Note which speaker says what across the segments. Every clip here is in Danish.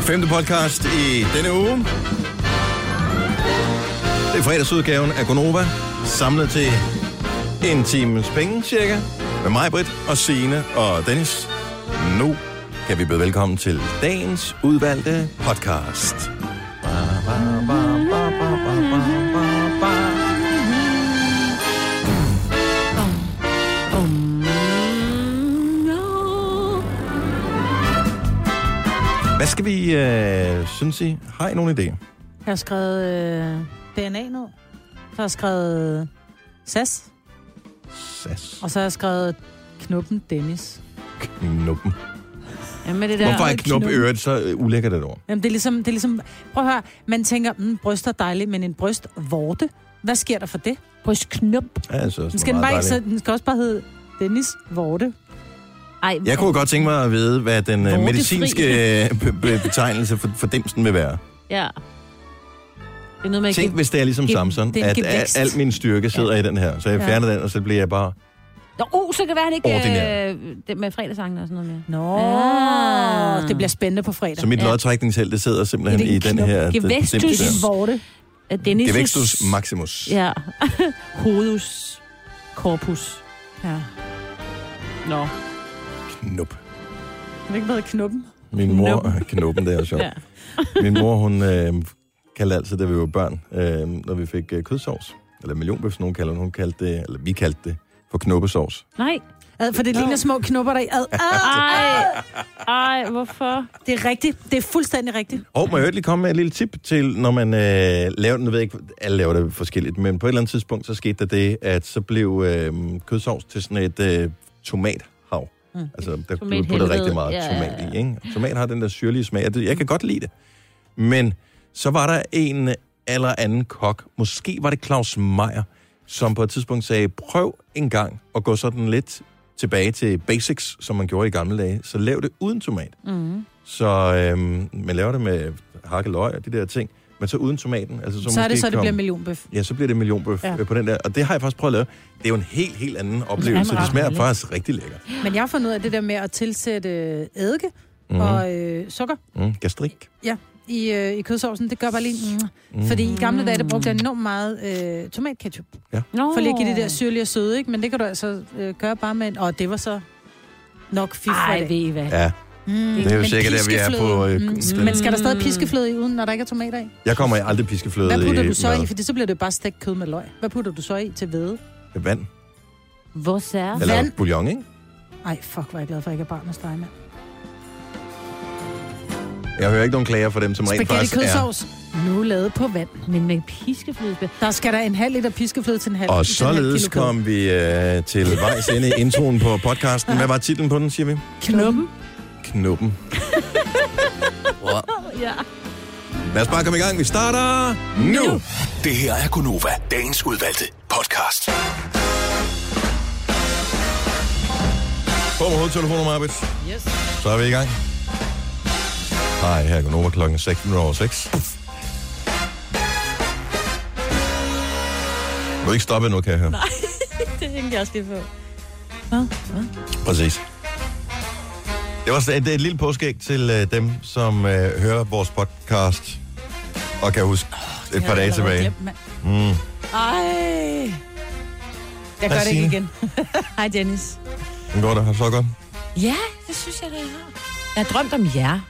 Speaker 1: Femte podcast i denne uge. Det er fredagsudgaven af Gonova, samlet til en times penge cirka, med mig, Britt og Sine og Dennis. Nu kan vi byde velkommen til dagens udvalgte podcast. Hvad skal vi, øh, synes I? Har I nogen idéer?
Speaker 2: Jeg har skrevet øh, DNA ned. Så har jeg skrevet øh, SAS.
Speaker 1: Sas.
Speaker 2: Og så har jeg skrevet knuppen Dennis.
Speaker 1: Knuppen.
Speaker 2: Ja, med det
Speaker 1: Hvorfor er knop i øret så øh, ulækkert et ord?
Speaker 2: Jamen, det er, ligesom, det er ligesom... Prøv at høre. Man tænker, mm, bryst er dejligt, men en brystvorte. Hvad sker der for det?
Speaker 3: Brystknop.
Speaker 1: Ja, jeg synes også,
Speaker 2: Den
Speaker 1: det
Speaker 2: skal,
Speaker 1: er
Speaker 2: den
Speaker 1: meget
Speaker 2: bare
Speaker 1: dejligt.
Speaker 2: ikke, sidde- den skal også bare hedde Dennis Vorte.
Speaker 3: Ej,
Speaker 1: Jeg kunne godt tænke mig at vide, hvad den øh,
Speaker 3: Vortefri.
Speaker 1: medicinske øh, be- be- betegnelse for, for dimsen vil være.
Speaker 3: Ja. Det er noget med at
Speaker 1: Tænk, hvis det er ligesom
Speaker 2: det-
Speaker 1: Samson,
Speaker 2: det er en
Speaker 1: at al,
Speaker 2: gevækst.
Speaker 1: al min styrke sidder ja. i den her. Så jeg
Speaker 2: Ja.
Speaker 1: fjerner den, og så bliver jeg bare...
Speaker 3: Nå, uh, så kan det være, han ikke...
Speaker 1: Ordinær.
Speaker 3: Øh, det med fredagssangen og sådan noget mere.
Speaker 2: Nå,
Speaker 3: Ah.
Speaker 2: det bliver spændende på fredag.
Speaker 1: Så mit
Speaker 3: Ja.
Speaker 1: lodtrækningsheld, det sidder simpelthen
Speaker 2: I den
Speaker 1: i den
Speaker 2: knop.
Speaker 1: her... d-
Speaker 3: Gevækstus.
Speaker 1: dims
Speaker 2: Dennis
Speaker 1: der.
Speaker 2: Vorte.
Speaker 3: At Øh, Dennis'
Speaker 1: Gevækstus maximus.
Speaker 3: Ja. Hodus. Corpus.
Speaker 2: Ja.
Speaker 3: Nå.
Speaker 1: Knup.
Speaker 2: Har det ikke været knuppen?
Speaker 1: Min mor... Knuppen, det er sjovt.
Speaker 3: Ja.
Speaker 1: Min mor, hun øh, kaldte altid, da vi var børn, øh, når vi fik øh, kødsovs, eller millionbøf, nogen kalder den, hun kaldte det, eller vi kaldte det, for knuppesovs.
Speaker 3: Nej.
Speaker 2: Ad, for det ligner små knupper, der i ad. ad.
Speaker 3: Ej. Ej, hvorfor?
Speaker 2: Det er rigtigt. Det er fuldstændig rigtigt.
Speaker 1: Og må jeg jo lige komme med et lille tip til, når man øh, laver den, jeg ved ikke, alle laver det forskelligt, men på et eller andet tidspunkt, så skete der det, at så blev øh, kødsovs til sådan et øh, tomathav. Mm. Altså, der blev puttet
Speaker 3: Hmm. Tomathelvede.
Speaker 1: rigtig meget
Speaker 3: Ja, ja,
Speaker 1: tomat i, ikke? Tomat har den der syrlige smag, og det, jeg kan godt lide det. Men så var der en eller anden kok, måske var det Claus Meier, som på et tidspunkt sagde, prøv en gang at gå sådan lidt tilbage til basics, som man gjorde i gamle dage, så lav det uden tomat.
Speaker 3: Mm.
Speaker 1: Så øhm, man laver det med hakkeløg og de der ting, men så uden tomaten. Altså,
Speaker 2: Så,
Speaker 1: så,
Speaker 2: så er
Speaker 1: måske
Speaker 2: det så, det
Speaker 1: kom-
Speaker 2: bliver millionbøf.
Speaker 1: Ja, så bliver det millionbøf
Speaker 2: Ja.
Speaker 1: ja. på den der. Og det har jeg faktisk prøvet at lave. Det er jo en helt, helt anden oplevelse. Det
Speaker 3: ret
Speaker 1: smager
Speaker 3: dejligt.
Speaker 1: faktisk rigtig lækkert.
Speaker 2: Men jeg har fundet ud af det der med at tilsætte øh, eddike
Speaker 1: Mm.
Speaker 2: og øh, sukker
Speaker 1: Mm. Gastrik.
Speaker 2: i, øh, i kødsovsen. Det gør bare lige... Mm.
Speaker 1: Mm.
Speaker 2: Fordi i gamle dage, der brugte jeg enormt meget øh, tomatketchup.
Speaker 3: Nå.
Speaker 2: For lige at give det der syrlige og søde, ikke? Men det kan du altså øh, gøre bare med en... Og det var så nok fif for
Speaker 3: Ej,
Speaker 2: det.
Speaker 3: ved I hvad?
Speaker 1: Ja,
Speaker 2: Mm.
Speaker 1: det er jo
Speaker 2: Men
Speaker 1: sikkert, at vi er på...
Speaker 2: piskefløde.
Speaker 1: Øh,
Speaker 2: Mm.
Speaker 1: mm.
Speaker 2: Men skal der stadig piskefløde i uden, når der ikke er tomater i?
Speaker 1: Jeg kommer aldrig piskefløde
Speaker 2: Hvad putter
Speaker 1: i
Speaker 2: du så
Speaker 1: mad.
Speaker 2: i? Fordi så bliver det bare stegt kød med løg. Hvad putter du så i til hvede?
Speaker 1: Vand.
Speaker 3: Hvor sær?
Speaker 1: Eller
Speaker 2: Vand.
Speaker 1: bouillon, ikke?
Speaker 2: Ej, fuck, hvor er jeg glad for, at jeg ikke er barn hos dig, mand.
Speaker 1: Jeg hører ikke nogen klager for dem, som rent
Speaker 2: Spaghetti
Speaker 1: faktisk er.
Speaker 2: kødsovs, nu lavet på vand.
Speaker 3: Men med piskefløde.
Speaker 2: Der skal der en halv liter piskefløde til en halv
Speaker 1: Og
Speaker 2: til en halv
Speaker 1: således
Speaker 2: kilo kød.
Speaker 1: kom vi øh, til vejs ende i introen på podcasten. Hvad var titlen på den, siger vi?
Speaker 2: Knuppen.
Speaker 1: Knuppen.
Speaker 3: Ja.
Speaker 1: Lad os bare komme i gang. Vi starter nu.
Speaker 4: Det her er Gunova, dagens udvalgte podcast.
Speaker 1: På med hovedtelefoner, Marbet. Yes. Så er vi i gang. Hej, her er Gunova klokken 16.06. Du er ikke stoppet nu, kan jeg høre. Nej.
Speaker 3: Det tænkte jeg også lige på.
Speaker 1: Præcis. Det var så- det er et lille påskæg til øh, dem, som øh, hører vores podcast og kan huske et par dage tilbage.
Speaker 2: Glemt, mand.
Speaker 1: Mm.
Speaker 2: Ej. Jeg gør
Speaker 1: Hvad
Speaker 2: det ikke
Speaker 1: siger
Speaker 2: igen.
Speaker 3: Hej, Dennis.
Speaker 1: Den går der har så godt.
Speaker 3: Ja, det synes jeg, det er. Jeg har drømt om jer.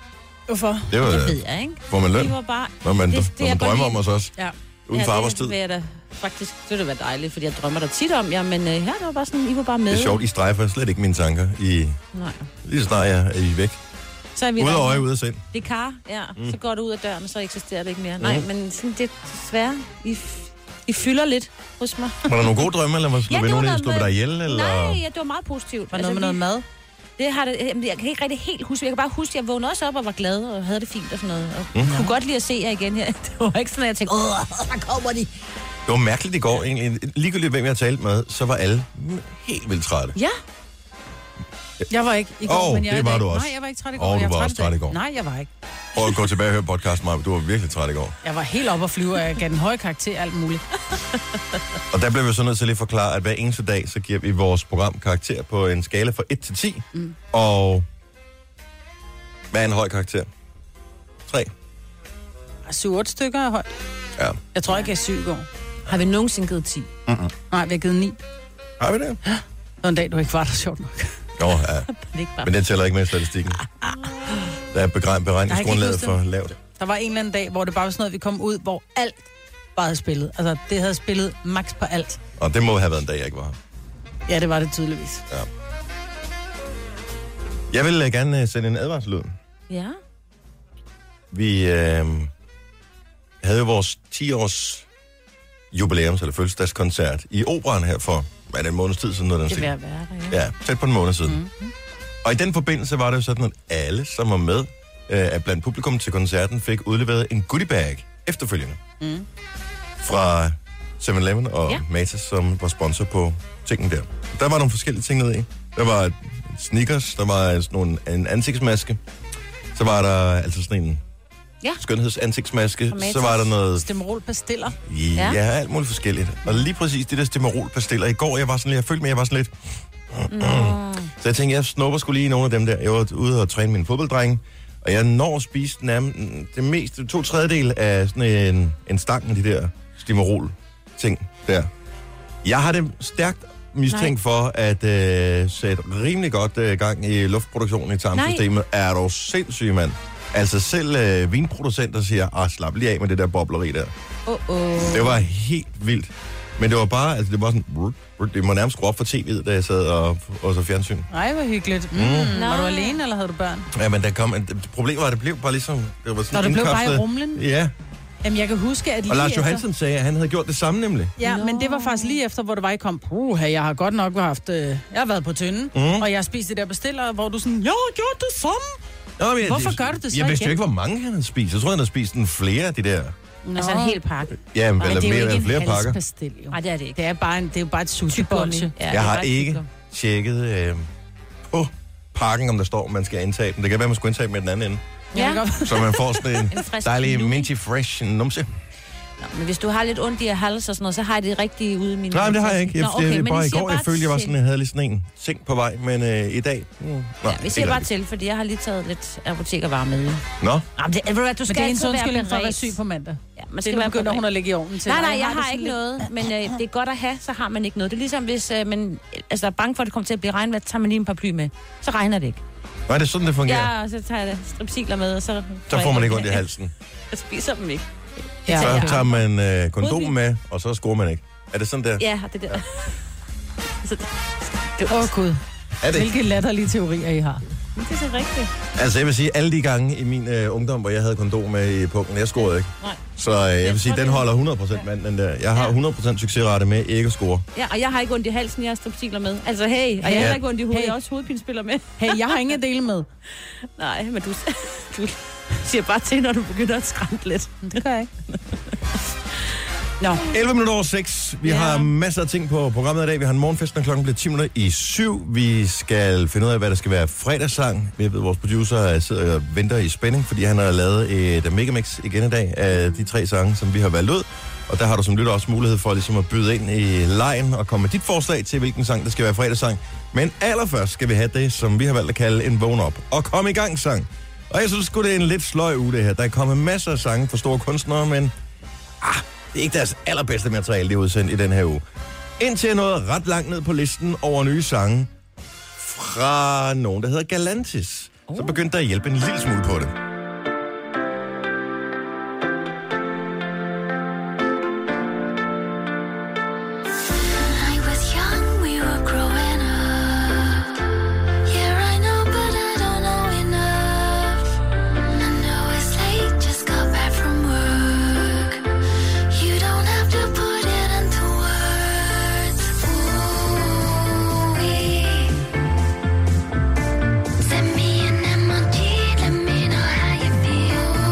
Speaker 2: Hvorfor?
Speaker 1: Det var,
Speaker 3: Det
Speaker 1: øh,
Speaker 3: ved jeg, ikke?
Speaker 1: får man løn,
Speaker 3: Det var bare...
Speaker 1: når man,
Speaker 3: det- det
Speaker 1: når
Speaker 3: er
Speaker 1: man
Speaker 3: godt
Speaker 1: drømmer
Speaker 3: lige-
Speaker 1: om os også,
Speaker 2: Ja.
Speaker 1: uden for arbejdstid.
Speaker 3: Ja, det vil jeg da faktisk. Det ville da være dejligt, fordi jeg drømmer dig tit om jer, men øh, her der var bare sådan, I var bare med.
Speaker 1: Det er sjovt, I strejfer slet ikke mine tanker. I,
Speaker 3: Nej.
Speaker 1: lige så snart jeg er I væk.
Speaker 3: Så er vi
Speaker 1: Ude af
Speaker 3: der.
Speaker 1: øje, ude af sind.
Speaker 3: Det er kar, ja. Mm. Så går du ud af døren, og så eksisterer det ikke mere. Mm. Nej, men sådan, det er desværre. I, f- I fylder lidt hos mig.
Speaker 1: Var der nogle gode drømme, eller slog ja, vi
Speaker 3: det var
Speaker 1: nogen ind,
Speaker 3: noget
Speaker 1: slog vi
Speaker 3: med-
Speaker 1: dig ihjel? Eller?
Speaker 3: Nej, ja, det var meget positivt. Altså,
Speaker 2: Var noget med noget
Speaker 3: vi-
Speaker 2: mad?
Speaker 3: Det har det, jamen, jeg kan ikke rigtig helt huske. Jeg kan bare huske, at jeg vågnede også op og var glad og havde det fint og sådan noget. Og
Speaker 1: Mhm.
Speaker 3: mm. kunne godt lide at se jer igen her. Det var ikke sådan, at jeg tænkte, åh, der kommer de.
Speaker 1: Det var mærkeligt i går, egentlig. Ligegyldigt, hvem jeg talte med, så var alle mm, helt vildt trætte.
Speaker 3: Ja,
Speaker 2: Jeg var ikke i går,
Speaker 1: Åh,
Speaker 2: men jeg
Speaker 1: det
Speaker 2: er
Speaker 1: var
Speaker 2: i dag.
Speaker 1: du også.
Speaker 2: Nej, jeg var ikke træt i går.
Speaker 1: Åh, du
Speaker 2: jeg er
Speaker 1: var
Speaker 2: i
Speaker 1: også
Speaker 2: dag.
Speaker 1: træt i går.
Speaker 2: Nej, jeg var ikke.
Speaker 1: Prøv at gå tilbage og høre podcasten, Maja. Du var virkelig træt i går.
Speaker 2: Jeg var helt op og flyve, og jeg gav den høje karakter alt muligt.
Speaker 1: Og der blev vi så nødt til lige at forklare, at hver eneste dag, så giver vi vores program karakter på en skala fra 1 til 10. Mm. Og hvad er en høj karakter? Tre.
Speaker 2: 7-8 stykker er højt.
Speaker 1: Ja.
Speaker 2: Jeg tror, jeg gav 7 i går.
Speaker 3: Har vi nogensinde givet 10?
Speaker 2: Nej, vi har givet 9. Det
Speaker 1: Har vi det?
Speaker 2: var en dag, du ikke var der, sjovt nok.
Speaker 1: Jo, ja.
Speaker 3: Det er ikke bare...
Speaker 1: Men den tæller ikke med i statistikken. Der er begrænset beregningsgrundlaget
Speaker 2: huske
Speaker 1: for lavt.
Speaker 2: Der var en eller anden dag, hvor det bare var sådan noget, vi kom ud, hvor alt bare havde spillet. Altså, det havde spillet max på alt.
Speaker 1: Og det må have været en dag, jeg ikke var her.
Speaker 2: Ja, det var det tydeligvis.
Speaker 1: Jeg vil øh, gerne øh, sende en advarsel ud.
Speaker 3: Ja.
Speaker 1: Vi øh, havde jo vores 10-års jubilæums- eller fødselsdagskoncert i operan her for hvad er det, en måneds tid siden. Noget, den
Speaker 3: Det vil
Speaker 1: stil.
Speaker 3: jeg være der, ja.
Speaker 1: Ja, tæt på en måned siden. Mm-hmm. Og i den forbindelse var det jo sådan, at alle, som var med øh, blandt publikum til koncerten, fik udleveret en goodiebag efterfølgende. Mm. Fra 7-Eleven og ja.
Speaker 3: Ja.
Speaker 1: Matas, som var sponsor på tingen der. Der var nogle forskellige ting nede i. Der var et sneakers, der var sådan nogle, en ansigtsmaske, så var der altså sådan en
Speaker 3: Ja.
Speaker 1: skønhedsansigtsmaske,
Speaker 3: Fra Matas.
Speaker 1: så var der noget
Speaker 2: Stemmerol pastiller.
Speaker 1: Ja, ja,
Speaker 3: Ja.
Speaker 1: alt muligt forskelligt. Og lige præcis det der stemmerolpastiller. I går, jeg var sådan lidt, jeg følte mig, jeg var sådan lidt... Så jeg tænkte, jeg snupper skulle lige nogle af dem der. Jeg var ude og træne mine fodbolddrenge, og jeg når at spise nærmest det meste, to tredjedel af sådan en, en stang af de der stimmerol ting der. Jeg har det stærkt mistænkt for at øh, sætte rimelig godt øh, gang i luftproduktionen i tarmsystemet. Er du sindssyg, mand? Altså selv øh, vinproducenter siger, ah, slap lige af med det der bobleri der.
Speaker 3: Åh, oh, oh.
Speaker 1: Det var helt vildt. Men det var bare, altså det var sådan, brut, brut. det må nærmest skrue op for tv'et, da jeg sad og, og så fjernsyn.
Speaker 2: Nej, hvor hyggeligt. Mm. Var du alene, eller havde du børn?
Speaker 1: Ja, men der kom, en- det- problemet var, at det blev bare ligesom, det var sådan
Speaker 2: Nå, det blev bare i
Speaker 1: indkapslet.
Speaker 2: rumlen?
Speaker 1: Ja,
Speaker 2: Jamen, jeg kan huske, at lige altså.
Speaker 1: og Lars
Speaker 2: efter...
Speaker 1: Johansen sagde, at han havde gjort det samme nemlig.
Speaker 2: Ja, men det var faktisk lige efter, hvor du var i kom. Puha, jeg har godt nok haft... Øh, jeg har været på tynden,
Speaker 1: Mhm.
Speaker 2: mm. og jeg har spist det der bestiller, hvor du sådan, jeg har gjort det samme.
Speaker 1: Nå, men jeg-
Speaker 2: Hvorfor gør du det så
Speaker 1: Jeg vidste jo
Speaker 2: igen?
Speaker 1: ikke, hvor mange han havde spist. Jeg troede, han havde spist en flere af de der.
Speaker 2: Nå.
Speaker 3: Altså en hel pakke.
Speaker 1: Ja, Ej, eller
Speaker 2: det er jo
Speaker 1: mere
Speaker 2: ikke
Speaker 1: end
Speaker 2: en
Speaker 1: flere pakker.
Speaker 2: halspastil, jo.
Speaker 3: Nej, det er det ikke.
Speaker 2: Det er bare, en, det er jo bare et sushi-bolse.
Speaker 3: Ja, det er
Speaker 1: Jeg har
Speaker 3: bare
Speaker 1: ikke
Speaker 3: tyggegummi.
Speaker 1: tjekket øh, på pakken, om der står, man skal indtage dem. Det kan være, man skulle indtage dem med den anden ende.
Speaker 3: Ja.
Speaker 2: Ja.
Speaker 1: Så man får sådan en,
Speaker 3: En frisk
Speaker 1: dejlig
Speaker 3: nu, ikke?
Speaker 1: minty fresh numse.
Speaker 3: Nå, men hvis du har lidt ondt i at halse og sådan noget, så har jeg det rigtigt ude i min...
Speaker 1: Nej, men det har jeg ikke. Jeg,
Speaker 3: Nå,
Speaker 1: okay, det er
Speaker 3: men
Speaker 1: bare
Speaker 3: I
Speaker 1: i
Speaker 3: siger
Speaker 1: går, jeg
Speaker 3: bare
Speaker 1: følte, jeg var
Speaker 3: til.
Speaker 1: sådan, jeg havde lige sådan en ting på vej, men øh, i dag... Mm, nej,
Speaker 3: Ja, vi siger
Speaker 1: ikke
Speaker 3: bare
Speaker 1: rigtigt.
Speaker 3: til, fordi jeg har lige taget lidt apotek og varme med. Nå,
Speaker 1: Nå,
Speaker 3: men det, ved du hvad, du skal
Speaker 2: Men det er en
Speaker 3: altid
Speaker 2: undskyldning for at være
Speaker 3: beredt.
Speaker 2: syg på mandag.
Speaker 3: Ja, man
Speaker 2: Det
Speaker 3: skal
Speaker 2: er nu
Speaker 3: være
Speaker 2: begynder hun
Speaker 3: beredt.
Speaker 2: at ligge i ovnen til.
Speaker 3: Nej,
Speaker 2: dig.
Speaker 3: nej, jeg
Speaker 2: det
Speaker 3: har
Speaker 2: sådan
Speaker 3: ikke
Speaker 2: lidt-
Speaker 3: noget, men øh, det er godt at have, så har man ikke noget. Det er ligesom, hvis øh, man altså, er bange for, at det kommer til at blive regnvejr, så tager man lige en par ply med. Så regner det ikke.
Speaker 1: nej, det er sådan, det fungerer.
Speaker 3: Ja, og så tager jeg stripsikler med, og så...
Speaker 1: Så får man ikke ondt i halsen.
Speaker 3: Jeg spiser dem ikke.
Speaker 2: Ja.
Speaker 1: Så
Speaker 3: Ja.
Speaker 1: tager man øh, kondom
Speaker 3: Udvik.
Speaker 1: med, og så skruer man ikke. Er det sådan der?
Speaker 3: Ja, det der. Så det,
Speaker 2: Åh, oh, Gud.
Speaker 1: Er det ikke?
Speaker 2: Hvilke latterlige teorier, I har.
Speaker 3: det er så rigtigt.
Speaker 1: Altså, jeg vil sige, alle de gange i min øh, ungdom, hvor jeg havde kondom med i pungen, jeg scorede ikke.
Speaker 3: Nej.
Speaker 1: Så øh, jeg vil sige,
Speaker 3: tror,
Speaker 1: den
Speaker 3: det er-
Speaker 1: holder 100% vand, den der. Jeg har 100% succesrate med ikke at score.
Speaker 3: Ja, og jeg har ikke ondt i halsen, jeg har stripsikler med. Altså, hey, og jeg har
Speaker 1: Ja.
Speaker 3: heller ikke ondt i hovedet,
Speaker 2: Hey.
Speaker 3: jeg har også hovedpinespiller med.
Speaker 2: Hey, jeg har ingen at dele med.
Speaker 3: Nej, men du, du siger bare til, når du begynder at skrænte lidt.
Speaker 2: Det gør jeg ikke. Nå,
Speaker 1: 11 minutter over 6. Vi ja.
Speaker 3: Ja.
Speaker 1: har masser af ting på programmet i dag. Vi har en morgenfest, når klokken bliver 10 minutter i 7. Vi skal finde ud af, hvad der skal være fredagssang. Jeg ved, vores producer sidder og venter i spænding, fordi han har lavet et megamix igen i dag af de tre sange, som vi har valgt ud. Og der har du som lytter også mulighed for ligesom at byde ind i lejen og komme med dit forslag til, hvilken sang der skal være fredagssang. Men allerførst skal vi have det, som vi har valgt at kalde en vågn op og kom i gang sang. Og jeg synes sgu, det er en lidt sløj uge, det her. Der er kommet masser af sange fra store kunstnere, men det er ikke deres allerbedste materiale, de har udsendt i den her uge. Indtil jeg nåede ret langt ned på listen over nye sange fra nogen, der hedder Galantis. Så begyndte der at hjælpe en lille smule på det.
Speaker 5: I was young, we were growing up. Yeah, I know, but I don't know enough. I know it's late, just got back from work. You don't have to put it into words. Ooh, send me an emoji, let me know how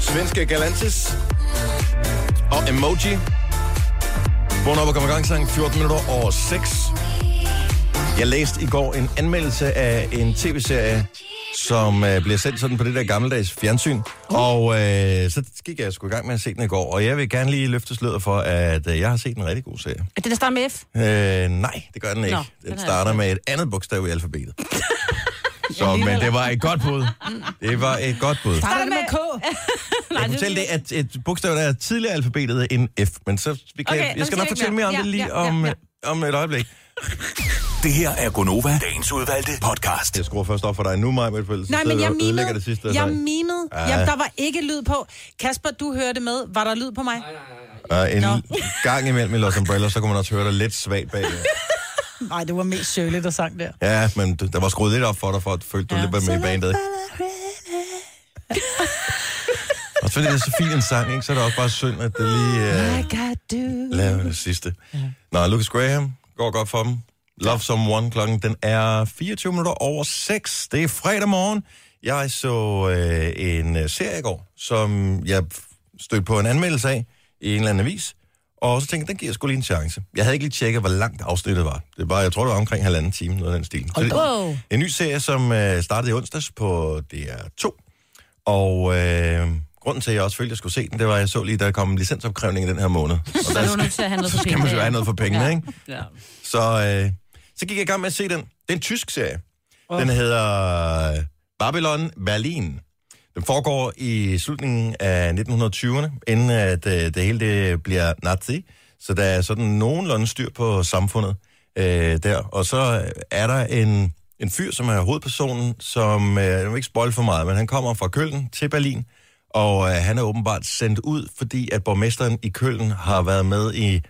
Speaker 1: svenske Galantis og Emoji. Vågn op og kom i gang sang 14 minutter over 6. Jeg læste i går en anmeldelse af en tv-serie, som øh, bliver sendt sådan på det der gammeldags fjernsyn. Og øh, så gik jeg sgu i gang med at se den i går, og jeg vil gerne lige løfte sløret for, at øh, jeg har set en rigtig god serie.
Speaker 3: Er det, der starter med F?
Speaker 1: Øh, nej, det gør den ikke.
Speaker 3: Nå,
Speaker 1: Nå,
Speaker 3: den
Speaker 1: den
Speaker 3: er
Speaker 1: starter med et andet bogstav i alfabetet. Så, men det Mm. var et godt bud. Det var et godt bud.
Speaker 2: Starter det med K?
Speaker 1: Jeg kan fortælle det, at et bogstav, der er tidligere i alfabetet end F, men så vi kan,
Speaker 3: Okay,
Speaker 1: okay,
Speaker 3: nu
Speaker 1: jeg skal
Speaker 3: siger
Speaker 1: nok
Speaker 3: vi
Speaker 1: fortælle
Speaker 3: ikke
Speaker 1: mere
Speaker 3: mere.
Speaker 1: om det
Speaker 3: Ja,
Speaker 1: lige
Speaker 3: ja, ja,
Speaker 1: om, øh,
Speaker 3: ja.
Speaker 1: om et øjeblik.
Speaker 4: Det her er Gonova, dagens udvalgte podcast.
Speaker 1: Jeg skruer først op for dig nu, Maja, men ellers så
Speaker 2: Nej,
Speaker 1: sidder
Speaker 2: men
Speaker 1: du
Speaker 2: jeg
Speaker 1: og ødelægger
Speaker 2: mimede.
Speaker 1: det sidste. altså?
Speaker 2: jeg mimede.
Speaker 1: Ej.
Speaker 2: Jamen, der var ikke lyd på. Kasper, du hørte med. Var der lyd på mig?
Speaker 1: Og en
Speaker 2: Nå.
Speaker 1: gang imellem i Los Umbrella, så kunne man også høre dig lidt svagt bag.
Speaker 2: Nej, det var mest Shirley, der sang der.
Speaker 1: Ja, men du- der var skruet lidt op for dig, for at følte, du
Speaker 2: Ja.
Speaker 1: lidt var med i bandet. Og fordi det er så fin en sang, ikke, så er det også bare synd, at det lige... Øh...
Speaker 2: I got to.
Speaker 1: Lave det sidste. Nå, Lucas Graham går godt for dem. Love Someone, klokken den er 24 minutter over 6. Det er fredag morgen. Jeg så øh, en øh, serie i går, som jeg f- stødte på en anmeldelse af i en eller anden avis. Og så tænkte jeg, den giver jeg sgu lige en chance. Jeg havde ikke lige tjekket, hvor langt afsnittet var. Det var, jeg tror, det var omkring halvanden time, noget af den stil. Så det,
Speaker 3: Wow.
Speaker 1: en ny serie, som øh, startede i onsdags på DR2. Og øh, grunden til, at jeg også følte, at jeg skulle se den, det var, at jeg så lige, der kom en licensopkrævning i den her måned. Og
Speaker 3: Så er
Speaker 1: der
Speaker 3: du nødt til at handle for
Speaker 1: så skal man jo have noget for pengene,
Speaker 3: Ja.
Speaker 1: ikke?
Speaker 3: Ja.
Speaker 1: Så, øh, så gik jeg i gang med at se den. Det er en tysk serie. Den hedder Babylon Berlin. Den foregår i slutningen af 1920'erne, inden at øh, det hele det bliver nazi. Så der er sådan nogenlunde styr på samfundet øh, der. Og så er der en, en fyr, som er hovedpersonen, som, øh, jeg vil ikke spoil for meget, men han kommer fra Køln til Berlin, og øh, han er åbenbart sendt ud, fordi at borgmesteren i Køln har været med i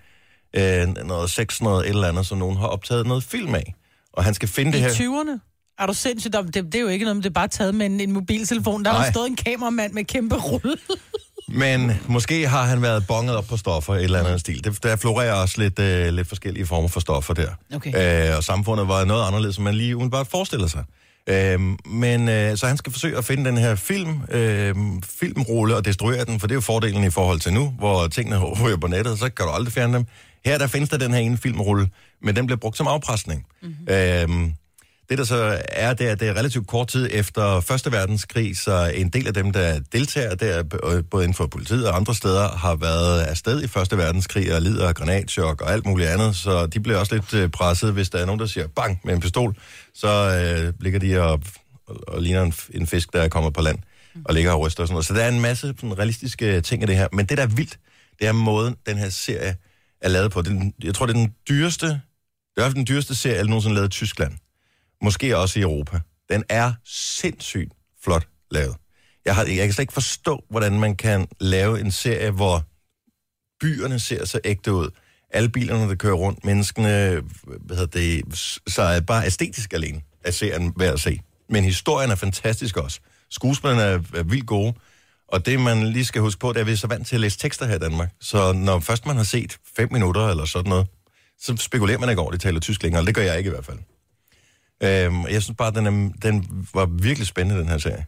Speaker 1: øh, noget sex, noget et eller andet, som nogen har optaget noget film af. Og han skal finde det
Speaker 2: I
Speaker 1: her...
Speaker 2: 20'erne? Er du sindssygt om? Det, det er jo ikke noget, men det er bare taget med en, en mobiltelefon. Der har
Speaker 1: Nej.
Speaker 2: der stået en kameramand med kæmpe rulle.
Speaker 1: Men måske har han været bonget op på stoffer, et eller andet stil. Det, der florerer også lidt, øh, lidt forskellige former for stoffer der.
Speaker 2: Okay.
Speaker 1: Øh, og samfundet var noget anderledes, end man lige umiddelbart forestiller sig. Øh, men øh, så han skal forsøge at finde den her film, øh, filmrulle og destruere den, for det er jo fordelen i forhold til nu, hvor tingene ryger på nettet, så kan du aldrig fjerne dem. Her der findes der den her ene filmrulle, men den bliver brugt som afpresning. Mm-hmm. Det, der så er, det er, det er relativt kort tid efter Første Verdenskrig, så en del af dem, der deltager der, b- øh, både inden for politiet og andre steder, har været afsted i Første Verdenskrig og lider af granatchok og alt muligt andet, så de bliver også lidt øh, presset, hvis der er nogen, der siger bang med en pistol, så øh, ligger de og, og, og ligner en, f- en fisk, der er kommet på land og ligger og ryster og sådan noget. Så der er en masse sådan, realistiske ting i det her, men det, der er vildt, det er måden, den her serie er lavet på. Den, jeg tror, det er den dyreste, det er i hvert fald den dyreste serie, jeg nogensinde lavet i Tyskland måske også i Europa. Den er sindssygt flot lavet. Jeg, har, jeg kan slet ikke forstå, hvordan man kan lave en serie, hvor byerne ser så ægte ud. Alle bilerne, der kører rundt, menneskene, hvad hedder det, s- så er bare æstetisk alene at serien værd at se. Men historien er fantastisk også. Skuespillerne er, er vildt gode. Og det, man lige skal huske på, det er, at vi er så vant til at læse tekster her i Danmark. Så når først man har set fem minutter eller sådan noget, så spekulerer man ikke over, at de taler tysk længere. Det gør jeg ikke i hvert fald. Øhm, og jeg synes bare, den, er, den var virkelig spændende, den her serie.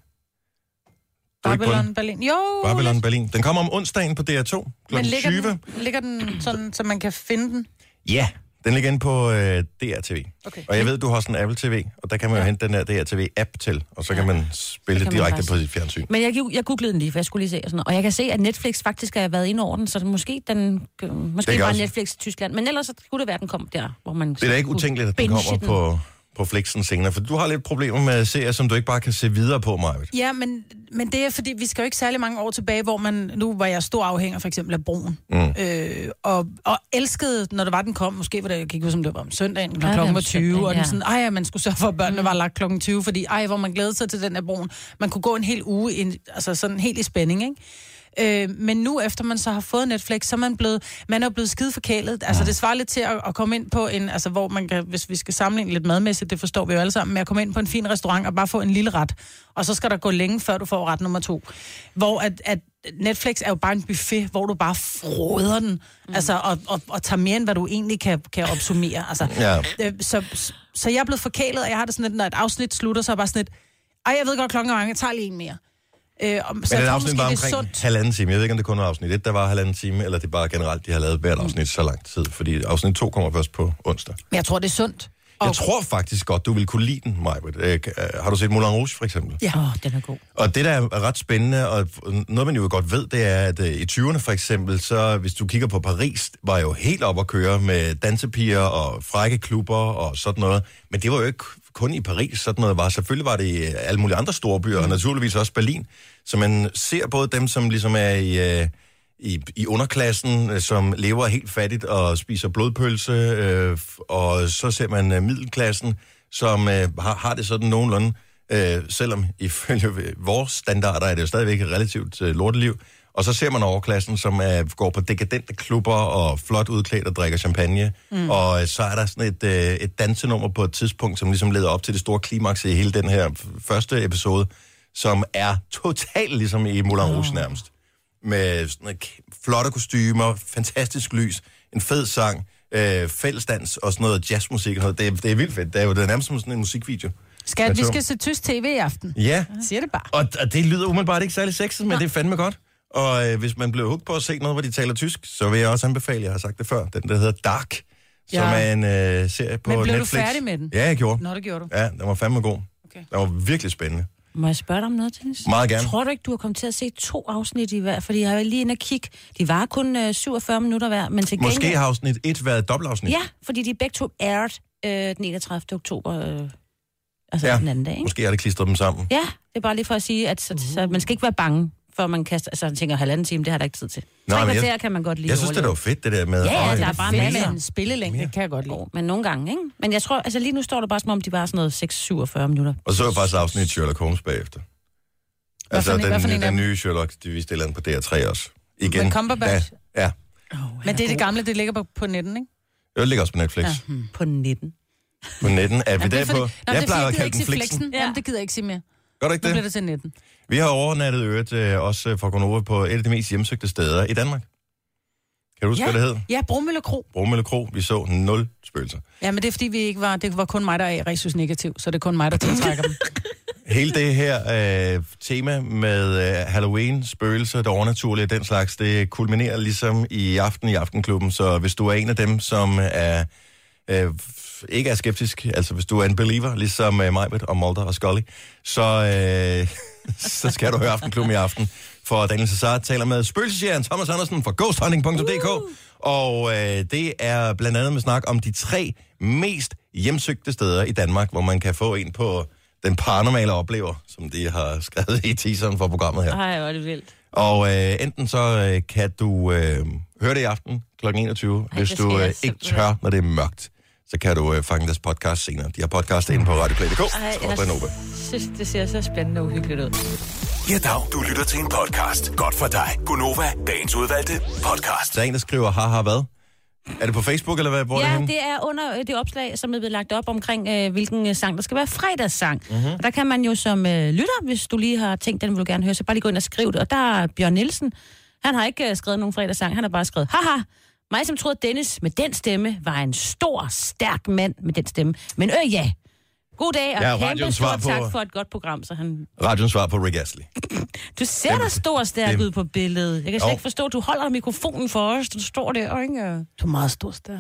Speaker 1: Du er ikke på den?
Speaker 2: Babylon Berlin. Jo,
Speaker 1: Babylon Berlin. Den kommer om onsdagen på DR2 kl.
Speaker 2: men ligger
Speaker 1: 20.
Speaker 2: den, ligger den sådan, så man kan finde den?
Speaker 1: Ja, den ligger inde på øh, DRTV.
Speaker 2: Okay.
Speaker 1: Og jeg ved, du har sådan en Apple TV, og der kan man jo hente den her DRTV-app til, og så kan man spille
Speaker 3: Så
Speaker 1: det
Speaker 3: kan
Speaker 1: direkte
Speaker 3: man faktisk-
Speaker 1: på sit fjernsyn.
Speaker 3: Men jeg, jeg googlede den lige, for jeg skulle lige se. Og, sådan, noget. og jeg kan se, at Netflix faktisk har været inde over den, så den- måske, den, måske
Speaker 1: Det kan
Speaker 3: bare
Speaker 1: også-
Speaker 3: Netflix i Tyskland. Men ellers så kunne det være, at den kom der, hvor man...
Speaker 1: Det er da ikke
Speaker 3: kunne
Speaker 1: utænkeligt, at den
Speaker 3: binge
Speaker 1: kommer på, på Flixen senere, for du har lidt problemer med serier, som du ikke bare kan se videre på, Marvitt.
Speaker 2: Ja, men, men det er fordi, vi skal jo ikke særlig mange år tilbage, hvor man, nu var jeg stor afhænger for eksempel af Broen, mm. øh, og, og elskede, når det var, den kom, måske var det, jeg kan ikke huske, om det var om søndagen, når
Speaker 3: Ja, det
Speaker 2: klokken
Speaker 3: var
Speaker 2: var
Speaker 3: om
Speaker 2: 20,
Speaker 3: søndagen,
Speaker 2: og den
Speaker 3: ja. Mm.
Speaker 2: sådan, ej, ja, man skulle sørge for, at børnene var lagt klokken 20, fordi ej, hvor man glædede sig til den af Broen. Man kunne gå en hel uge, ind, altså sådan helt i spænding, ikke? Øh, men nu efter man så har fået Netflix, så er man blevet, man er jo blevet skide forkælet. Altså det svarer lidt til at, at, komme ind på en, altså hvor man kan, hvis vi skal sammenligne lidt madmæssigt, det forstår vi jo alle sammen, men at komme ind på en fin restaurant og bare få en lille ret. Og så skal der gå længe, før du får ret nummer to. Hvor at, at Netflix er jo bare en buffet, hvor du bare froder den, mm. altså, og, og, og tager mere end, hvad du egentlig kan, kan opsummere. Altså,
Speaker 1: Ja.
Speaker 2: øh, så, så- så jeg er blevet forkælet, og jeg har det sådan lidt, når et afsnit slutter, så er jeg bare sådan lidt, ej, jeg ved godt, klokken er mange, jeg tager lige en mere. Øh, om, så
Speaker 1: Men
Speaker 2: jeg
Speaker 1: den
Speaker 2: tror
Speaker 1: afsnit
Speaker 2: måske,
Speaker 1: var
Speaker 2: det er
Speaker 1: omkring
Speaker 2: sundt.
Speaker 1: halvanden time. Jeg ved ikke, om det kun var afsnit 1, der var halvanden time, eller det er bare generelt, de har lavet hvert afsnit så lang tid. Fordi afsnit 2 kommer først på onsdag.
Speaker 2: Men Jeg tror, det er sundt.
Speaker 1: Jeg tror faktisk godt, du vil kunne lide den, Majbert. Øh, har du set Moulin Rouge, for eksempel?
Speaker 3: Ja. Åh, oh, den er god.
Speaker 1: Og det, der er ret spændende, og noget, man jo godt ved, det er, at øh, i 20'erne for eksempel, så hvis du kigger på Paris, var jo helt op at køre med dansepiger og frække klubber og sådan noget. Men det var jo ikke kun i Paris, sådan noget var. Selvfølgelig var det i øh, alle mulige andre store byer, og naturligvis også Berlin. Så man ser både dem, som ligesom er i... Øh, i, i underklassen, øh, som lever helt fattigt og spiser blodpølse, øh, f- og så ser man øh, middelklassen, som øh, har, har det sådan nogenlunde, øh, selvom ifølge øh, vores standarder er det jo stadigvæk et relativt øh, lorteliv. Og så ser man overklassen, som øh, går på dekadente klubber og flot udklædt og drikker champagne. Mm. Og øh, så er der sådan et, øh, et dansenummer på et tidspunkt, som ligesom leder op til det store klimaks i hele den her f- første episode, som er totalt ligesom i Moulin Rouge nærmest med sådan noget k- flotte kostymer, fantastisk lys, en fed sang, øh, fællesdans og sådan noget jazzmusik. Og noget. Det, er- det er vildt fedt. Det er jo det er nærmest som sådan en musikvideo.
Speaker 2: Skal,
Speaker 1: Jeg
Speaker 2: vi
Speaker 1: tror-
Speaker 2: skal se tysk tv i aften.
Speaker 1: Ja,
Speaker 2: Siger det bare.
Speaker 1: og, og det lyder umiddelbart ikke særlig sexet, men det er fandme godt. Og øh, hvis man bliver hooked på at se noget, hvor de taler tysk, så vil jeg også anbefale, jeg har sagt det før, den der hedder Dark, som
Speaker 2: Ja.
Speaker 1: er en øh, serie på
Speaker 2: Men blev du
Speaker 1: Netflix.
Speaker 2: færdig med den?
Speaker 1: Ja, jeg gjorde.
Speaker 2: Nå, det gjorde du.
Speaker 1: Ja, den var fandme god.
Speaker 2: Okay.
Speaker 1: Den var virkelig spændende.
Speaker 3: Må jeg spørge dig om noget, Dennis?
Speaker 1: Meget gerne.
Speaker 3: Tror du ikke, du har kommet til at se to afsnit i hver? Fordi jeg var lige inde og kigge. De var kun øh, 47 minutter hver, men til
Speaker 1: Måske
Speaker 3: gengæld...
Speaker 1: har afsnit 1 været et dobbeltafsnit.
Speaker 3: Ja, fordi de begge to aired øh, den 31. oktober, øh, altså
Speaker 1: Ja.
Speaker 3: ja. den anden dag, ikke?
Speaker 1: Måske har det klistret dem sammen.
Speaker 3: Ja, det er bare lige for at sige, at så, så man skal ikke være bange, for man kaster... Altså, jeg tænker, halvanden time, det har der ikke tid til.
Speaker 1: Nej,
Speaker 3: Nej, Tre
Speaker 1: men jeg-
Speaker 3: kvarter kan man godt lige
Speaker 1: Jeg synes, det var fedt, det der med...
Speaker 3: Ja, ja,
Speaker 1: "Øj,
Speaker 3: der er
Speaker 1: hvor
Speaker 3: bare
Speaker 1: fedt."
Speaker 3: masser.
Speaker 2: Men en spillelængde kan jeg godt lide.
Speaker 3: Jo, men nogle gange, ikke? Men jeg tror, altså lige nu står det bare som om, de var sådan noget 6-47 minutter.
Speaker 1: Og så er jeg faktisk afsnit Sherlock Holmes bagefter. Altså
Speaker 2: for en- hvad for en
Speaker 1: den,
Speaker 2: af
Speaker 1: den
Speaker 2: dem?
Speaker 1: nye Sherlock, de viste et eller andet på DR3 også. Igen.
Speaker 2: Med Cumberbatch?
Speaker 1: Ja, ja.
Speaker 2: Men det er det gamle, det ligger på, på netten, ikke?
Speaker 1: Det ligger også på Netflix. Ja.
Speaker 3: Hmm. På 19.
Speaker 1: På netten. Er vi
Speaker 2: det
Speaker 1: der på?
Speaker 2: fordi- Nå, men
Speaker 1: jeg
Speaker 2: det er
Speaker 1: plejer
Speaker 2: fordi,
Speaker 1: at kalde
Speaker 2: gider ikke
Speaker 1: den
Speaker 2: sige
Speaker 1: Flixen.
Speaker 2: Ja. Jamen, det gider jeg ikke sige mere.
Speaker 1: Gør du
Speaker 2: Nu
Speaker 1: ikke
Speaker 2: bliver
Speaker 1: det?
Speaker 2: det til 19.
Speaker 1: Vi har overnattet øret øh, også fra Gonova på et af de mest hjemsøgte steder i Danmark. Kan du huske,
Speaker 2: Ja.
Speaker 1: hvad det hed?
Speaker 2: Ja, Brummel og Kro.
Speaker 1: Bromølle Kro. Vi så nul spøgelser.
Speaker 2: Ja, men det er fordi, vi ikke var, det var kun mig, der er resus negativ, så det er kun mig, der tiltrækker dem.
Speaker 1: Hele det her øh, tema med øh, Halloween, spøgelser, det overnaturlige og den slags, det kulminerer ligesom i aften i Aftenklubben. Så hvis du er en af dem, som er, øh, f- ikke er skeptisk, altså hvis du er en believer, ligesom øh, Majbet og Mulder og Scully, så, øh, så skal du høre Aftenklubben i aften. For Daniel Cesar taler med spøgelsesjæren Thomas Andersen fra ghosthunting.dk. Uh. Og øh, det er blandt andet med snak om de tre mest hjemsøgte steder i Danmark, hvor man kan få en på den paranormale oplever, som de har skrevet i teaseren for programmet her.
Speaker 3: Ej, hvor er det vildt.
Speaker 1: Og øh, enten så øh, kan du øh, høre det i aften kl. 21, Ej, hvis
Speaker 3: det
Speaker 1: du
Speaker 3: skal jeg
Speaker 1: øh, ikke
Speaker 3: simpelthen.
Speaker 1: tør, når det er mørkt. Så kan du øh, fange deres podcast senere. De har podcast inde på radioplay.dk.
Speaker 6: Ej,
Speaker 1: Skråstreg Nova.
Speaker 6: synes, det ser så spændende og uhyggeligt ud.
Speaker 4: Ja, dag. Du lytter til en podcast. Godt for dig. Gunova, dagens udvalgte podcast.
Speaker 1: Der er en, der skriver, haha, hvad? Er det på Facebook, eller hvad? Hvor er det
Speaker 3: Ja,
Speaker 1: henne?
Speaker 3: det er under øh, det opslag, som er blevet lagt op omkring, øh, hvilken øh, sang der skal være fredagssang.
Speaker 1: Mhm.
Speaker 3: Mm-hmm. Og der kan man jo som øh, lytter, hvis du lige har tænkt, den vil du gerne høre, så bare lige gå ind og skrive det. Og der er Bjørn Nielsen, han har ikke øh, skrevet nogen fredagssang, han har bare skrevet, haha, mig som troede Dennis med den stemme var en stor, stærk mand med den stemme. Men øh ja, god dag og
Speaker 1: Ja,
Speaker 3: ja, kæmpe
Speaker 1: radioens svar
Speaker 3: stort
Speaker 1: på-
Speaker 3: på... tak for et godt program. Så han,
Speaker 1: Radioen svar på Rick Astley.
Speaker 3: du ser da stor og stærk
Speaker 1: dem-
Speaker 3: ud på billedet. Jeg kan slet
Speaker 1: Jo.
Speaker 3: ikke forstå, at du holder mikrofonen for os, du står der, ikke? Og
Speaker 2: Du er meget stor stær.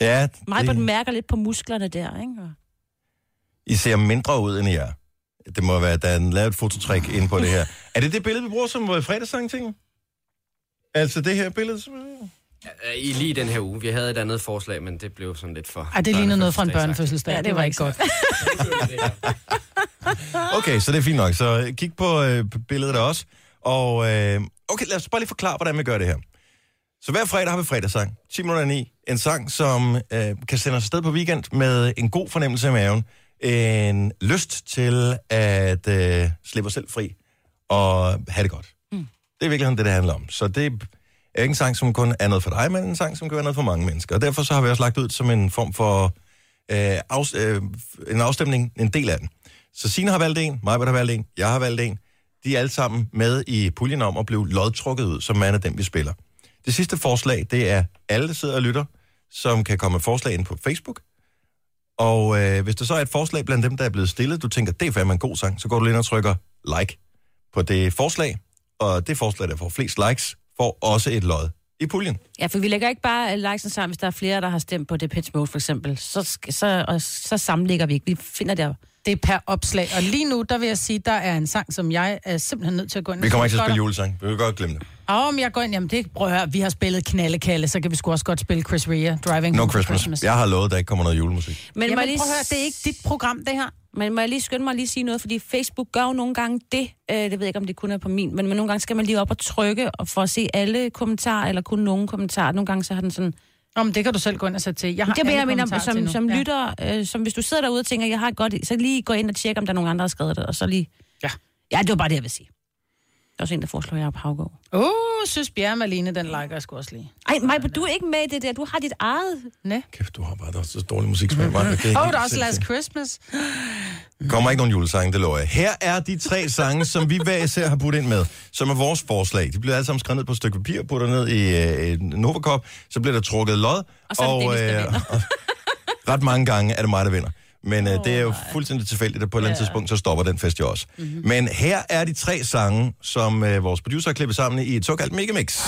Speaker 1: Ja,
Speaker 3: Mig
Speaker 1: det,
Speaker 3: mærker lidt på musklerne der, ikke? Og...
Speaker 1: I ser mindre ud, end I er. Det må være, at der er en- lavet et fototræk inde på det her. Er det det billede, vi bruger som øh, fredagssang-ting? Altså det her billede? som-
Speaker 7: Øh, I lige den her uge. Vi havde et andet forslag, men det blev sådan lidt for...
Speaker 2: Ej, det lignede noget fra en børnefødselsdag.
Speaker 3: Ja,
Speaker 2: Ja,
Speaker 3: det
Speaker 2: det var
Speaker 3: var
Speaker 2: ikke godt.
Speaker 1: Okay, så det er fint nok. Så øh, kig på øh, billedet også. Og øh, okay, lad os bare lige forklare, hvordan vi gør det her. Så hver fredag har vi fredagssang. 10 minutter 9. En sang, som øh, kan sende os afsted på weekend med en god fornemmelse i maven. En lyst til at øh, slippe os selv fri og have det godt. Mm. Det er virkelig det, det handler om. Så det er ikke en sang, som kun er noget for dig, men en sang, som kan være noget for mange mennesker. Og derfor så har vi også lagt ud som en form for øh, afs- øh, en afstemning, en del af den. Så Signe har valgt en, Majbert har valgt en, jeg har valgt en. De er alle sammen med i puljen om at blive lodtrukket ud, som man er den, vi spiller. Det sidste forslag, det er alle, der sidder og lytter, som kan komme med forslag ind på Facebook. Og øh, hvis der så er et forslag blandt dem, der er blevet stillet, du tænker, det er fandme en god sang, så går du lige ind og trykker like på det forslag, og det forslag, der får flest likes, får også et lod i puljen.
Speaker 3: Ja, for vi lægger ikke bare øh, likesen sammen, hvis der er flere, der har stemt på det pitch mode, for eksempel. Så, sk- så, og, så sammenlægger vi ikke. Vi finder det.
Speaker 2: Det er per opslag. Og lige nu, der vil jeg sige, der er en sang, som jeg er simpelthen nødt til at gå ind og
Speaker 1: Vi kommer ikke til at
Speaker 2: sige,
Speaker 1: spille julesang. Vi vil godt glemme det.
Speaker 2: Åh, om jeg går ind, jamen det prøv at høre, vi har spillet knallekalle, så kan vi sgu også godt spille Chris Rea, Driving
Speaker 1: No
Speaker 2: Home for
Speaker 1: Christmas. Jeg har lovet, at der ikke kommer noget julemusik.
Speaker 3: Men,
Speaker 2: Jamen,
Speaker 3: må jeg lige,
Speaker 2: prøv at høre, det er ikke dit program, det her.
Speaker 3: men må jeg lige skynde mig at lige sige noget, fordi Facebook gør jo nogle gange det. Øh, det ved jeg ikke, om det kun er på min, men, men nogle gange skal man lige op og trykke og for at se alle kommentarer, eller kun nogle kommentarer. Nogle gange så har den sådan...
Speaker 2: Om det kan du selv gå ind og sætte til. Jeg har
Speaker 3: Det mener
Speaker 2: alle
Speaker 3: jeg, mener,
Speaker 2: kommentarer til
Speaker 3: som,
Speaker 2: nu.
Speaker 3: som
Speaker 2: Ja.
Speaker 3: lytter, øh, som hvis du sidder derude og tænker, jeg har et godt, i-", så lige gå ind og tjekke, om der er nogen andre, der har skrevet det, og så lige...
Speaker 2: Ja.
Speaker 3: Ja, det var bare det, jeg vil sige. Der er også en, der foreslår, jeg er på Havgård.
Speaker 2: Åh, oh, synes Bjerre Malene, den liker jeg sgu også lige.
Speaker 3: Ej, Maja, du er ikke med i det der. Du har dit eget.
Speaker 2: Næ?
Speaker 1: Kæft, du har bare der er så dårlig musik som mig.
Speaker 2: Åh, oh, der er også Last Christmas.
Speaker 1: kommer ikke nogen julesange, det lover jeg. Her er de tre sange, som vi hver især har budt ind med, som er vores forslag. De bliver alle sammen skrevet ned på et stykke papir, puttet ned i øh, en Novakop, så bliver der trukket lod.
Speaker 3: Og så er det Dennis, der vinder.
Speaker 1: og, ret mange gange er det mig, der vinder. Men øh, det er jo fuldstændig tilfældigt, at på et eller andet tidspunkt, så stopper den fest jo også.
Speaker 3: Mhm.
Speaker 1: Mm-hmm. Men her er de tre sange, som øh, vores producer har klippet sammen i et såkaldt megamix.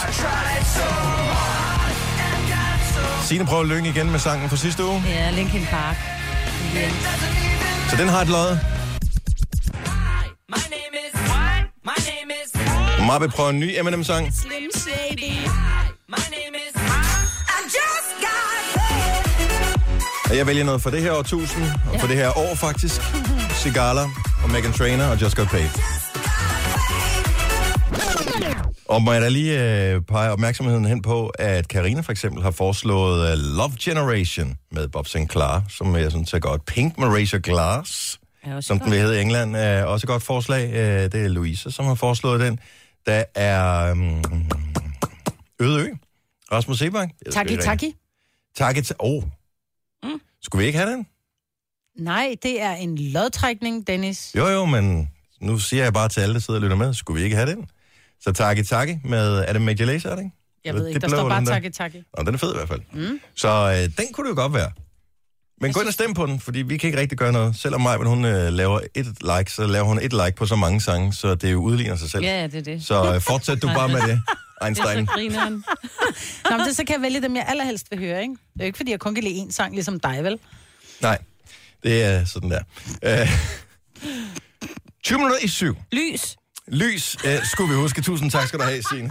Speaker 1: Signe prøver lykke igen med sangen fra sidste uge.
Speaker 3: Ja, Linkin Park.
Speaker 1: Så den har et lod. Mabbe prøver en ny M&M-sang. Og jeg vælger noget for det her årtusind, og for det her år faktisk. Sigala og Megan Trainor og Just Got Paid. Og må jeg da lige øh, pege opmærksomheden hen på, at Karina for eksempel har foreslået øh, Love Generation med Bob Sinclair, som jeg synes er godt. Pink med Razor Glass,
Speaker 3: Er også
Speaker 1: som den vil hedde i England, er også et godt forslag. Øh, det er Louise, som har foreslået den. Der er øhm, Øde Ø, Rasmus Sebak.
Speaker 2: Taki, taki.
Speaker 1: Takke til... Åh. Oh. Mm. Skulle vi ikke have den?
Speaker 2: Nej, det er en lodtrækning, Dennis.
Speaker 1: Jo, jo, men nu siger jeg bare til alle, der sidder og lytter med. Skulle vi ikke have den? Så takke, takke med... Er det Major Lazer, er det ikke?
Speaker 2: Jeg
Speaker 1: Det
Speaker 2: ved ikke, der
Speaker 1: blev
Speaker 2: står bare
Speaker 1: den der.
Speaker 2: taki, taki.
Speaker 1: Nå, den er fed i hvert fald. Mm. Så øh, den kunne det jo godt være. Men gå ind og stem på den, fordi vi kan ikke rigtig gøre noget. Selvom Maja, hun øh, laver et like, så laver hun et like på så mange sange, så det jo udligner sig selv.
Speaker 3: Ja, ja, det er det.
Speaker 1: Så øh, fortsæt du bare med det, Einstein.
Speaker 3: Så griner han.
Speaker 2: Nå, men det, så kan jeg vælge dem, jeg allerhelst vil høre, ikke? Det er jo ikke, fordi jeg kun kan lide én sang, ligesom dig, vel?
Speaker 1: Nej, det er sådan der. Øh, 20 minutter i syv.
Speaker 3: Lys.
Speaker 1: Lys øh, skulle vi huske. Tusind tak skal du have, Signe.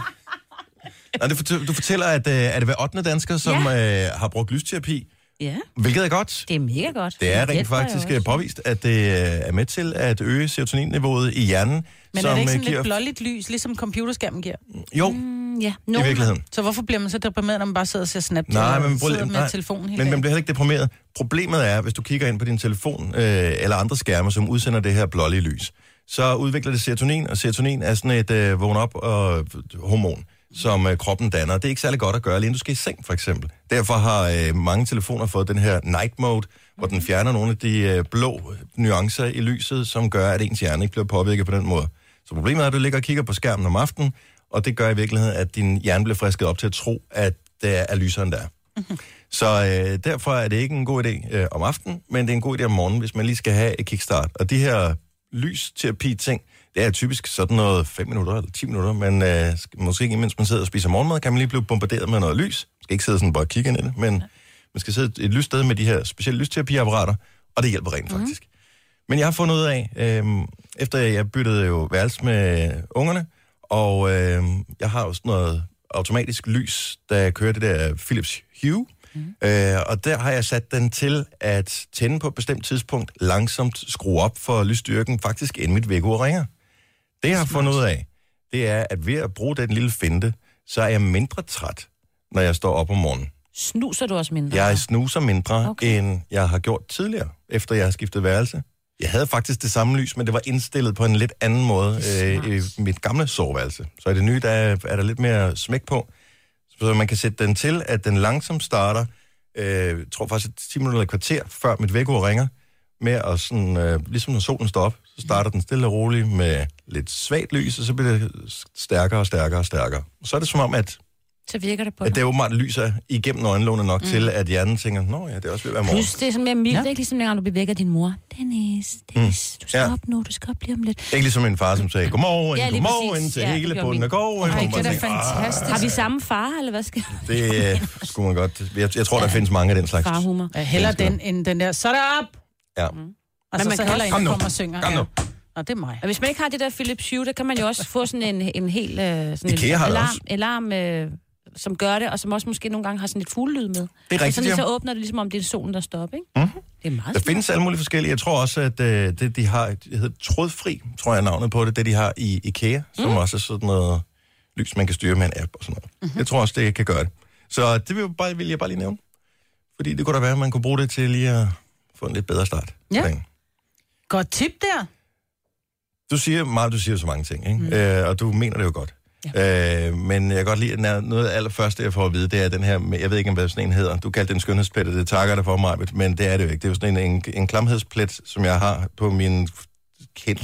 Speaker 1: Nå, det fortæ- du fortæller, at øh, er det hver 8. dansker, som ja. øh, har brugt lysterapi,
Speaker 3: Ja,
Speaker 1: hvilket er godt.
Speaker 3: det er mega godt.
Speaker 1: Det er rent
Speaker 3: hjælper jo
Speaker 1: faktisk
Speaker 3: også.
Speaker 1: øh, påvist, at det øh, er med til at øge serotoninniveauet i hjernen.
Speaker 2: Men er det ikke
Speaker 1: øh,
Speaker 2: sådan lidt
Speaker 1: giver-
Speaker 2: blåligt lys, ligesom computerskærmen giver?
Speaker 1: Jo,
Speaker 3: Mm, Ja,
Speaker 1: øh, i
Speaker 3: nogen
Speaker 1: virkeligheden.
Speaker 2: Så hvorfor bliver man så deprimeret, når man bare sidder og ser Snapchat
Speaker 1: Nej,
Speaker 2: og
Speaker 1: men
Speaker 2: øh, sidder
Speaker 1: problem,
Speaker 2: med
Speaker 1: nej.
Speaker 2: telefonen hele
Speaker 1: Men man
Speaker 2: dagen?
Speaker 1: bliver heller ikke deprimeret. Problemet er, hvis du kigger ind på din telefon øh, eller andre skærme, som udsender det her blålige lys, så udvikler det serotonin, og serotonin er sådan et øh, vågn op og øh, hormon, som øh, kroppen danner. Det er ikke særlig godt at gøre, lige inden du skal i seng, for eksempel. Derfor har øh, mange telefoner fået den her night mode, hvor den fjerner nogle af de øh, blå nuancer i lyset, som gør, at ens hjerne ikke bliver påvirket på den måde. Så problemet er, at du ligger og kigger på skærmen om aftenen, og det gør i virkeligheden, at din hjerne bliver frisket op til at tro, at det er lysere, end det er. Så øh, derfor er det ikke en god idé øh, om aftenen, men det er en god idé om morgenen, hvis man lige skal have et kickstart. Og de her lysterapi-ting, det er typisk sådan noget 5 minutter eller 10 minutter, men øh, sk- måske ikke mens man sidder og spiser morgenmad, kan man lige blive bombarderet med noget lys. Man skal ikke sidde sådan bare og kigge ind i det, men man skal sidde et lyssted med de her specielle lysterapiapparater, og det hjælper rent faktisk. Men jeg har fundet ud af, øh, efter jeg byttede jo værelse med ungerne, og øh, jeg har jo sådan noget automatisk lys, der kører det der Philips Hue. Mm. Øh, og der har jeg sat den til at tænde på et bestemt tidspunkt, langsomt skrue op for lysstyrken, faktisk inden mit vækkeur ringer. Det jeg har fundet ud af, det er, at ved at bruge den lille finte, så er jeg mindre træt, når jeg står op om morgenen.
Speaker 3: Snuser du også mindre?
Speaker 1: Jeg snuser mindre, okay.
Speaker 3: Okay.
Speaker 1: end jeg har gjort tidligere, efter jeg har skiftet værelse. Jeg havde faktisk det samme lys, men det var indstillet på en lidt anden måde øh, i mit gamle soveværelse. Så i det nye, der er er der lidt mere smæk på. Så man kan sætte den til, at den langsomt starter, øh, jeg tror faktisk et 10 minutter eller et kvarter, før mit vækkeur ringer, med at sådan, øh, ligesom når solen står op, så starter den stille og roligt med lidt svagt lys, og så bliver det stærkere og stærkere og stærkere. Så er det som om, at
Speaker 3: så virker det på
Speaker 1: At
Speaker 3: dig.
Speaker 1: det åbenbart lyser igennem øjenlågene nok mm. til, at hjernen tænker, nå ja, det er også ved at være morgen.
Speaker 3: Plus, det er sådan mere mildt,
Speaker 2: Ja.
Speaker 3: ja. ikke ligesom dengang, du bevækker din mor. Dennis, Dennis, mm. du skal
Speaker 1: Ja.
Speaker 3: ja. op nu, du skal op lige om lidt.
Speaker 1: Ikke ligesom min far, som sagde, godmorgen,
Speaker 3: Ja,
Speaker 1: ja,
Speaker 3: lige
Speaker 1: godmorgen
Speaker 3: præcis.
Speaker 1: til
Speaker 3: Ja,
Speaker 1: ja,
Speaker 3: det
Speaker 1: hele
Speaker 3: gjorde
Speaker 1: bunden
Speaker 3: min.
Speaker 1: af gården.
Speaker 2: Ej,
Speaker 1: Hvor man
Speaker 2: det er da
Speaker 1: tænker, "Ah,
Speaker 2: fantastisk.
Speaker 3: Har vi samme far, eller hvad skal
Speaker 1: Det øh, skulle man godt. Jeg, jeg tror, der findes mange af den slags.
Speaker 3: Farhumor.
Speaker 2: Ja, heller den, end den der, så er der op!
Speaker 1: Ja.
Speaker 2: Altså,
Speaker 3: Men
Speaker 2: man
Speaker 3: man
Speaker 2: så
Speaker 3: kan
Speaker 2: heller
Speaker 3: også-
Speaker 2: en,
Speaker 1: Kom
Speaker 2: der
Speaker 1: nu.
Speaker 2: kommer og synger.
Speaker 1: Kom nu.
Speaker 2: Ja. Nå, det er mig.
Speaker 3: Og hvis man ikke har det der Philips Hue, der kan man jo også få sådan en, en hel øh, sådan
Speaker 1: IKEA
Speaker 3: en
Speaker 1: har det
Speaker 3: alarm,
Speaker 1: også.
Speaker 3: alarm øh, som gør det, og som også måske nogle gange har sådan lidt fuglelyd med. Det
Speaker 1: rigtigt,
Speaker 3: sådan,
Speaker 1: ja. Mhm.
Speaker 3: så åbner det ligesom, om det er solen, der står op, ikke? Mm-hmm. Det er meget
Speaker 1: Der
Speaker 3: smart.
Speaker 1: findes alle mulige forskellige. Jeg tror også, at øh, det, de har, det hedder trådfri, tror jeg er navnet på det, det de har i IKEA, som også er sådan noget lys, man kan styre med en app og sådan noget. Mm-hmm. Jeg tror også, det kan gøre det. Så det vil, jeg bare, vil jeg bare lige nævne. Fordi det kunne da være, at man kunne bruge det til lige at få en lidt bedre start. på
Speaker 2: Ja.
Speaker 1: dagen.
Speaker 2: Godt tip der.
Speaker 1: Du siger meget, du siger så mange ting, ikke? Mm. Øh, og du mener det jo godt. Ja. Øh, men jeg kan godt lide, at den er- noget af det allerførste, jeg får at vide, det er den her, med- jeg ved ikke, hvad sådan en hedder. Du kaldte den skønhedsplet, og det takker jeg dig for mig, men det er det jo ikke. Det er jo sådan en, en, en klamhedsplet, som jeg har på min kind,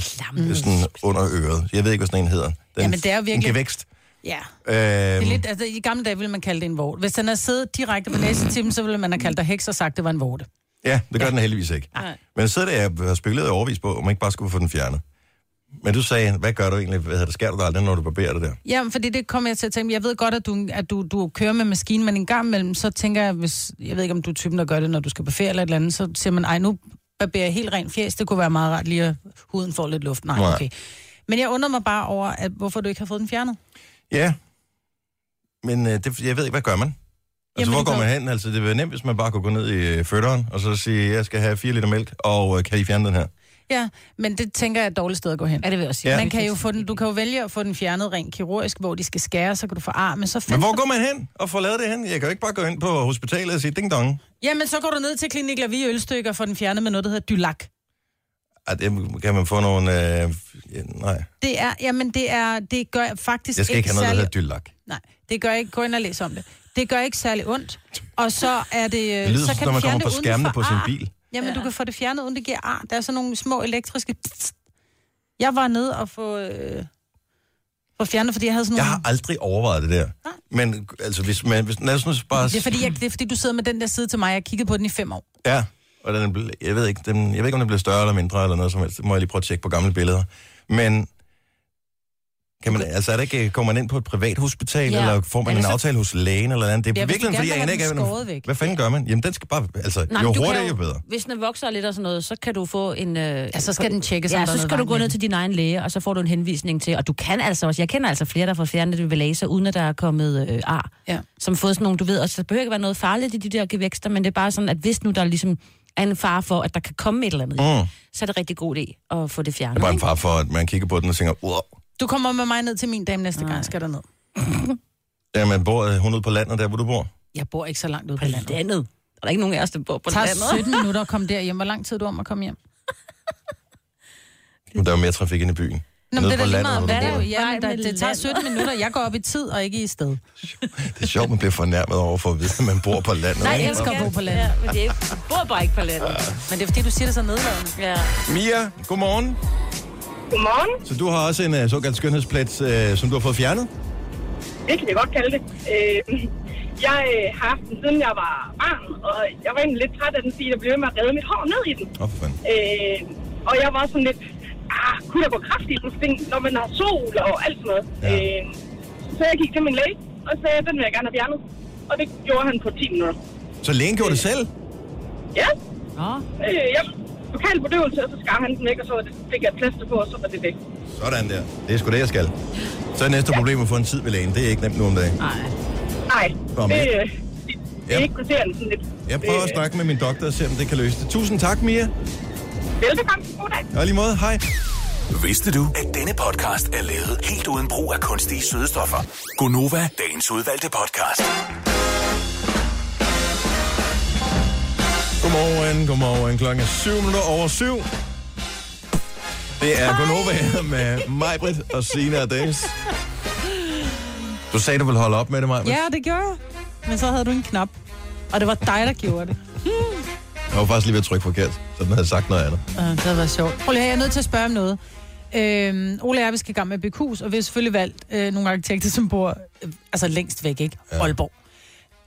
Speaker 1: sådan under øret. Jeg ved ikke, hvad sådan en hedder. Den,
Speaker 2: Jamen, det er jo virkelig-
Speaker 1: En gevækst.
Speaker 2: Ja.
Speaker 1: Øh,
Speaker 2: Det er lidt, altså, I gamle dage ville man kalde det en vorte. Hvis den havde siddet direkte på læsetimen, så ville man have kaldt dig heks og sagt, det var en vorte.
Speaker 1: Ja, det gør ja. den heldigvis ikke.
Speaker 3: Nej.
Speaker 1: Men så er det, jeg har spekuleret overvis på, om man ikke bare skulle få den fjernet. Men du sagde, hvad gør du egentlig? Hvad hedder det? Skærer du dig aldrig, når du barberer det der?
Speaker 2: Jamen, fordi det kommer jeg til at tænke. Jeg ved godt, at du, at du, du kører med maskinen, men en gang imellem, så tænker jeg, hvis, jeg ved ikke, om du er typen, der gør det, når du skal på ferie eller et eller andet, så siger man, ej, nu barberer jeg helt rent fjæs. Det kunne være meget rart lige, at huden får lidt luft. Nej,
Speaker 1: Nej.
Speaker 2: okay. Men jeg undrer mig bare over, at, hvorfor du ikke har fået den fjernet.
Speaker 1: Ja, men øh, det, jeg ved ikke, hvad gør man? Altså,
Speaker 2: Jamen,
Speaker 1: Jamen, hvor
Speaker 2: det
Speaker 1: går
Speaker 2: går-
Speaker 1: man hen? Altså, det ville være nemt, hvis man bare kunne gå ned i øh, fødderen, og så sige, jeg skal have 4 liter mælk, og øh, kan I fjerne den her?
Speaker 2: Ja, men det tænker jeg er et dårligt sted at gå hen.
Speaker 3: Ja, det vil jeg også sige.
Speaker 1: Ja.
Speaker 2: Man kan jo få den, du kan jo vælge at få den fjernet rent kirurgisk, hvor de skal skære, så kan du få armen, så
Speaker 1: Men
Speaker 2: findes
Speaker 1: hvor går man hen og får lavet det hen? Jeg kan jo ikke bare gå ind på hospitalet og sige, ding dong.
Speaker 2: Jamen, så går du ned til Klinik Lavi Ølstykke og får den fjernet med noget, der hedder Dylak.
Speaker 1: Ej, det kan man få nogle... Øh, ja, nej,
Speaker 2: Det er, jamen, det er, det gør faktisk
Speaker 1: jeg skal ikke have noget, der
Speaker 2: særlig...
Speaker 1: hedder dyllak.
Speaker 2: Nej, det gør ikke, gå ind og læs om det. Det gør ikke særlig ondt, og så er det...
Speaker 1: Det lyder,
Speaker 2: Øh, så
Speaker 1: som når
Speaker 2: kan du
Speaker 1: man
Speaker 2: fjerne
Speaker 1: kommer på
Speaker 2: det Ah. uden
Speaker 1: skærmene
Speaker 2: for
Speaker 1: på sin
Speaker 2: ar.
Speaker 1: bil.
Speaker 2: Jamen, ja. du kan få det fjernet, uden det giver ar. Der er sådan nogle små elektriske... Jeg var nede og få... Øh, få fjernet, fordi jeg havde sådan
Speaker 1: Jeg
Speaker 2: nogle...
Speaker 1: har aldrig overvejet det der. Men altså, hvis man... Hvis, lad os nu bare...
Speaker 2: Det er, fordi jeg, det er fordi, du sidder med den der side til mig. Jeg kiggede på den i fem år.
Speaker 1: Ja, og den er ble- jeg, ved ikke, den, jeg ved ikke, om den bliver større eller mindre eller noget som helst. Det må jeg lige prøve at tjekke på gamle billeder. Men kan man, altså er det ikke, kommer man ind på et privat hospital, ja.
Speaker 3: Ja.
Speaker 1: eller får man
Speaker 3: Ellers
Speaker 1: en
Speaker 3: så-
Speaker 1: aftale hos lægen eller andet? Det er
Speaker 2: altså- Ja,
Speaker 1: ja,
Speaker 2: hvis du
Speaker 1: virkelig,
Speaker 2: gerne
Speaker 1: fordi jeg
Speaker 2: vil have
Speaker 1: aner ikke,
Speaker 2: den skåret
Speaker 1: hvad,
Speaker 2: væk.
Speaker 1: hvad fanden gør man? Jamen, den skal bare, altså,
Speaker 3: Nej,
Speaker 1: jo
Speaker 3: men du kan
Speaker 1: hurtigere, jo bedre.
Speaker 3: Hvis den vokser lidt og sådan noget, så kan du få en... Øh, ja,
Speaker 2: Ja, så skal den tjekkes. om
Speaker 3: ja,
Speaker 2: der er
Speaker 3: så
Speaker 2: noget
Speaker 3: skal du
Speaker 2: vejen
Speaker 3: gå
Speaker 2: med
Speaker 3: ned
Speaker 2: den.
Speaker 3: til din egen læge, og så får du en henvisning til... Og du kan altså også... Jeg kender altså flere, der får fjernet det ved laser, uden at der er kommet øh, ar.
Speaker 2: Ja.
Speaker 3: Som fået sådan nogle, du ved... Og så behøver ikke være noget farligt i de der gevækster, men det er bare sådan, at hvis nu der ligesom er en far for, at der kan komme et eller andet, mm. så er det rigtig god idé at få det fjernet.
Speaker 1: Hmm. Det er bare en
Speaker 3: ikke?
Speaker 1: far for, at man kigger på den og tænker, wow.
Speaker 2: Du kommer med mig ned til min dame næste gang, skal der ned.
Speaker 1: Ja, man bor øh, hun ude på landet, der hvor du bor.
Speaker 2: Jeg bor ikke så langt ude på
Speaker 3: På
Speaker 2: landet. Det
Speaker 3: landet. Der er ikke nogen af os, der bor på
Speaker 2: tager
Speaker 3: landet.
Speaker 2: 17 minutter at komme derhjem. Hvor lang tid er du om at komme hjem?
Speaker 1: Men der er jo mere trafik inde i byen.
Speaker 2: Nå, men
Speaker 1: Nede
Speaker 2: det er
Speaker 1: på
Speaker 2: da lige
Speaker 1: landet,
Speaker 2: meget,
Speaker 1: hvor
Speaker 2: hvad
Speaker 1: du
Speaker 2: det er.
Speaker 1: bor.
Speaker 2: jo- Ja, men
Speaker 3: Nej,
Speaker 2: der,
Speaker 3: men
Speaker 2: det tager
Speaker 3: landet.
Speaker 2: 17 minutter. Jeg går op i tid og ikke i sted.
Speaker 1: Det er sjovt, man bliver fornærmet over for at vide, at man bor på landet.
Speaker 2: Nej,
Speaker 1: ikke?
Speaker 2: jeg elsker at bo på landet.
Speaker 3: Ja, men det er ikke, du bor bare ikke på landet.
Speaker 2: Men det er fordi, du siger det så nedladende.
Speaker 3: Ja.
Speaker 1: Mia, godmorgen.
Speaker 8: Godmorgen.
Speaker 1: Så du har også en øh, såkaldt skønhedsplet, øh, som du har fået fjernet?
Speaker 8: Det kan jeg godt kalde det. Øh, jeg øh, har haft den, siden jeg var barn, og jeg var egentlig lidt træt af den, fordi der blev ved med at redde mit hår ned i den.
Speaker 1: Åh, oh, for fanden.
Speaker 8: Øh, og jeg var sådan lidt, ah, kunne der gå kraft i den, ting, når man har sol og alt sådan noget.
Speaker 1: Ja.
Speaker 8: Ja. Øh, så jeg gik til min læge, og sagde, den vil jeg gerne have fjernet. Og det gjorde han på 10 minutter.
Speaker 1: Så lægen gjorde det selv?
Speaker 8: Ja,
Speaker 3: Nå,
Speaker 8: øh, ja. Lokal bedøvelse, og så skar han den væk, og så var det- fik jeg plaster på, og så var det væk.
Speaker 1: Sådan der. Det er sgu det, jeg skal. Så er næste problem at få en tid ved lægen. Det er ikke nemt nu om dagen.
Speaker 8: Nej,
Speaker 1: Nå, men-
Speaker 8: det, øh, det, det
Speaker 1: Ja.
Speaker 8: er ikke presserende sådan lidt.
Speaker 1: Jeg prøver at
Speaker 8: Øh,
Speaker 1: snakke med min doktor og se, om det kan løse det. Tusind tak, Mia.
Speaker 8: Velbekomme. God dag.
Speaker 1: Og i lige måde, hej.
Speaker 4: Vidste du, at denne podcast er lavet helt uden brug af kunstige sødestoffer? Gonova, dagens udvalgte podcast.
Speaker 1: Godmorgen, godmorgen. Klokken er syv minutter over syv. Det er Gunova med mig, Britt og Sina og Dennis. Du sagde, du ville holde op med det, Maja.
Speaker 2: Ja, det gjorde jeg. Men så havde du en knap. Og det var dig, der gjorde det.
Speaker 1: Jeg var faktisk lige ved at trykke forkert, så den havde sagt noget andet.
Speaker 2: Uh, det havde været sjovt. Prøv lige, at høre, jeg er nødt til at spørge om noget. Øhm, Ole og jeg, vi skal i gang med BQ's, og vi har selvfølgelig valgt øh, nogle arkitekter, som bor øh, altså længst væk, ikke? Ja. Aalborg.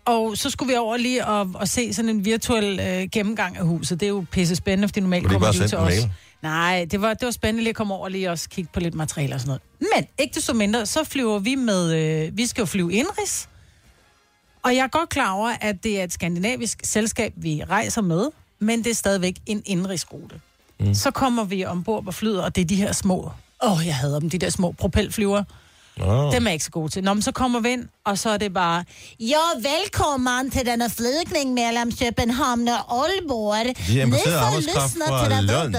Speaker 2: Og så skulle vi over lige og, og se sådan en virtuel øh, gennemgang af huset. Det er jo pisse spændende, fordi normalt
Speaker 1: Kunne de ikke
Speaker 2: kommer
Speaker 1: bare sende
Speaker 2: de jo til
Speaker 1: en
Speaker 2: os.
Speaker 1: mail?
Speaker 2: Nej, det var, det var spændende lige at komme over lige og også kigge på lidt materiale og sådan noget. Men ikke desto mindre, så flyver vi med... Øh, vi skal jo flyve indrigs. Og jeg er godt klar over, at det er et skandinavisk selskab, vi rejser med, men det er stadigvæk en indrigsrute. Mm. Så kommer vi ombord på flyet, og det er de her små... Åh, oh, jeg hader dem, de der små propelflyver.
Speaker 1: Nå.
Speaker 2: Dem er jeg ikke så gode til. Nå, men så kommer vi ind, og så er det bare... Jo, velkommen til denne flygning mellem København og Aalborg.
Speaker 1: Vi importerer arbejdskraft fra Lund.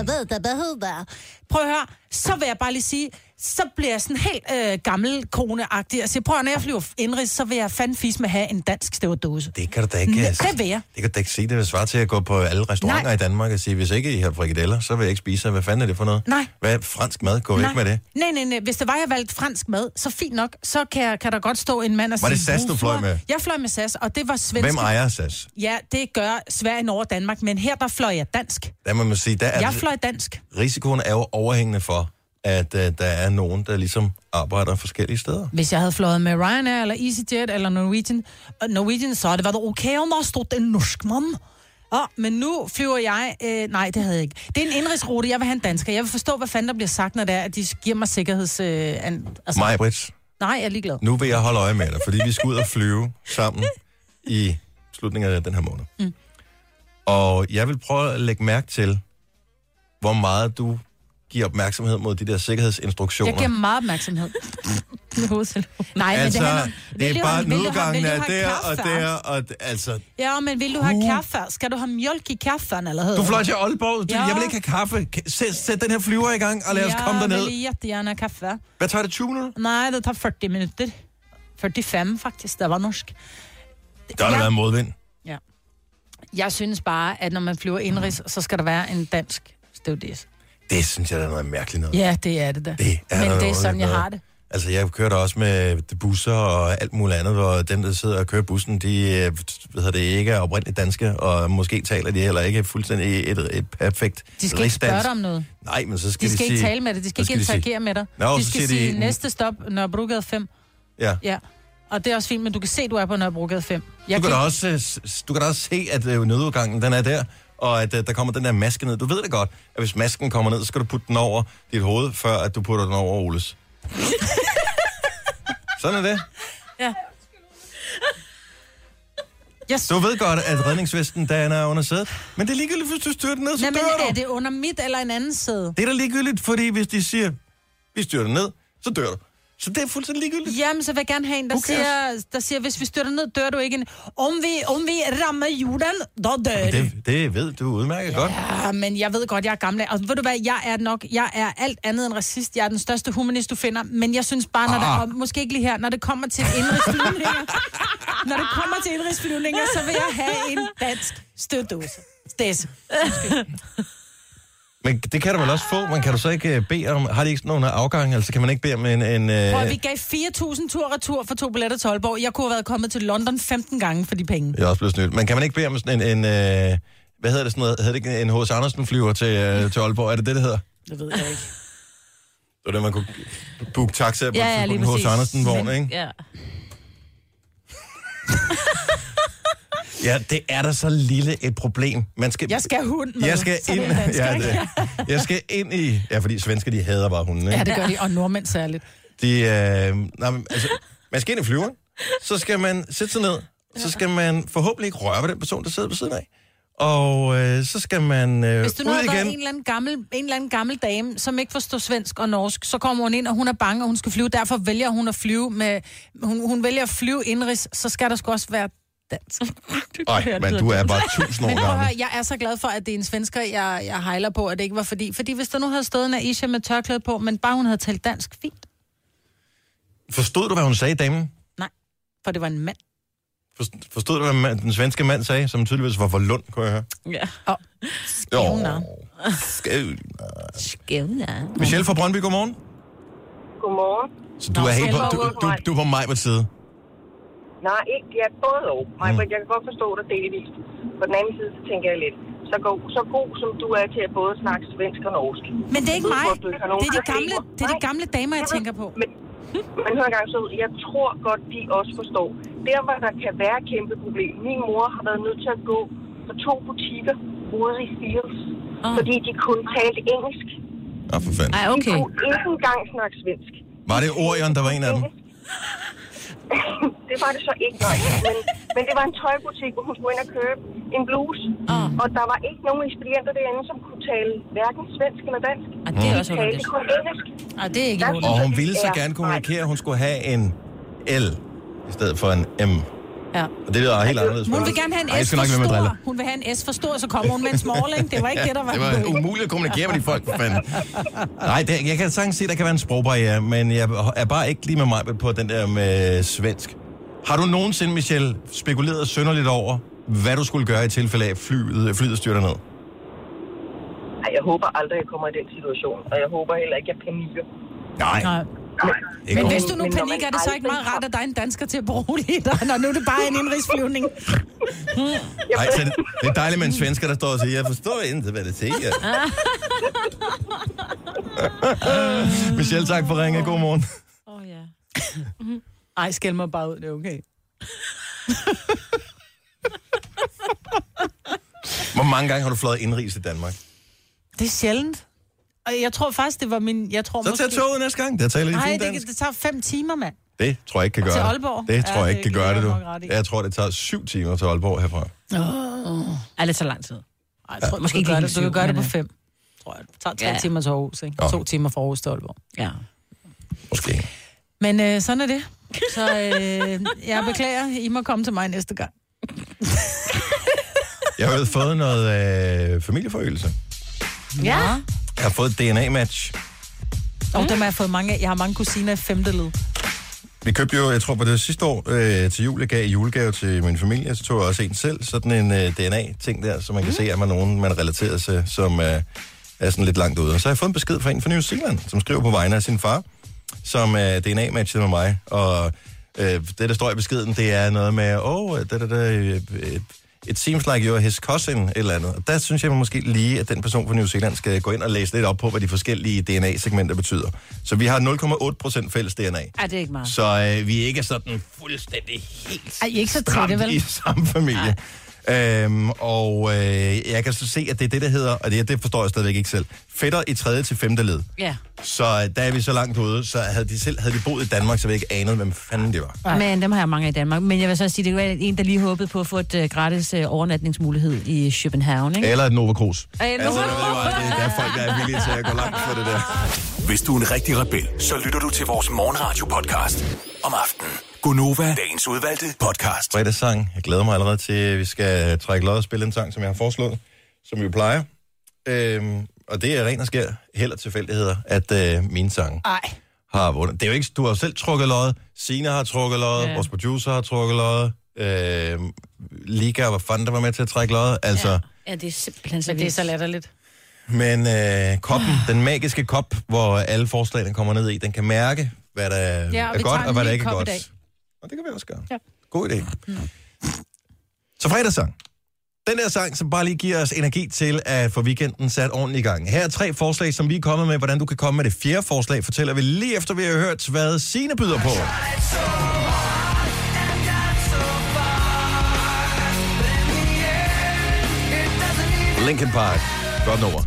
Speaker 2: Prøv at høre, så vil jeg bare lige sige, så bliver jeg sådan helt øh, gammel koneagtig og siger, prøv at høre, når jeg flyver indrigs, så vil jeg fandme fis med have en dansk støvdose.
Speaker 1: Det kan du da ikke...
Speaker 2: Nå,
Speaker 1: altså,
Speaker 2: det vil jeg.
Speaker 1: Det kan du da ikke se. Det vil svare til at gå på alle restauranter Nej.
Speaker 2: Nej.
Speaker 1: i Danmark og sige, hvis ikke I har frikadeller, så vil jeg ikke spise. jer. Hvad fanden er det for noget?
Speaker 2: Nej.
Speaker 1: Hvad er fransk mad? Gå væk med det.
Speaker 2: Nej, nej, nej. Hvis det var, jeg valgte fransk mad, så fint nok, så kan, jeg, kan der godt stå en mand og
Speaker 1: Var
Speaker 2: sige...
Speaker 1: det SAS, du fløj med?
Speaker 2: Jeg fløj med SAS, og det var svensk.
Speaker 1: Hvem ejer SAS?
Speaker 2: Ja, det gør Sverige over Danmark, men her der fløj jeg dansk.
Speaker 1: Der må man sige, der er
Speaker 2: Jeg fløj dansk.
Speaker 1: risikoen er jo overhængende for, at uh, der er nogen, der ligesom arbejder forskellige steder.
Speaker 2: Hvis jeg havde fløjet med Ryanair, eller EasyJet, eller Norwegian, og Norwegian så havde det været okay, om der stod en norsk mand. Oh, men nu flyver jeg... Øh, nej, det havde jeg ikke. Det er en indrigsrute. Jeg vil have en dansker. Jeg vil forstå, hvad fanden der bliver sagt, når det er, at de giver mig sikkerheds... Øh, an, altså,
Speaker 1: Maj Brits,
Speaker 2: nej, jeg er ligeglad.
Speaker 1: nu vil jeg holde øje med dig, fordi vi skal ud og flyve sammen i slutningen af den her måned. Mm. Og jeg vil prøve at lægge mærke til, hvor meget du giver opmærksomhed mod de der sikkerhedsinstruktioner.
Speaker 2: Jeg giver meget opmærksomhed.
Speaker 3: Med hovedtelefon.
Speaker 2: Nej, men
Speaker 1: altså,
Speaker 2: det handler...
Speaker 1: det, det
Speaker 2: Vil
Speaker 1: er
Speaker 2: du
Speaker 1: bare
Speaker 2: have- vil du have-
Speaker 1: nødgangen
Speaker 2: vil du
Speaker 1: er
Speaker 2: have
Speaker 1: der og
Speaker 2: kaffe?
Speaker 1: der, og d- altså...
Speaker 2: Ja, men vil du have kaffe? Skal du have mjølk i kaffen, eller hvad
Speaker 1: Du fløj til Aalborg, du,
Speaker 2: Ja.
Speaker 1: jeg vil ikke have kaffe. Kan- Sæt, sæt den her flyver i gang, og lad os komme
Speaker 2: Jeg
Speaker 1: derned.
Speaker 2: vil jättegärna have kaffe.
Speaker 1: Hvad tager det, 20 minutter?
Speaker 2: Nej, det tager 40 minutter. 45 faktisk, det var norsk.
Speaker 1: Der har der
Speaker 2: Ja.
Speaker 1: været modvind.
Speaker 2: Jeg synes bare, at når man flyver indrigs,
Speaker 1: Mm.
Speaker 2: så skal der være en dansk stewardess.
Speaker 1: Det synes jeg, der er noget mærkeligt noget.
Speaker 2: Ja, det er det da.
Speaker 1: Det er
Speaker 2: Men
Speaker 1: der
Speaker 2: det er
Speaker 1: noget
Speaker 2: sådan, jeg
Speaker 1: noget.
Speaker 2: har det.
Speaker 1: Altså, jeg kører da også med busser og alt muligt andet, hvor dem, der sidder og kører bussen, de øh, hvad hedder det, ikke er oprindeligt danske, og måske taler de heller ikke fuldstændig et, et perfekt
Speaker 2: De skal ikke spørge
Speaker 1: rigsdansk.
Speaker 2: dig om noget.
Speaker 1: Nej, men så skal
Speaker 2: De
Speaker 1: de,
Speaker 2: skal
Speaker 1: sige,
Speaker 2: ikke tale med dig. De skal
Speaker 1: så
Speaker 2: ikke
Speaker 1: skal de
Speaker 2: interagere med dig.
Speaker 1: Nå,
Speaker 2: De
Speaker 1: så
Speaker 2: skal
Speaker 1: siger de-
Speaker 2: sige, næste stop, Nørrebrogade 5.
Speaker 1: Ja.
Speaker 2: Ja. Og det er også fint, men du kan se, du er på Nørrebrogade 5. Jeg
Speaker 1: Du kan,
Speaker 2: kan
Speaker 1: da også, øh, s- s- du kan da også se, at øh, nødudgangen den er der, og at øh, der kommer den der maske ned. Du ved det godt, at hvis masken kommer ned, så skal du putte den over dit hoved, før at du putter den over Oles. Sådan er det.
Speaker 2: jeg
Speaker 1: Du ved godt, at redningsvesten den er under sædet, men det er ligegyldigt, hvis du styrer den ned, så
Speaker 2: Nej,
Speaker 1: dør du.
Speaker 2: men er det under mit eller en anden sæde?
Speaker 1: Det er da ligegyldigt, fordi hvis de siger, vi styrer den ned, så dør du. Så det er fuldstændig ligegyldigt.
Speaker 2: Jamen, så vil jeg gerne have en, der,
Speaker 1: Who cares?
Speaker 2: siger, der siger, hvis vi styrter ned, dør du ikke. En, om, vi, om vi rammer jorden, da dør du.
Speaker 1: Det, det ved du udmærket godt.
Speaker 2: Ah, men jeg ved godt, jeg er gammel. Og ved du hvad, jeg er nok, jeg er alt andet end racist. Jeg er den største humanist, du finder. Men jeg synes bare, når ah. der, og måske ikke lige her, når det kommer til indrigsflyvninger, når det kommer til indrigsflyvninger, så vil jeg have en dansk støddose. Stæs.
Speaker 1: Men det kan du vel også få. Man kan du så ikke øh, bede om, har de ikke sådan nogle afgange, altså kan man ikke bede om en... en øh,
Speaker 2: Prøv, at, vi gav 4.000 tur og retur for to billetter til Aalborg. Jeg kunne have været kommet til London 15 gange for de penge.
Speaker 1: Jeg er også blevet snydt. Men kan man ikke bede om sådan en... en øh, hvad hedder det sådan noget? Hedder det ikke en H.C. Andersen flyver til, øh, til Aalborg? Er det det, det hedder?
Speaker 2: Det ved jeg ikke.
Speaker 1: Det var det, man kunne booke taxa på,
Speaker 3: Ja,
Speaker 1: ja,
Speaker 3: ja,
Speaker 1: ja, på
Speaker 3: lige
Speaker 1: en H.C.
Speaker 3: præcis.
Speaker 1: Andersen-vogn, ikke?
Speaker 3: Ja.
Speaker 1: Ja, det er da så lille et problem. Man skal,
Speaker 2: Jeg skal have hund med.
Speaker 1: jeg skal
Speaker 2: så
Speaker 1: ind,
Speaker 2: det er dansk,
Speaker 1: ja,
Speaker 2: ikke?
Speaker 1: det, jeg skal ind i... Ja, fordi svensker, de hader bare hunden, ikke?
Speaker 2: Ja, det gør de, og nordmænd særligt.
Speaker 1: De, øh, nej, men, altså, man skal ind i flyveren, så skal man sætte sig ned, så skal man forhåbentlig ikke røre ved den person, der sidder ved siden af. Og øh, så skal man øh,
Speaker 2: Hvis du nu
Speaker 1: ud
Speaker 2: havde været
Speaker 1: igen.
Speaker 2: en eller, anden gammel, en eller anden gammel dame, som ikke forstår svensk og norsk, så kommer hun ind, og hun er bange, og hun skal flyve. Derfor vælger hun at flyve med... Hun, hun vælger at flyve indrigs, så skal der sgu også være dansk.
Speaker 1: Nej, men du er bare tusind
Speaker 2: Men
Speaker 1: år
Speaker 2: prøv at
Speaker 1: gammel.
Speaker 2: høre, jeg er så glad for, at det er en svensker, jeg, jeg hejler på, at det ikke var fordi... Fordi hvis der nu havde stået en Aisha med tørklæde på, men bare hun havde talt dansk, fint.
Speaker 1: Forstod du, hvad hun sagde, damen?
Speaker 2: Nej, for det var en mand.
Speaker 1: Forst- Forstod du, hvad man, den svenske mand sagde, som tydeligvis var for lund, kunne jeg høre?
Speaker 3: Ja.
Speaker 2: Og skævner.
Speaker 1: Skæv-
Speaker 3: Skævner.
Speaker 1: Michelle fra Brøndby, godmorgen.
Speaker 8: Godmorgen.
Speaker 1: Så du er helt på,
Speaker 8: Michelle
Speaker 1: du,
Speaker 8: var ude på
Speaker 1: du,
Speaker 8: vej.
Speaker 1: du er på mig på side.
Speaker 8: Nej, ikke. Jeg er både og. Nej, men jeg kan godt forstå dig delvist. På den anden side, så tænker jeg lidt. så god, så god som du er til at både snakke svensk og norsk.
Speaker 2: Men det er ikke
Speaker 8: Jeg ved
Speaker 2: mig.
Speaker 8: godt, du ikke har nogen
Speaker 2: Det er de gamle,
Speaker 8: problemer.
Speaker 2: det er de
Speaker 8: Nej.
Speaker 2: gamle damer, jeg tænker på.
Speaker 8: Men, men hør engang så, ud. jeg tror godt, de også forstår. Der, hvor der kan være et kæmpe problem. Min mor har været nødt til at gå på to butikker ude i Fields, oh.
Speaker 3: Ah.
Speaker 8: fordi de kun talte engelsk.
Speaker 1: Nå, for fanden.
Speaker 3: Nej,
Speaker 8: De
Speaker 3: okay.
Speaker 8: kunne ikke engang snakke svensk.
Speaker 1: Var det Orion, der var en af dem?
Speaker 8: det var det så ikke, nej. Men, men det var en tøjbutik, hvor hun skulle ind og købe en bluse.
Speaker 3: Ah.
Speaker 8: Og der var ikke nogen ekspedienter derinde, som kunne tale hverken svensk eller dansk.
Speaker 3: Og det
Speaker 2: Mm.
Speaker 3: er også
Speaker 8: De talte
Speaker 3: underligt.
Speaker 8: kun engelsk.
Speaker 2: Nej, det er ikke i
Speaker 8: Ja.
Speaker 2: orden.
Speaker 1: Og hun ville så gerne kommunikere, at hun skulle have en L i stedet for en M.
Speaker 3: Ja.
Speaker 1: Og det lyder helt anderledes.
Speaker 2: Altså, Hun vil gerne have en
Speaker 1: Ej, jeg
Speaker 2: S
Speaker 1: skal
Speaker 2: for
Speaker 1: nok lade være med at drille.
Speaker 2: stor. Hun vil have en S for stor, så kommer hun med en small, ikke? Det var ikke det, der var.
Speaker 1: Det var umuligt at kommunikere med de folk, for fanden. Nej, det, jeg kan sagtens se, at der kan være en sprogbarriere, men jeg er bare ikke lige med mig på den der med svensk. Har du nogensinde, Michelle, spekuleret sønderligt over, hvad du skulle gøre i tilfælde af, at flyet, flyet styrter ned?
Speaker 8: Ej, jeg håber aldrig, jeg kommer i den situation. Og jeg håber heller ikke, jeg panikker.
Speaker 1: Nej,
Speaker 2: Nej.
Speaker 1: ikke
Speaker 2: Men
Speaker 1: men
Speaker 2: hvis du nu
Speaker 8: Men når man
Speaker 2: panikker, er det så ikke
Speaker 8: aldrig
Speaker 2: meget
Speaker 8: har-
Speaker 2: rart, at der er en dansker til at berolige dig, når nu er det bare er en indrigsflyvning.
Speaker 1: Ej, så det, det er dejligt med en svensker, der står og siger, jeg forstår ikke, hvad det siger. Michelle, tak for ringen. God morgen.
Speaker 3: Åh, ja.
Speaker 2: Ej, skæld mig bare ud, det er okay.
Speaker 1: Hvor mange gange har du fløjet indrigs i Danmark?
Speaker 2: Det er sjældent. Og jeg tror faktisk, det var min... Jeg tror
Speaker 1: Så tag toget næste gang. Der taler de
Speaker 2: Nej,
Speaker 1: fint
Speaker 2: det, kan-
Speaker 1: dansk.
Speaker 2: det tager fem timer, mand.
Speaker 1: Det tror jeg ikke kan gøre
Speaker 2: Til
Speaker 1: det.
Speaker 2: Aalborg?
Speaker 1: Det
Speaker 2: Ja,
Speaker 1: tror jeg
Speaker 2: det
Speaker 1: ikke kan
Speaker 2: giver
Speaker 1: gøre det,
Speaker 2: jeg
Speaker 1: du.
Speaker 2: nok ret i.
Speaker 1: Jeg tror, det tager syv timer til Aalborg herfra.
Speaker 3: Er det så lang tid?
Speaker 2: Ej, jeg tror,
Speaker 3: Måske
Speaker 2: ja, måske du
Speaker 3: ikke
Speaker 2: kan gøre
Speaker 3: helt
Speaker 2: det, du kan
Speaker 3: syv,
Speaker 2: gøre det på
Speaker 3: men,
Speaker 2: fem. Tror jeg. Det tager tre
Speaker 3: Ja.
Speaker 2: timer til Aarhus, ikke?
Speaker 1: Jo.
Speaker 2: To timer fra Aarhus til Aalborg.
Speaker 3: Ja.
Speaker 1: Måske.
Speaker 2: Men øh, sådan er det. Så øh, jeg beklager, I må komme til mig næste gang.
Speaker 1: Jeg har jo fået noget øh, familieforøgelse.
Speaker 3: Ja.
Speaker 1: Jeg har fået DNA-match.
Speaker 2: Og dem har jeg fået mange af. Jeg har mange kusiner i femte led.
Speaker 1: Vi købte jo, jeg tror på det sidste år øh, til jul, jeg gav i julegave til min familie, så tog jeg også en selv, sådan en øh, DNA-ting der, så man kan se, at man er nogen, man relaterer sig, som øh, er sådan lidt langt ude. Og så har jeg fået en besked fra en fra New Zealand, som skriver på vegne af sin far, som øh, DNA-matchede med mig, og øh, det, der står i beskeden, det er noget med, oh, da, da, da, øh, it seems like you're his cousin, et eller andet. Og der synes jeg måske lige, at den person fra New Zealand skal gå ind og læse lidt op på, hvad de forskellige DNA-segmenter betyder. Så vi har 0,8 procent fælles DNA.
Speaker 3: Ej, det er ikke meget.
Speaker 1: Så øh, vi ikke er sådan fuldstændig helt
Speaker 2: Ej, I er ikke så
Speaker 1: stramt
Speaker 2: tætte, vel?
Speaker 1: i samme familie. Øhm, og øh, jeg kan så se, at det er det, der hedder, og det, det forstår jeg stadigvæk ikke selv, fætter i tredje til femte led.
Speaker 3: Ja.
Speaker 1: Så øh, der er vi så langt ude, så havde de selv havde de boet i Danmark, så vi ikke anede, hvem fanden det var.
Speaker 3: Men dem har jeg mange af i Danmark. Men jeg vil så sige, det var en, der lige håbede på at få et uh, gratis uh, overnatningsmulighed i København, ikke?
Speaker 1: Eller et Nova Cruz.
Speaker 3: Ej, Nova
Speaker 1: altså, der, ved du hvad, det, der er folk, der er villige til at gå langt for det der.
Speaker 4: Hvis du er en rigtig rebel, så lytter du til vores morgenradio-podcast om aftenen. Gunova, dagens udvalgte podcast.
Speaker 1: Fredagssang. Jeg glæder mig allerede til, at vi skal trække lod og spille en sang, som jeg har foreslået, som vi plejer. Øhm, og det er ren og skær held og tilfældigheder, at øh, mine sange
Speaker 2: Nej.
Speaker 1: har vundet. Det er jo ikke, du har jo selv trukket lod, Sina har trukket lod, ja. vores producer har trukket lod, øh, Liga, hvor fanden der var med til at trække lod. Altså, ja.
Speaker 3: Ja, det er simpelthen så
Speaker 2: Men det er
Speaker 3: vildt.
Speaker 2: så latterligt.
Speaker 1: Men øh, koppen,
Speaker 2: Ah.
Speaker 1: den magiske kop, hvor alle forslagene kommer ned i, den kan mærke, hvad der
Speaker 2: Ja,
Speaker 1: ja,
Speaker 2: og
Speaker 1: er
Speaker 2: vi
Speaker 1: godt,
Speaker 2: tager
Speaker 1: og hvad
Speaker 2: en
Speaker 1: der
Speaker 2: ny
Speaker 1: ikke er
Speaker 2: kop i
Speaker 1: godt.
Speaker 2: dag. Mm.
Speaker 1: Og det kan vi også gøre. Ja. God idé. Så fredagssang. Den der sang, som bare lige giver os energi til at få weekenden sat ordentligt i gang. Her er tre forslag, som vi er kommet med. Hvordan du kan komme med det fjerde forslag, fortæller vi lige efter, vi har hørt, hvad Signe byder på. Linkin Park. Godt nummer.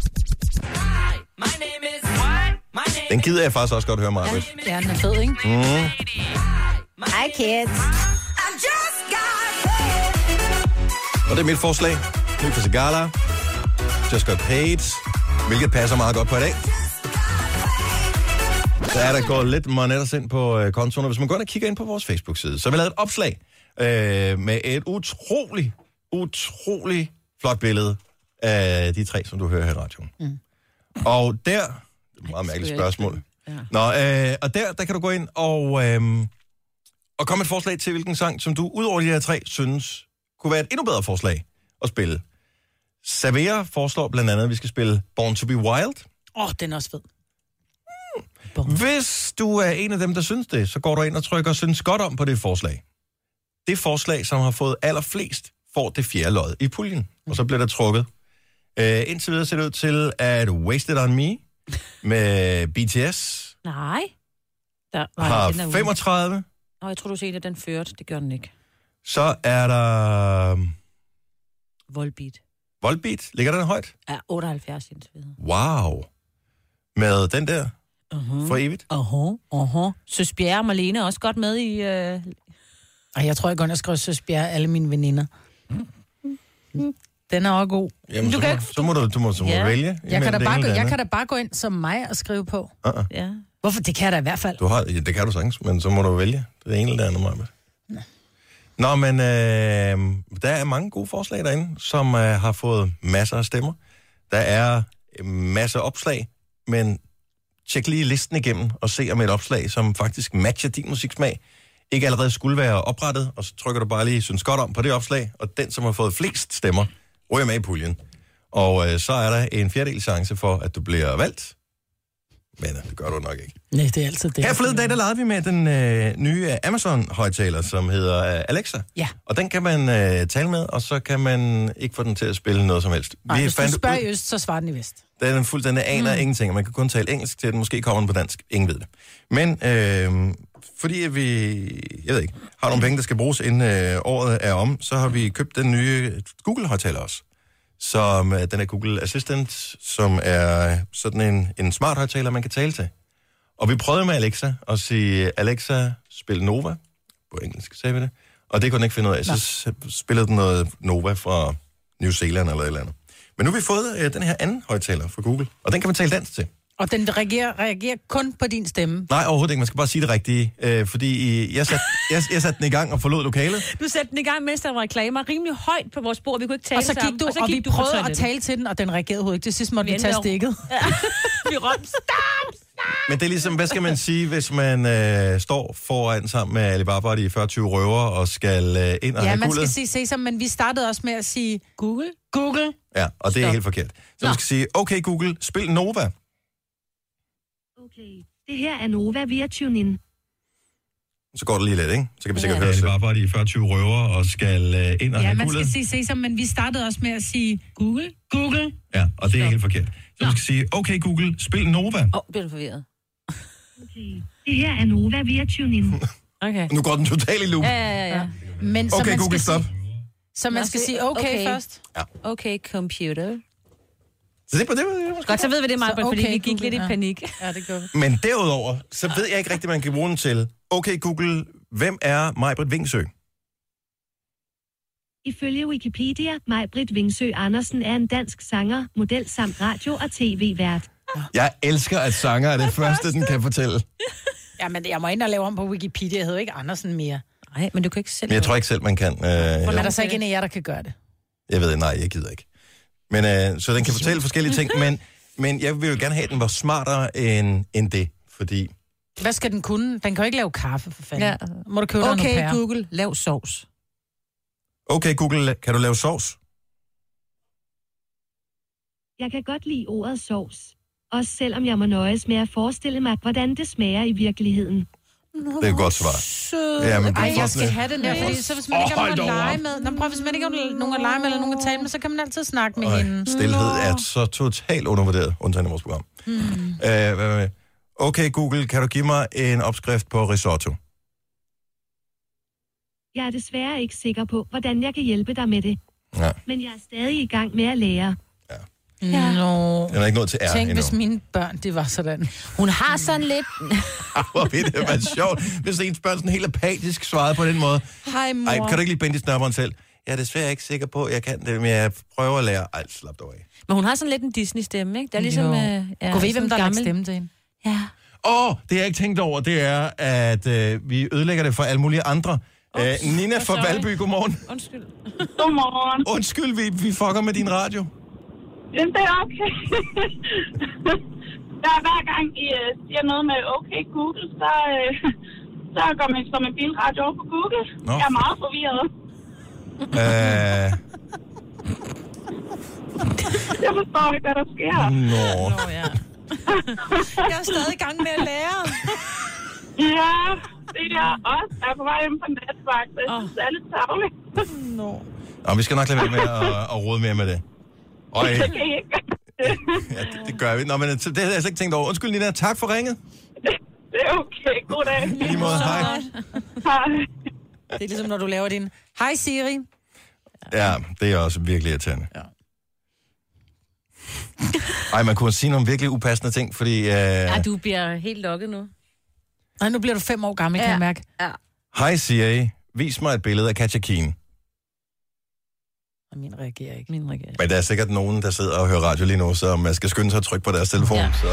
Speaker 1: Den gider jeg faktisk også godt høre, Marvitt.
Speaker 2: Ja, den er fed, ikke?
Speaker 3: Hej, kids.
Speaker 1: Og det er mit forslag. Ny for Segala. Just Got Paid. Hvilket passer meget godt på i dag. Så er der gået lidt monetters ind på øh, kontoen, og hvis man går ind og kigger ind på vores Facebook-side, så har vi lavet et opslag øh, med et utrolig, utrolig flot billede af de tre, som du hører her i radioen. Mm. Og der... Det er et meget mærkeligt spørgsmål. Ja. Nå, øh, og der, der kan du gå ind og, øh, og komme med et forslag til, hvilken sang, som du ud over de her tre, synes kunne være et endnu bedre forslag at spille. Savera foreslår blandt andet, at vi skal spille Born to be Wild.
Speaker 2: Åh, oh, den er også fed.
Speaker 1: Hvis du er en af dem, der synes det, så går du ind og trykker synes godt om på det forslag. Det forslag, som har fået allerflest, får det fjerde lod i puljen, og så bliver der trukket. Øh, indtil videre ser det ud til, at Wasted on Me med BTS
Speaker 3: Nej. Der var
Speaker 1: har
Speaker 3: den der uge.
Speaker 1: 35.
Speaker 3: Nå, jeg tror, du sagde, at den førte. Det gør den ikke.
Speaker 1: Så er der um,
Speaker 3: Volbeat
Speaker 1: Volbeat. Ligger den højt?
Speaker 3: er 78 indtil videre.
Speaker 1: Wow. Med den der
Speaker 3: Uh-huh.
Speaker 1: for evigt.
Speaker 3: Aha, aha. Søs Bjerre og Marlene er også godt med i... Øh...
Speaker 2: Ej, jeg tror, jeg går ind og skriver Søs Bjerre, alle mine veninder. Den er også god.
Speaker 1: Jamen,
Speaker 3: du
Speaker 1: så,
Speaker 3: kan
Speaker 1: må,
Speaker 3: ikke-
Speaker 1: så må du, du må, så må
Speaker 3: Ja.
Speaker 1: yeah. vælge.
Speaker 2: Jeg kan, da bare gå, jeg kan da bare gå ind som mig og skrive på.
Speaker 1: Uh-uh.
Speaker 3: Ja.
Speaker 2: Hvorfor? Det kan jeg da i hvert fald.
Speaker 1: Du har, ja, det kan du sagtens, men så må du vælge. Det er en eller anden måde. Nå, men øh, der er mange gode forslag derinde, som øh, har fået masser af stemmer. Der er øh, masser af opslag, men tjek lige listen igennem og se om et opslag, som faktisk matcher din musiksmag, ikke allerede skulle være oprettet, og så trykker du bare lige synes godt om på det opslag, og den, som har fået flest stemmer, ryger med i puljen. Og øh, så er der en fjerdedel chance for, at du bliver valgt. Men øh, det gør du nok ikke.
Speaker 2: Nej, det er altid det.
Speaker 1: Her forleden dag, der legede vi med den øh, nye øh, Amazon-højtaler, som hedder øh, Alexa.
Speaker 2: Ja.
Speaker 1: Og den kan man øh, tale med, og så kan man ikke få den til at spille noget som helst.
Speaker 2: Nej, hvis du spørger i
Speaker 1: ud,
Speaker 2: øst, så svarer den i vest.
Speaker 1: den er fuld, den er aner mm. ingenting, og man kan kun tale engelsk til den. Måske kommer den på dansk. Ingen ved det. Men øh, fordi at vi, jeg ved ikke, har nogle penge, der skal bruges inden øh, året er om, så har vi købt den nye Google-højtaler også som øh, den er Google Assistant, som er sådan en, en smart højtaler, man kan tale til. Og vi prøvede med Alexa at sige, Alexa, spil Nova. På engelsk sagde vi det. Og det kunne den ikke finde ud af. Så s- spillede den noget Nova fra New Zealand eller et eller andet. Men nu har vi fået øh, den her anden højtaler fra Google, og den kan man tale dansk til.
Speaker 2: Og den reagerer, reagerer kun på din stemme.
Speaker 1: Nej, overhovedet ikke. Man skal bare sige det rigtige. Øh, fordi øh, jeg satte jeg, jeg sat den i gang og forlod lokalet.
Speaker 3: Du satte den i gang, mens der var reklamer rimelig højt på vores bord. Vi kunne ikke tale
Speaker 2: Og så
Speaker 3: sammen.
Speaker 2: gik du, og, så gik og vi
Speaker 3: du
Speaker 2: du
Speaker 3: på
Speaker 2: prøvede at
Speaker 3: toilettet.
Speaker 2: tale til den, og den reagerede overhovedet ikke. Til sidst måtte vi
Speaker 3: Vent
Speaker 2: tage
Speaker 3: dog.
Speaker 2: stikket.
Speaker 3: Vi råbte, stop!
Speaker 1: Men det er ligesom, hvad skal man sige, hvis man øh, står foran sammen med Alibaba og de 40-20 røver og skal øh, ind og
Speaker 2: Ja,
Speaker 1: have
Speaker 2: man
Speaker 1: guldet?
Speaker 2: skal sige sesam, men vi startede også med at sige
Speaker 3: Google?
Speaker 2: Google.
Speaker 1: Ja, og det er helt forkert. Så man skal sige, okay Google, spil Nova.
Speaker 9: Okay, det her er Nova via TuneIn.
Speaker 1: Så går det lige lidt, ikke? Så kan vi sikkert ja. høre det. Bare bare de 40 røver og skal øh, ind og
Speaker 2: Ja, man skal sige sesam, men vi startede også med at sige Google. Google.
Speaker 1: Ja, og det er helt forkert. Så man skal sige, okay Google, spil Nova.
Speaker 3: Åh, oh, bliver du forvirret.
Speaker 9: Okay, det her er Nova via TuneIn.
Speaker 3: Okay.
Speaker 1: Nu går den totalt i loop.
Speaker 3: Ja, ja, ja, ja.
Speaker 2: Men så
Speaker 1: Okay
Speaker 2: man
Speaker 1: Google,
Speaker 2: skal
Speaker 1: stop.
Speaker 2: Sige, så man skal
Speaker 3: så-
Speaker 2: sige okay, okay
Speaker 3: okay.
Speaker 2: først.
Speaker 3: Okay, computer.
Speaker 1: Så det, det, det, det er måske.
Speaker 3: Godt, så ved vi det, Margot,
Speaker 2: Så
Speaker 3: okay,
Speaker 2: okay,
Speaker 3: fordi vi gik
Speaker 2: Google,
Speaker 3: lidt i
Speaker 2: ja.
Speaker 3: panik.
Speaker 2: Ja, det gjorde vi.
Speaker 1: Men derudover, så ved jeg ikke rigtigt, man kan bruge den til. Okay Google, hvem er Majbrit Vingsø?
Speaker 9: Ifølge Wikipedia, Maj-Brit Vingsø Andersen er en dansk sanger, model samt radio- og tv-vært.
Speaker 1: Jeg elsker, at sanger er det første, den kan fortælle.
Speaker 2: Ja, men jeg må ind og lave om på Wikipedia. Jeg hedder ikke Andersen mere.
Speaker 3: Nej, men du kan ikke selv...
Speaker 1: Men jeg tror ikke selv, man kan. Øh,
Speaker 2: Men er
Speaker 1: jeg,
Speaker 2: der så ikke en af jer, der kan gøre det?
Speaker 1: jeg ved, nej, jeg gider ikke. Men, øh, så den kan fortælle forskellige ting, men, men jeg vil jo gerne have, at den var smartere end, end det. Fordi
Speaker 2: Hvad skal den kunne? Den kan jo ikke lave kaffe, for fanden. Ja.
Speaker 3: Ja.
Speaker 2: Må du købe okay, dig
Speaker 3: Okay,
Speaker 2: nogle pærer?
Speaker 3: Google, lav sovs.
Speaker 1: Okay, Google, kan du lave sovs?
Speaker 9: Jeg kan godt lide ordet sovs. Også selvom jeg må nøjes med at forestille mig, hvordan det smager i virkeligheden.
Speaker 1: Det er et godt svar. Ja, men det er
Speaker 2: Ej, jeg
Speaker 1: sådan
Speaker 2: skal
Speaker 1: et-
Speaker 2: have den der, fordi så hvis man ikke har nogen at lege med, Nå, prøv, hvis man ikke har nogen at lege med, eller nogen at tale med, så kan man altid snakke med
Speaker 1: Øj,
Speaker 2: hende.
Speaker 1: Stilhed er så totalt undervurderet, undtagen i vores program. Mm.
Speaker 2: Hmm.
Speaker 1: Øh, hvad med? Okay, Google, kan du give mig en opskrift på risotto?
Speaker 9: Jeg er desværre ikke sikker på, hvordan jeg kan hjælpe dig med det.
Speaker 1: Ja,
Speaker 9: Men jeg er stadig i gang med at lære.
Speaker 2: Ja. Nå.
Speaker 1: den er ikke nået til R
Speaker 2: Tænk,
Speaker 1: endnu.
Speaker 2: hvis mine børn, det var sådan.
Speaker 3: Hun har sådan lidt...
Speaker 1: Hvor ville det være sjovt, hvis ens børn sådan helt apatisk svarede på den måde.
Speaker 2: Hej, mor.
Speaker 1: Ej, kan du ikke lige binde snapperen selv? Jeg er desværre ikke sikker på, at jeg kan det, men jeg prøver at lære. Ej, slap dig af.
Speaker 3: Men hun har sådan lidt en Disney-stemme, ikke? Det er ligesom... Øh, ja,
Speaker 2: Gå ved,
Speaker 3: sådan
Speaker 2: hvem der har lagt
Speaker 3: gammel-
Speaker 2: stemme til hende.
Speaker 3: Ja.
Speaker 1: Åh, oh, det jeg ikke tænkte over, det er, at øh, vi ødelægger det for alle mulige andre. Oh, øh, Nina fra
Speaker 3: sorry.
Speaker 1: Valby, godmorgen.
Speaker 3: Undskyld.
Speaker 8: Godmorgen.
Speaker 1: Undskyld, vi, vi fucker med din radio.
Speaker 8: Jamen, det er okay. der er hver gang, I øh, siger noget med okay Google, så, øh, så går man som en bilradio over på Google.
Speaker 1: Nå.
Speaker 8: Jeg er meget forvirret.
Speaker 1: Øh,
Speaker 8: Jeg forstår ikke, hvad der sker.
Speaker 1: nå.
Speaker 3: Åh, ja. Jeg er stadig i gang med at lære.
Speaker 8: Ja, det er jeg også. Jeg er på vej hjem fra natvagt. Jeg synes, det er lidt tarveligt.
Speaker 1: Nå, vi skal nok lade være med at, at rode mere med det. Og, øh,
Speaker 8: Så kan I ikke.
Speaker 1: ja, det, det, gør vi. Nå, men så det havde jeg slet ikke tænkt over. Undskyld, Nina. Tak for ringet.
Speaker 8: Det er okay. God dag.
Speaker 1: I Lige måde. Hej.
Speaker 8: Hej.
Speaker 2: Det er ligesom, når du laver din, hej Siri.
Speaker 1: Ja, det er også virkelig irriterende. Ja. Ej, man kunne sige nogle virkelig upassende ting, fordi... Øh,
Speaker 3: Ja, du bliver helt lukket nu.
Speaker 2: Nej, nu bliver du fem år gammel, ja. kan jeg mærke.
Speaker 3: Ja.
Speaker 1: Hej Siri, vis mig et billede af Katja Keen.
Speaker 2: Og min reagerer ikke. Min reagerer ikke.
Speaker 1: Men der er sikkert nogen, der sidder og hører radio lige nu, så man skal skynde sig at trykke på deres telefon, ja.
Speaker 3: Ja.
Speaker 1: så...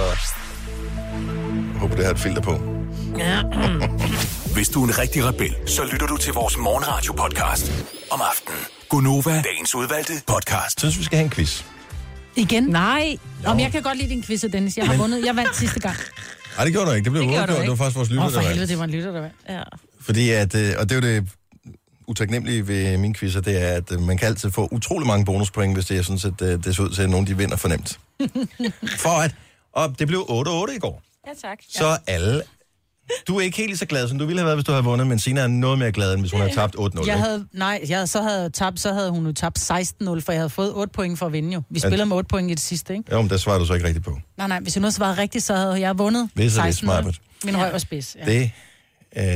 Speaker 1: Jeg håber, det har et filter på.
Speaker 4: Hvis du er en rigtig rebel, så lytter du til vores morgenradio-podcast om aftenen. Gunova, dagens udvalgte podcast.
Speaker 1: Jeg synes, vi skal have en quiz.
Speaker 2: Igen?
Speaker 3: Nej.
Speaker 2: Om jeg kan godt lide din quiz, Dennis. Jeg har vundet. Jeg vandt sidste gang.
Speaker 1: Nej, det gjorde du ikke. Det blev
Speaker 3: gjorde du
Speaker 1: uafgjort. Det var faktisk
Speaker 3: ikke.
Speaker 1: vores
Speaker 2: Åh,
Speaker 1: lytter,
Speaker 2: oh, for
Speaker 1: der
Speaker 2: helvede,
Speaker 1: vandt.
Speaker 2: det var en lytter, der vandt.
Speaker 3: Ja.
Speaker 1: Fordi at, øh, og det er jo det utaknemmelige ved mine quizzer, det er, at øh, man kan altid få utrolig mange bonuspoint, hvis det er sådan, at øh, det ser ud til, at nogen de vinder fornemt. For at, og det blev 8-8 i går.
Speaker 3: Ja, tak.
Speaker 1: så ja. alle... Du er ikke helt lige så glad, som du ville have været, hvis du havde vundet, men Sina er noget mere glad, end hvis hun havde tabt 8-0.
Speaker 2: Jeg
Speaker 1: ikke?
Speaker 2: havde, nej, jeg, så havde jeg tabt, så havde hun jo tabt 16-0, for jeg havde fået 8 point for at vinde jo. Vi
Speaker 1: det-
Speaker 2: spiller med 8 point i det sidste, ikke?
Speaker 1: Jo, men der svarer du så ikke rigtigt på.
Speaker 2: Nej, nej, hvis jeg nu svarede rigtigt, så havde jeg vundet
Speaker 1: Hvis det er
Speaker 2: 16
Speaker 1: smart.
Speaker 2: Min røv var spids, ja.
Speaker 1: Det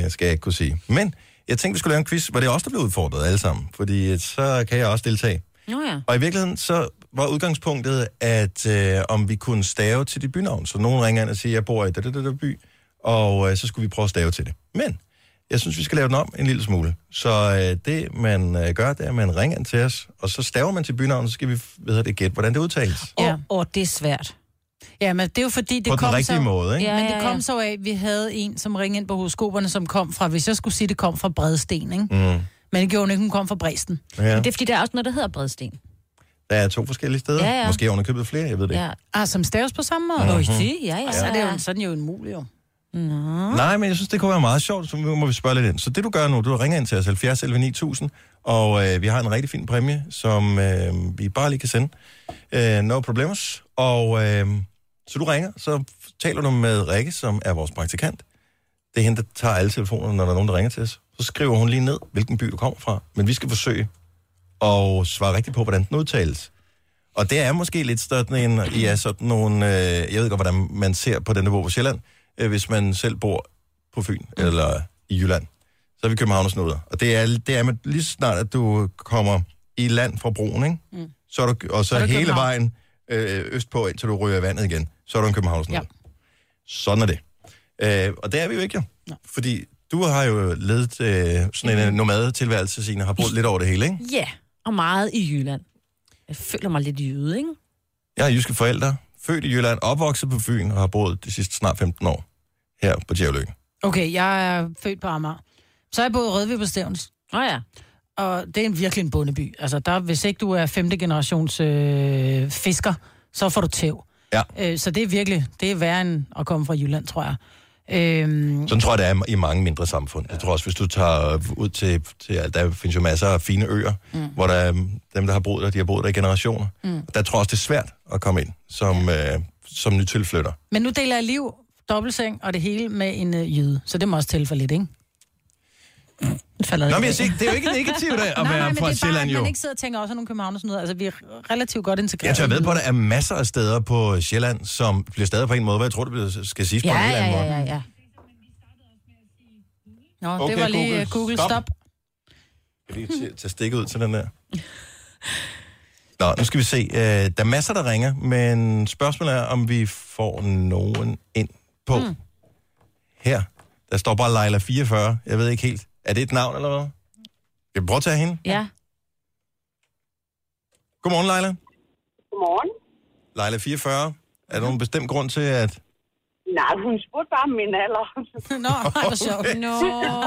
Speaker 1: øh, skal jeg ikke kunne sige. Men jeg tænkte, vi skulle lave en quiz, hvor det er os, der blev udfordret alle sammen, fordi øh, så kan jeg også deltage.
Speaker 3: Nå ja.
Speaker 1: Og i virkeligheden, så var udgangspunktet, at øh, om vi kunne stave til dit bynavn. Så nogen ringer ind og siger, jeg bor i det, det, det by, og øh, så skulle vi prøve at stave til det. Men jeg synes, vi skal lave den om en lille smule. Så øh, det, man øh, gør, det er, at man ringer ind til os, og så staver man til bynavnet, så skal vi ved at det gætte, hvordan det udtales.
Speaker 2: Ja.
Speaker 3: Åh, åh, det er svært.
Speaker 2: Ja, men det er jo fordi, det
Speaker 1: På
Speaker 2: kom
Speaker 1: den rigtige
Speaker 2: så...
Speaker 1: måde, ikke?
Speaker 3: Ja,
Speaker 2: Men
Speaker 3: ja,
Speaker 2: det
Speaker 3: ja.
Speaker 2: kom så af, at vi havde en, som ringede ind på horoskoperne, som kom fra, hvis jeg skulle sige, det kom fra Bredsten, ikke?
Speaker 1: Mm.
Speaker 2: Men det gjorde hun ikke, hun kom fra Bredsten.
Speaker 1: Ja.
Speaker 3: Det er fordi, der er også noget, der hedder bredsten.
Speaker 1: Der er to forskellige steder.
Speaker 3: Ja, ja.
Speaker 1: Måske har købet flere, jeg ved det ikke.
Speaker 3: Ja.
Speaker 2: Ah, som staves på samme måde?
Speaker 1: Mm-hmm.
Speaker 3: Nå,
Speaker 2: Mm.
Speaker 3: det, ja, ja.
Speaker 2: Så er det jo sådan jo en mulig, jo.
Speaker 1: Nej, men jeg synes, det kunne være meget sjovt, så nu må vi spørge lidt ind. Så det du gør nu, du ringer ind til os 70 11 9000, og øh, vi har en rigtig fin præmie, som øh, vi bare lige kan sende. Øh, no problems. Og øh, så du ringer, så f- taler du med Rikke, som er vores praktikant. Det er hende, der tager alle telefonerne, når der er nogen, der ringer til os. Så skriver hun lige ned, hvilken by du kommer fra. Men vi skal forsøge at svare rigtigt på, hvordan den udtales. Og det er måske lidt sådan en, ja, sådan nogle, øh, jeg ved godt, hvordan man ser på den niveau på Sjælland, øh, hvis man selv bor på Fyn mm. eller i Jylland. Så er vi københavnersnuder. Og det er, det er med, lige så snart, at du kommer i land fra broen, ikke? Mm. Så er du, og så,
Speaker 2: er
Speaker 1: så
Speaker 2: du
Speaker 1: hele
Speaker 2: København.
Speaker 1: vejen øh, østpå, indtil du ryger i vandet igen, så er du en københavnersnuder.
Speaker 2: Ja.
Speaker 1: Sådan er det. Øh, og det er vi jo ikke, jo. Fordi du har jo ledet øh, sådan en nomadetilværelse, Signe, har brugt lidt over det hele, ikke?
Speaker 3: Ja, og meget i Jylland. Jeg føler mig lidt jyde, ikke?
Speaker 1: Jeg har jyske forældre, født i Jylland, opvokset på Fyn og har boet de sidste snart 15 år her på Djævløen.
Speaker 2: Okay, jeg er født på Amager. Så er jeg boet i Rødvig på Stævns,
Speaker 3: Nå ja.
Speaker 2: og det er en, virkelig en bondeby. Altså, der, hvis ikke du er femte generations øh, fisker, så får du tæv.
Speaker 1: Ja.
Speaker 2: Øh, så det er virkelig, det er værre end at komme fra Jylland, tror jeg. Øhm,
Speaker 1: Sådan tror jeg, det er i mange mindre samfund. Jeg tror også, hvis du tager ud til, til alt, der findes jo masser af fine øer, mm. hvor der er dem, der har boet der, de har boet der i generationer. Mm. Der tror jeg også, det er svært at komme ind som, øh, som nytilflytter.
Speaker 2: men nu deler jeg liv, dobbeltseng og det hele med en øh, jyde, så det må også tælle for lidt, ikke? Det falder
Speaker 1: Nå,
Speaker 2: ikke
Speaker 1: men jeg
Speaker 2: af.
Speaker 1: siger, ikke, det er jo ikke negativt af at
Speaker 2: nej,
Speaker 1: være
Speaker 2: nej, men det
Speaker 1: fra
Speaker 2: er bare,
Speaker 1: Sjælland,
Speaker 2: at
Speaker 1: jo.
Speaker 2: man ikke sidder og tænker også, at nogle københavners noget. Altså, vi er relativt godt integreret.
Speaker 1: Jeg tør ved på, at der er masser af steder på Sjælland, som bliver stadig på en måde, hvad jeg tror, det bliver- skal siges på
Speaker 3: Ja,
Speaker 1: en eller
Speaker 3: ja,
Speaker 1: anden
Speaker 3: ja,
Speaker 1: måde.
Speaker 3: ja, ja.
Speaker 2: Nå,
Speaker 1: Okay,
Speaker 2: det var lige
Speaker 1: Google,
Speaker 2: Google, Google
Speaker 1: stop.
Speaker 2: stop. stop.
Speaker 1: Kan vi lige t- tage stikket ud til den der? Nå, nu skal vi se. Øh, der er masser, der ringer, men spørgsmålet er, om vi får nogen ind på.
Speaker 2: Hmm.
Speaker 1: Mm. Her. Der står bare Leila 44. Jeg ved ikke helt. Er det et navn eller hvad? Jeg prøver at tage hende.
Speaker 3: Ja.
Speaker 1: Godmorgen, Leila.
Speaker 8: Godmorgen.
Speaker 1: Leila 44. Er der nogen bestemt grund til, at...
Speaker 8: Nej, hun spurgte bare om min alder.
Speaker 2: Nå, ej, hvor sjovt.
Speaker 3: Nå,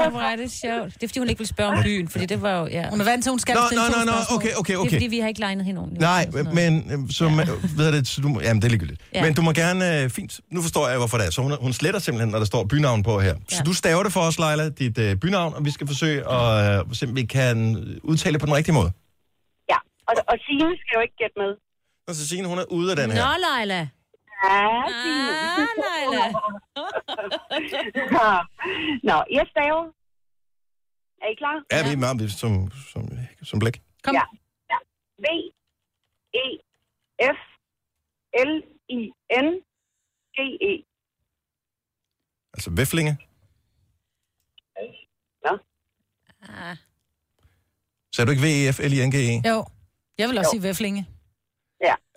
Speaker 3: hvor er det sjovt. Det er fordi, hun ikke vil spørge om byen, fordi det var jo... Ja.
Speaker 2: Hun er vant til, at hun skal
Speaker 1: Nå,
Speaker 2: stille
Speaker 1: nå,
Speaker 2: to
Speaker 1: nå, nå,
Speaker 2: spørgsmål.
Speaker 1: okay, okay,
Speaker 3: Det er fordi,
Speaker 1: okay.
Speaker 3: vi har ikke legnet hende ordentligt.
Speaker 1: Nej,
Speaker 3: og sådan noget.
Speaker 1: men øh, så, ja. ved jeg det, så du, jamen, det er ligegyldigt. Ja.
Speaker 3: Ja.
Speaker 1: Men du må gerne, øh, fint, nu forstår jeg, hvorfor det er. Så hun, hun sletter simpelthen, når der står bynavn på her. Ja. Så
Speaker 3: Ja.
Speaker 1: du staver det for os, Leila, dit øh, bynavn, og vi skal forsøge at øh, se, om vi kan udtale det på den rigtige måde.
Speaker 8: Ja, og, og Signe skal jo ikke gætte med.
Speaker 1: Og så Signe, hun er ude af den
Speaker 3: Nå,
Speaker 1: her.
Speaker 3: Leila.
Speaker 8: Ja, Signe.
Speaker 3: Ah, Leila.
Speaker 8: Nå, jeg staver. Er I klar?
Speaker 1: Ja, vi er meget som, som, som blæk.
Speaker 2: Kom.
Speaker 8: Ja. V, E, F L I N G E.
Speaker 1: Altså væflinge.
Speaker 3: Ah.
Speaker 1: Sagde du ikke E V-E-F-L-I-N-G-E?
Speaker 2: Jo. Jeg vil også jo. sige væflinge.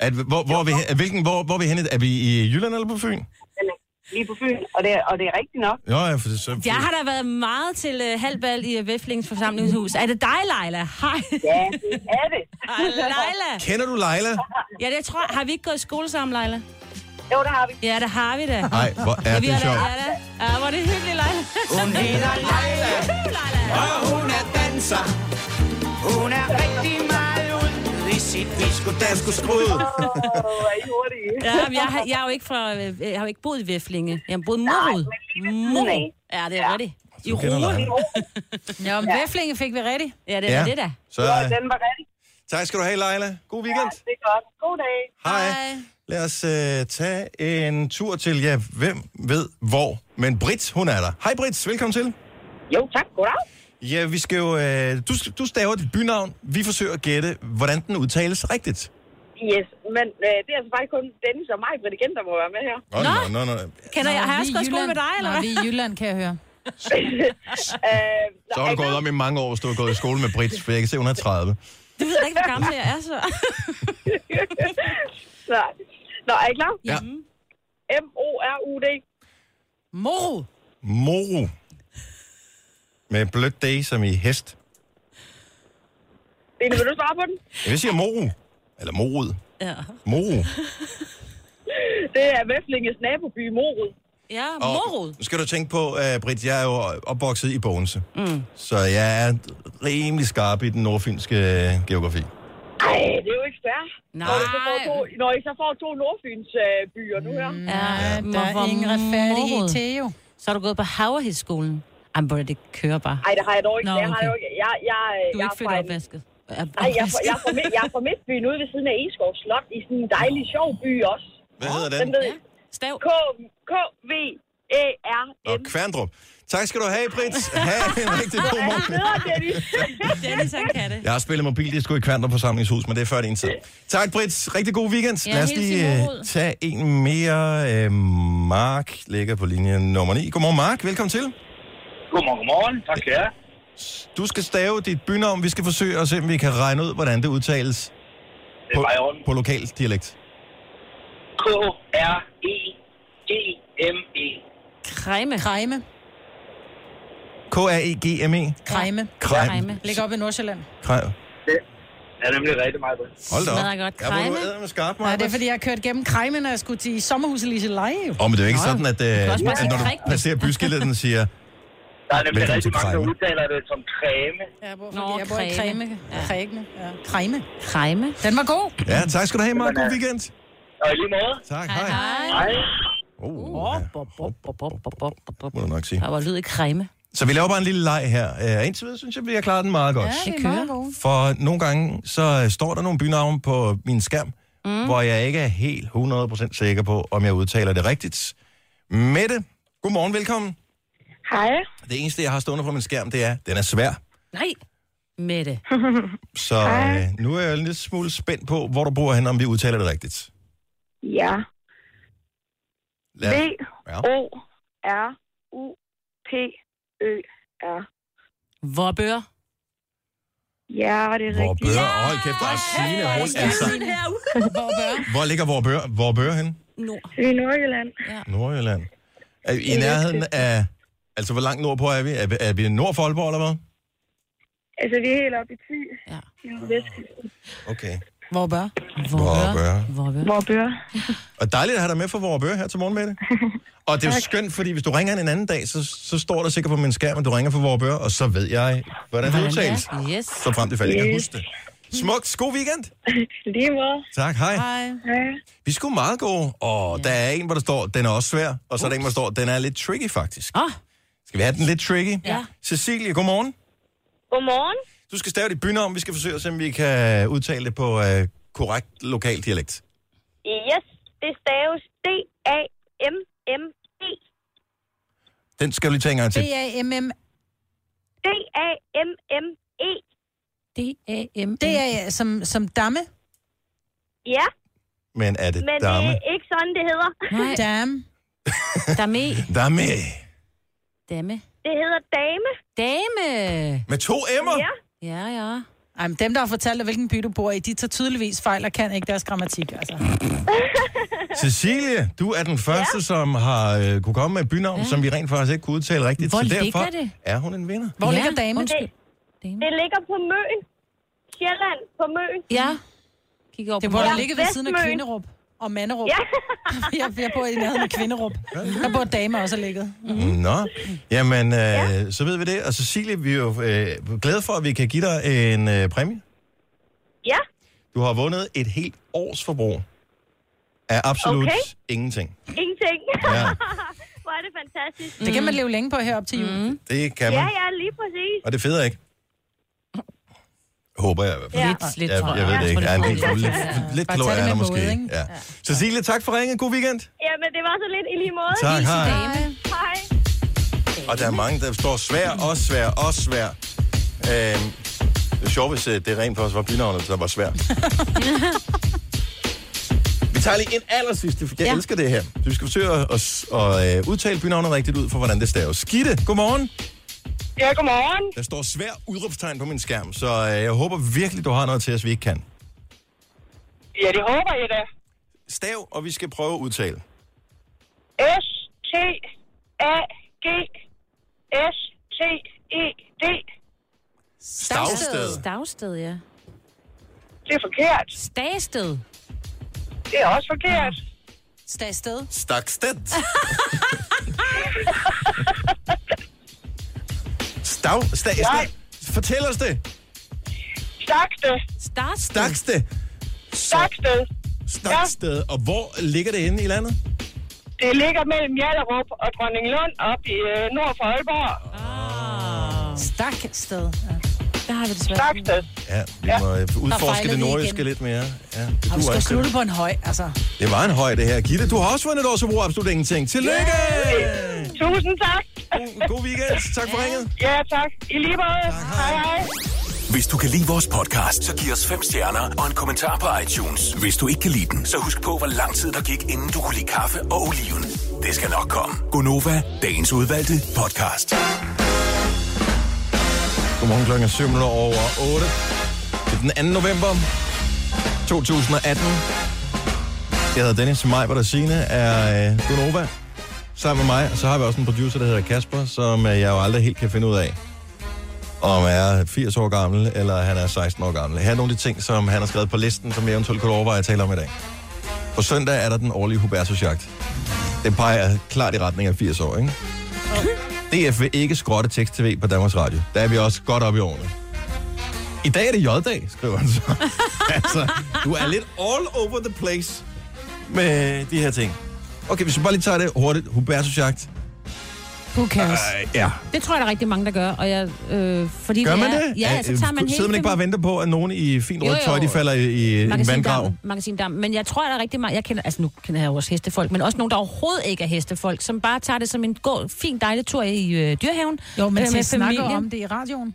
Speaker 1: At, hvor, hvor, er vi, hen- hvilken, hvor, hvor er vi henne? Er vi i Jylland eller på Fyn?
Speaker 8: Lige på Fyn, og det er, og det er rigtigt nok.
Speaker 1: Jo, ja, for så...
Speaker 3: Jeg har da været meget til uh, halvbal i Væflings forsamlingshus. Er det dig, Leila? Hej.
Speaker 8: Ja, det er det.
Speaker 3: Hej, Leila.
Speaker 1: Kender du Leila?
Speaker 3: Ja, det tror jeg. Har vi ikke gået i skole sammen, Leila?
Speaker 8: Jo, det har vi.
Speaker 3: Ja, det har vi da.
Speaker 1: Nej, hvor
Speaker 3: Ja,
Speaker 1: er
Speaker 3: vi
Speaker 1: det
Speaker 3: har da,
Speaker 1: sjovt.
Speaker 3: ja, da. Ja, hvor er det hyggeligt, Leila.
Speaker 4: Hun hedder Leila, og hun er danser. Hun er rigtig meget ude i sit viskodaskoskrud.
Speaker 8: Åh, hvor er I hurtige.
Speaker 3: Ja, men jeg, har- jeg, er jo ikke fra, øh, jeg har jo ikke boet i Væflinge. Jeg har boet i Morud.
Speaker 8: men lige ved siden
Speaker 3: Morud.
Speaker 8: af.
Speaker 3: Ja, det er ja. rigtigt. I
Speaker 1: Du kender
Speaker 3: Ruge.
Speaker 1: Leila.
Speaker 2: Ja, men ja. væflinge fik vi rigtigt.
Speaker 3: Ja, det er
Speaker 1: Ja.
Speaker 3: ja. det da.
Speaker 1: Så,
Speaker 8: Og
Speaker 1: øh,
Speaker 8: den var rigtig.
Speaker 1: tak skal du have, Leila. God weekend.
Speaker 8: Det er godt. God dag.
Speaker 1: Hej. Lad os øh, tage en tur til, ja, hvem ved hvor. Men Brits, hun er der. Hej Brits, velkommen til.
Speaker 8: Jo, tak. Goddag.
Speaker 1: Ja, vi skal jo... Øh, du, du staver dit bynavn. Vi forsøger at gætte, hvordan den udtales rigtigt.
Speaker 8: Yes, men øh, det er altså faktisk kun Dennis og mig, Britt igen, der må være med her.
Speaker 1: Nå, nå, nå, nå.
Speaker 3: Kender jeg, har jeg
Speaker 2: vi
Speaker 3: også gået i skole
Speaker 2: Jylland-
Speaker 3: med dig, eller
Speaker 2: Nå,
Speaker 3: hvad?
Speaker 2: vi er i Jylland, kan jeg høre.
Speaker 8: Øh,
Speaker 1: Så har du gået om i mange år, hvis du har gået i skole med Brits, for jeg kan se, hun er 30.
Speaker 3: Du ved da ikke, hvor gammel jeg er, så.
Speaker 8: så, Nå, er I klar?
Speaker 1: Ja.
Speaker 8: M-O-R-U-D.
Speaker 2: Moro.
Speaker 1: Moro. Med blødt D som i hest.
Speaker 8: Det vil du svare på den?
Speaker 1: Jeg siger moro. Eller morod.
Speaker 3: Ja,
Speaker 1: Moro.
Speaker 8: Det er Væflinges naboby, Morud.
Speaker 3: ja
Speaker 1: Og
Speaker 3: Morud.
Speaker 1: Nu skal du tænke på, uh, Britt, jeg er jo opvokset i Bogense. Mm. Så jeg er rimelig skarp i den nordfynske øh, geografi.
Speaker 8: Ej, det er jo ikke fair.
Speaker 3: Nej. Mm.
Speaker 8: Når, I så får to, når I så får to Nordfyns øh, byer nu her.
Speaker 3: Ja,
Speaker 2: Der er ingen retfærdighed i til jo.
Speaker 3: Så har du gået på Haverhedsskolen. Ej, hvor det kører bare.
Speaker 8: Ej, det har jeg dog ikke.
Speaker 3: Nå,
Speaker 8: Nå, okay. Jeg har
Speaker 3: okay.
Speaker 8: dog ikke. Jeg, jeg, øh,
Speaker 3: Du
Speaker 8: jeg
Speaker 3: er ikke
Speaker 8: er
Speaker 3: født
Speaker 8: fra
Speaker 3: og
Speaker 8: en-
Speaker 3: opvasket.
Speaker 8: Nej, jeg, er fra- jeg, er fra, Midt- jeg er fra Midtbyen ude ved siden af Eskov Slot, i sådan en dejlig, sjov by også.
Speaker 1: Hvad hedder
Speaker 8: Den
Speaker 1: den?
Speaker 8: ved
Speaker 3: Ja. Stav.
Speaker 8: K, K, V, E, R,
Speaker 1: Og
Speaker 8: N.
Speaker 1: Kværndrup. Tak skal du have, Brits. Ha' en rigtig god morgen.
Speaker 8: Bedre, Dennis.
Speaker 3: Dennis, han kan det.
Speaker 1: Jeg har spillet mobildisco i Kværndrup forsamlingshus, men det er før din tid. Tak, Brits. Rigtig god weekend.
Speaker 3: Ja,
Speaker 1: Lad os
Speaker 3: hils
Speaker 1: lige
Speaker 3: i
Speaker 1: øh,
Speaker 3: Morud.
Speaker 1: tage en mere. Øh, Mark ligger på linje nummer 9. Godmorgen, Mark. Velkommen til.
Speaker 10: Godmorgen, godmorgen. Tak skal jeg.
Speaker 1: Du skal stave dit bynavn. Vi skal forsøge at se, om vi kan regne ud, hvordan det udtales
Speaker 10: Det
Speaker 1: på,
Speaker 10: er bare i orden.
Speaker 1: på lokal dialekt.
Speaker 10: E K-R-E-G-M-E.
Speaker 3: Kreme.
Speaker 2: Krejme.
Speaker 1: E K-R-E-G-M-E.
Speaker 2: Krejme.
Speaker 1: Krem.
Speaker 3: Krejme.
Speaker 2: Ligger op i Nordsjælland.
Speaker 1: Krem.
Speaker 10: Det er nemlig rigtig meget godt.
Speaker 1: Hold da op.
Speaker 3: Smadrer godt.
Speaker 1: Ja, hvor
Speaker 3: Krejme.
Speaker 1: du æder med skarp,
Speaker 2: Nej,
Speaker 1: Maja.
Speaker 2: det er, fordi jeg kørte gennem Krejme, når jeg skulle til sommerhuset Lise Leje. jo.
Speaker 1: Åh, men det er jo ikke sådan, at, øh,
Speaker 3: også bare
Speaker 1: at
Speaker 3: sige
Speaker 1: når du
Speaker 3: krigten.
Speaker 1: passerer byskiltet, den siger...
Speaker 10: Der er nemlig
Speaker 1: Velkommen
Speaker 10: rigtig
Speaker 1: til
Speaker 10: mange, der
Speaker 1: Krejme.
Speaker 10: udtaler det som creme.
Speaker 2: Ja, hvor,
Speaker 3: Nå,
Speaker 2: fordi jeg bor i
Speaker 3: Kræme.
Speaker 2: Krejme. Ja. Kræme. Ja. Krejme.
Speaker 3: Kreme.
Speaker 2: Den var god.
Speaker 1: Ja, tak skal du have, Mark. God weekend.
Speaker 10: Og i lige måde.
Speaker 1: Tak, hej.
Speaker 10: Hej.
Speaker 1: Oh, ja. Må du nok sige.
Speaker 3: Der var lyd i kreme.
Speaker 1: Så vi laver bare en lille leg her. Uh, indtil videre synes jeg, vi har klaret den meget godt.
Speaker 2: det er
Speaker 3: kører.
Speaker 2: meget god.
Speaker 1: For nogle gange, så øh, står der nogle bynavne på min skærm, mm. hvor jeg ikke er helt 100% sikker på, om jeg udtaler det rigtigt. Mette, godmorgen, velkommen.
Speaker 8: Hej.
Speaker 1: Det eneste, jeg har stående på min skærm, det er, den er svær.
Speaker 3: Nej. Mette.
Speaker 1: Så øh, nu er jeg en lille smule spændt på, hvor du bor hen, om vi udtaler det rigtigt.
Speaker 8: Ja.
Speaker 1: Lad... Ja.
Speaker 8: V-O-R-U-P-Ø-R.
Speaker 3: Vorbør.
Speaker 8: Ja, det er rigtigt.
Speaker 1: Vorbør. Ja! Hold kæft, hvor er Signe rundt, altså. Hvor ligger Vorbør, Vorbør hen?
Speaker 3: Nord.
Speaker 8: Vi er i Nordjylland.
Speaker 1: Nordjylland. Er vi I nærheden af... Altså, hvor langt nordpå er vi? Er vi, er vi nord for Aalborg, eller hvad?
Speaker 8: Altså, vi er helt oppe i Thy.
Speaker 3: Ja.
Speaker 1: Okay.
Speaker 2: Hvor bør?
Speaker 1: Vorbør.
Speaker 3: Vorbør.
Speaker 8: Hvor bør?
Speaker 1: Og dejligt at have dig med for Vorbør her til morgen, Mette. Og det er jo skønt, fordi hvis du ringer en anden dag, så, så står der sikkert på min skærm, at du ringer for Vorbør, og så ved jeg, hvordan det udtales.
Speaker 3: Yes.
Speaker 1: Så frem til fald, jeg kan huske det. Smukt. God weekend.
Speaker 8: Lige måde.
Speaker 1: Tak. Hej.
Speaker 2: Hej.
Speaker 1: Vi skulle meget gode, og ja. der er en, hvor der står, den er også svær, og så er der en, hvor der står, den er lidt tricky faktisk.
Speaker 3: Åh, oh,
Speaker 1: Skal vi have den lidt tricky?
Speaker 3: Ja.
Speaker 1: Cecilie, godmorgen.
Speaker 8: Godmorgen.
Speaker 1: Du skal stave dit bynavn. Vi skal forsøge at se, om vi kan udtale det på øh, korrekt lokal dialekt.
Speaker 8: Yes, det staves
Speaker 11: E
Speaker 8: D-A-M-M-E.
Speaker 1: Den skal du lige tage en gang til.
Speaker 2: D-A-M-M.
Speaker 8: D-A-M-M-E.
Speaker 11: E.
Speaker 3: D-A-M.
Speaker 2: øh, D-A som, som damme.
Speaker 8: Ja,
Speaker 1: Men er det
Speaker 11: Men
Speaker 1: damme?
Speaker 11: øh, ikke sådan, det hedder.
Speaker 3: Nej.
Speaker 2: Dame.
Speaker 3: Dame.
Speaker 1: Damme.
Speaker 3: Dame.
Speaker 11: Det hedder dame.
Speaker 3: Dame.
Speaker 1: Med to M'er?
Speaker 11: Ja.
Speaker 3: Ja, ja.
Speaker 2: Ej, men dem, der har fortalt dig, hvilken by du bor i, de tager tydeligvis fejl og kan ikke deres grammatik, altså.
Speaker 1: Cecilie, du er den første, ja. som har øh, kunne komme med et bynavn, ja. som vi rent faktisk ikke kunne udtale rigtigt.
Speaker 2: Hvor
Speaker 1: så
Speaker 2: ligger
Speaker 1: derfor
Speaker 2: det?
Speaker 1: er hun en vinder.
Speaker 2: Hvor ja, ligger dame?
Speaker 11: Det, det ligger på Møn. Sjælland på Møn.
Speaker 3: Ja. Kigger op
Speaker 2: Det
Speaker 3: på
Speaker 2: burde
Speaker 3: mig.
Speaker 2: have ligget ved siden af
Speaker 11: Vestmøn.
Speaker 2: Kvinderup og Manderup.
Speaker 11: Ja.
Speaker 2: jeg, jeg bor i nærheden af Kvinderup. Der bor dame også har ligget.
Speaker 1: Mm. Nå, jamen, øh, ja. så ved vi det. Og Cecilie, vi er jo øh, glade for, at vi kan give dig en øh, præmie.
Speaker 11: Ja.
Speaker 1: Du har vundet et helt års forbrug af absolut
Speaker 11: Okay.
Speaker 1: okay. ingenting.
Speaker 11: Ingenting.
Speaker 1: Ja.
Speaker 11: Hvor er det fantastisk.
Speaker 2: Det kan man leve længe på herop til jul. Mm.
Speaker 1: Det kan man.
Speaker 11: Ja, ja, lige præcis.
Speaker 1: Og det fede er ikke. Håber jeg i hvert fald.
Speaker 11: Ja.
Speaker 3: Lidt, lidt,
Speaker 1: jeg,
Speaker 3: tror
Speaker 1: jeg ved det ikke. Ja, en lille smule. lidt, lidt
Speaker 2: Bare tag
Speaker 1: kalorier
Speaker 2: det
Speaker 1: er der
Speaker 2: med måde,
Speaker 1: måske.
Speaker 2: ikke?
Speaker 1: Ja. Cecilie, tak for ringen. God weekend.
Speaker 11: Jamen, det var så lidt i lige måde.
Speaker 1: Tak, hej.
Speaker 11: Hej.
Speaker 1: Og der er mange, der står svær, også svær, også svær. Øhm, det er sjovt, hvis øh, det rent faktisk var binavnet, der var svær. Vi tager lige en aller sidste, for jeg ja. elsker det her. Så vi skal forsøge at, at, at øh, udtale bynavnet rigtigt ud for, hvordan det staves. Skitte, godmorgen.
Speaker 8: Ja, godmorgen.
Speaker 1: Der står svær udråbstegn på min skærm, så øh, jeg håber virkelig, du har noget til os, vi ikke kan.
Speaker 8: Ja, det håber jeg da.
Speaker 1: Stav, og vi skal prøve at udtale.
Speaker 8: E S-T-A-G-S-T-E-D.
Speaker 1: Stavsted.
Speaker 3: Stavsted, ja.
Speaker 8: Det er forkert.
Speaker 3: Stagsted.
Speaker 8: Det er også forkert.
Speaker 2: Stag sted.
Speaker 1: Staksted. Stav, sta, sta,
Speaker 8: Nej.
Speaker 1: fortæl os det.
Speaker 8: Stakte.
Speaker 3: Starsted.
Speaker 1: Staksted.
Speaker 8: Stakte.
Speaker 1: Staksted. Og hvor ligger det henne i landet?
Speaker 8: Det ligger mellem Jallerup og Dronninglund op i øh, nord for Aalborg.
Speaker 2: Stak sted. Ja.
Speaker 3: Der har vi det svært.
Speaker 8: Stakte.
Speaker 1: Ja, vi må øh, udforske
Speaker 2: fejlede
Speaker 1: det
Speaker 2: vi
Speaker 1: nordiske
Speaker 2: igen.
Speaker 1: lidt mere. Ja, det,
Speaker 2: Og
Speaker 1: duer
Speaker 2: vi skal
Speaker 1: ikke.
Speaker 2: slutte på en høj, altså.
Speaker 1: det var en høj, det her. Gitte, du har også vundet et års forbrug af absolut ingenting. Tillykke!
Speaker 8: Tusind tak.
Speaker 1: God, god weekend. Tak for ringet.
Speaker 8: Ja, tak. I lige måde. Hej, hej.
Speaker 12: Hvis du kan lide vores podcast, så giv os fem stjerner og en kommentar på iTunes. Hvis du ikke kan lide den, så husk på, hvor lang tid der gik, inden du kunne lide kaffe og oliven. Det skal nok komme.
Speaker 1: Gonova, dagens udvalgte podcast. Godmorgen klokken er 7 minutter over 8. Det er den 2. november 2018. Jeg hedder Dennis, mig, hvor der Signe er øh, Gonova. Sammen med mig, og så har vi også en producer, der hedder Kasper, som øh, jeg jo aldrig helt kan finde ud af, om er 80 år gammel, eller han er 16 år gammel. Her er nogle af de ting, som han har skrevet på listen, som jeg eventuelt kunne overveje at tale om i dag. På søndag er der den årlige Hubertus-jagt. Den peger klart i retning af 80 år, ikke? DF vil ikke skrotte tekst-tv på Danmarks Radio. Der er vi også godt oppe i årene. I dag er det J-dag, skriver han så. altså, du er lidt all over the place med de her ting. Okay, hvis vi bare lige tager det hurtigt. Hubertus-jagt.
Speaker 3: Who cares?
Speaker 1: Ej, ja.
Speaker 3: Det tror jeg, der er rigtig mange, der gør. Og jeg, øh, fordi
Speaker 1: Gør man
Speaker 3: er,
Speaker 1: det? Øh,
Speaker 3: Ja, så tager man hele
Speaker 1: Sidder man ikke bare og venter på, at nogen i fint
Speaker 3: Jo,
Speaker 1: rødt tøj,
Speaker 3: jo.
Speaker 1: de falder i, i en vandgrav?
Speaker 3: Magasin Magasindamm. Men jeg tror, der er rigtig mange... Jeg kender, altså nu kender jeg jo også hestefolk, men også nogen, der overhovedet ikke er hestefolk, som bare tager det som en god, fin, dejlig tur i øh, dyrehaven.
Speaker 2: Jo, men
Speaker 3: øh,
Speaker 2: til snakker om det i radioen.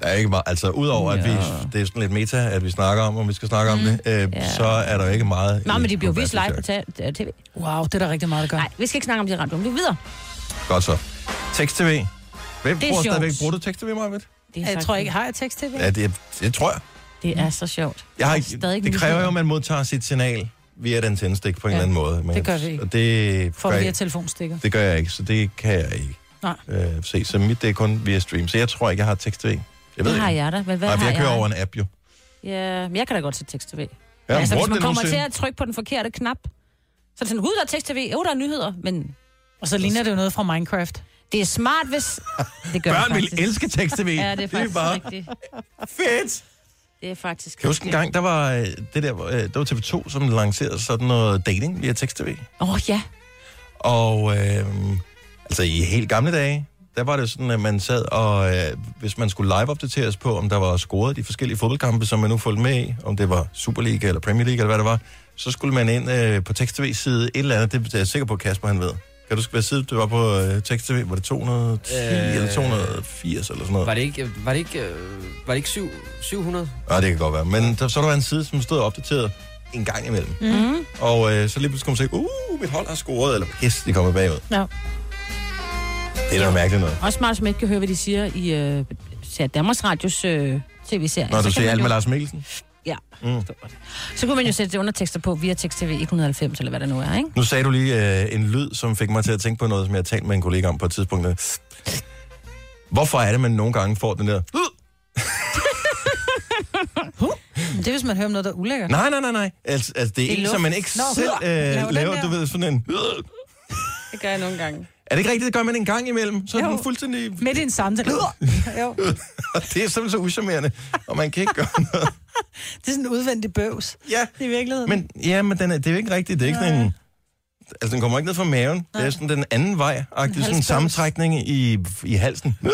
Speaker 1: Der er ikke meget, altså udover at vi, det er sådan lidt meta, at vi snakker om, om vi skal snakke om det, øh, så er der jo ikke meget... i
Speaker 3: Nej, Mm. men de bliver jo vist live på
Speaker 1: Hubertus-jagt.
Speaker 3: ta- tv.
Speaker 2: Wow, det er der rigtig meget, der gør.
Speaker 3: Nej, vi skal ikke snakke om det i radioen. Vi er videre.
Speaker 1: Godt så. Tekst-tv. Hvem
Speaker 3: Det er
Speaker 1: bruger
Speaker 3: sjovt.
Speaker 1: stadigvæk? Bruger du tekst-tv, Marvitt?
Speaker 3: Det
Speaker 2: Jeg tror ikke, har jeg tekst-tv?
Speaker 1: Ja, det, det tror jeg.
Speaker 3: Det er så sjovt.
Speaker 1: jeg har
Speaker 3: Der
Speaker 1: ikke,
Speaker 3: er stadig
Speaker 1: det kræver
Speaker 3: nyheder.
Speaker 1: jo, at man modtager sit signal via den tændstik på en
Speaker 2: Ja,
Speaker 1: eller anden måde. Men
Speaker 2: det gør vi ikke.
Speaker 1: Og det,
Speaker 2: For
Speaker 1: gør
Speaker 2: via
Speaker 1: jeg,
Speaker 2: telefonstikker.
Speaker 1: det gør jeg ikke, så det kan jeg ikke
Speaker 2: Nej.
Speaker 1: øh, se. Så mit, det er kun via stream. Så jeg tror ikke, jeg har tekst-tv. Jeg ved
Speaker 3: Det
Speaker 1: ikke.
Speaker 3: har jeg da. Hvad, hvad
Speaker 1: Nej, for
Speaker 3: har
Speaker 1: jeg kører
Speaker 3: jeg?
Speaker 1: over en app jo.
Speaker 3: Ja, men jeg kan da godt se tekst-tv.
Speaker 1: Ja,
Speaker 3: altså,
Speaker 1: bruger
Speaker 3: hvis
Speaker 1: du
Speaker 3: man
Speaker 1: det
Speaker 3: kommer til
Speaker 1: nogensinde?
Speaker 3: at trykke på den forkerte knap, så er det sådan, gud, der er tekst-tv, jo, der er nyheder, men
Speaker 2: Og så ligner det jo noget fra Minecraft.
Speaker 3: det er smart, hvis... Det gør
Speaker 1: Børn
Speaker 3: det
Speaker 1: vil
Speaker 3: faktisk.
Speaker 1: elske tekst-tv.
Speaker 3: Ja, det er faktisk det er
Speaker 1: bare
Speaker 3: rigtigt.
Speaker 1: fedt.
Speaker 3: Det er faktisk
Speaker 1: Kan du huske en gang, der var, øh, det der, øh, der var TV2, som lancerede sådan noget dating via tekst-tv?
Speaker 3: Åh, oh, ja.
Speaker 1: Og øh, altså i helt gamle dage, der var det sådan, at man sad og, øh, hvis man skulle live-opdateres på, om der var scoret de forskellige fodboldkampe, som man nu fulgte med i, om det var Superliga eller Premier League eller hvad det var, så skulle man ind øh, på tekst-tv-side et eller andet, det er jeg sikker på, Kasper han ved. Kan du huske, hvad side det var på øh, tekst-tv? Var det 210 øh...
Speaker 7: Øh.
Speaker 1: eller 280 eller sådan noget?
Speaker 7: Var det ikke, var det ikke, øh, var det ikke syv, 700?
Speaker 1: Ja, det kan godt være. Men der, så var der en side, som stod opdateret, en gang imellem.
Speaker 2: Mm.
Speaker 1: Og øh, så lige pludselig kommer man sige, uh, mit hold har scoret, eller pisse, de kommer bagud.
Speaker 3: Ja.
Speaker 1: Det er noget mærkeligt noget.
Speaker 3: Også smart, som ikke kan høre, hvad de siger i øh, ser Danmarks Radios øh, tv-serie.
Speaker 1: Når
Speaker 3: Så
Speaker 1: du
Speaker 3: kan
Speaker 1: ser
Speaker 3: man
Speaker 1: alt
Speaker 3: jo-
Speaker 1: med Lars Mikkelsen.
Speaker 3: Ja.
Speaker 1: Mm.
Speaker 3: Så kunne man jo sætte det undertekster på via tekst TV 190, eller hvad det nu er, ikke?
Speaker 1: Nu sagde du lige øh, en lyd, som fik mig til at tænke på noget, som jeg har talt med en kollega om på et tidspunkt. Hvorfor er det, man nogle gange får den der...
Speaker 2: Men det er, hvis man hører om noget, der er ulækkert.
Speaker 1: Nej, nej, nej, nej. Altså, altså det er,
Speaker 2: Det er
Speaker 1: en,
Speaker 2: luft.
Speaker 1: som man ikke
Speaker 2: Nå,
Speaker 1: selv
Speaker 2: laver
Speaker 1: øh,
Speaker 2: den
Speaker 1: laver,
Speaker 2: der.
Speaker 1: du ved, sådan en... Øh.
Speaker 6: Det gør jeg nogle gange.
Speaker 1: Er det ikke rigtigt, det gør man en gang imellem? Så er man fuldstændig...
Speaker 2: Midt i en samtale. jo.
Speaker 1: Og det er simpelthen så uschammerende, og man kan ikke gøre noget.
Speaker 2: Det er sådan en udvendig bøvs.
Speaker 1: Ja.
Speaker 2: I virkeligheden.
Speaker 1: Men ja, men den er, det er jo ikke rigtigt. Det er ikke sådan en... Altså, den kommer ikke ned fra maven. Nej. Det er sådan den anden vej. Og det er sådan en
Speaker 2: halsbøvs.
Speaker 1: sammentrækning i, i halsen. Øh.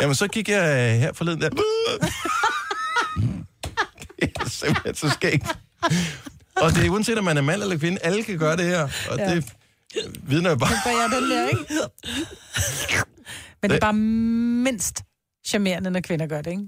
Speaker 1: Jamen, så gik jeg øh, her forleden der. Øh. Det er simpelthen så skægt. Og det er uanset, om man er mand eller kvinde. Alle kan gøre det her. Og
Speaker 2: Ja.
Speaker 1: ja. det vidner jo bare...
Speaker 2: Nu gør jeg den der, ikke? Men det er bare mindst charmerende, når kvinder gør det, ikke?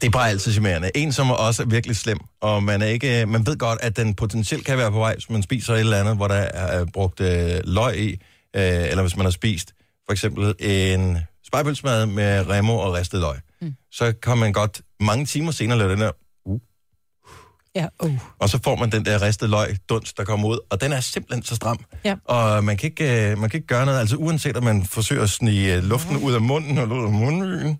Speaker 1: Det er bare altid charmerende. En, som også er virkelig slem, og man, er ikke, øh, man ved godt, at den potentielt kan være på vej, hvis man spiser et eller andet, hvor der er brugt øh, løg i, øh, eller hvis man har spist for eksempel en spejpølsmad med remo og ristet løg. Mm. Så kan man godt mange timer senere lave den der,
Speaker 2: Ja, oh.
Speaker 1: og så får man den der ristet løg dunst, der kommer ud, og den er simpelthen så stram.
Speaker 2: Ja.
Speaker 1: Og man kan, ikke, øh, man kan ikke gøre noget, altså uanset om man forsøger at snige øh, luften ud af munden, eller ud af mundvigen,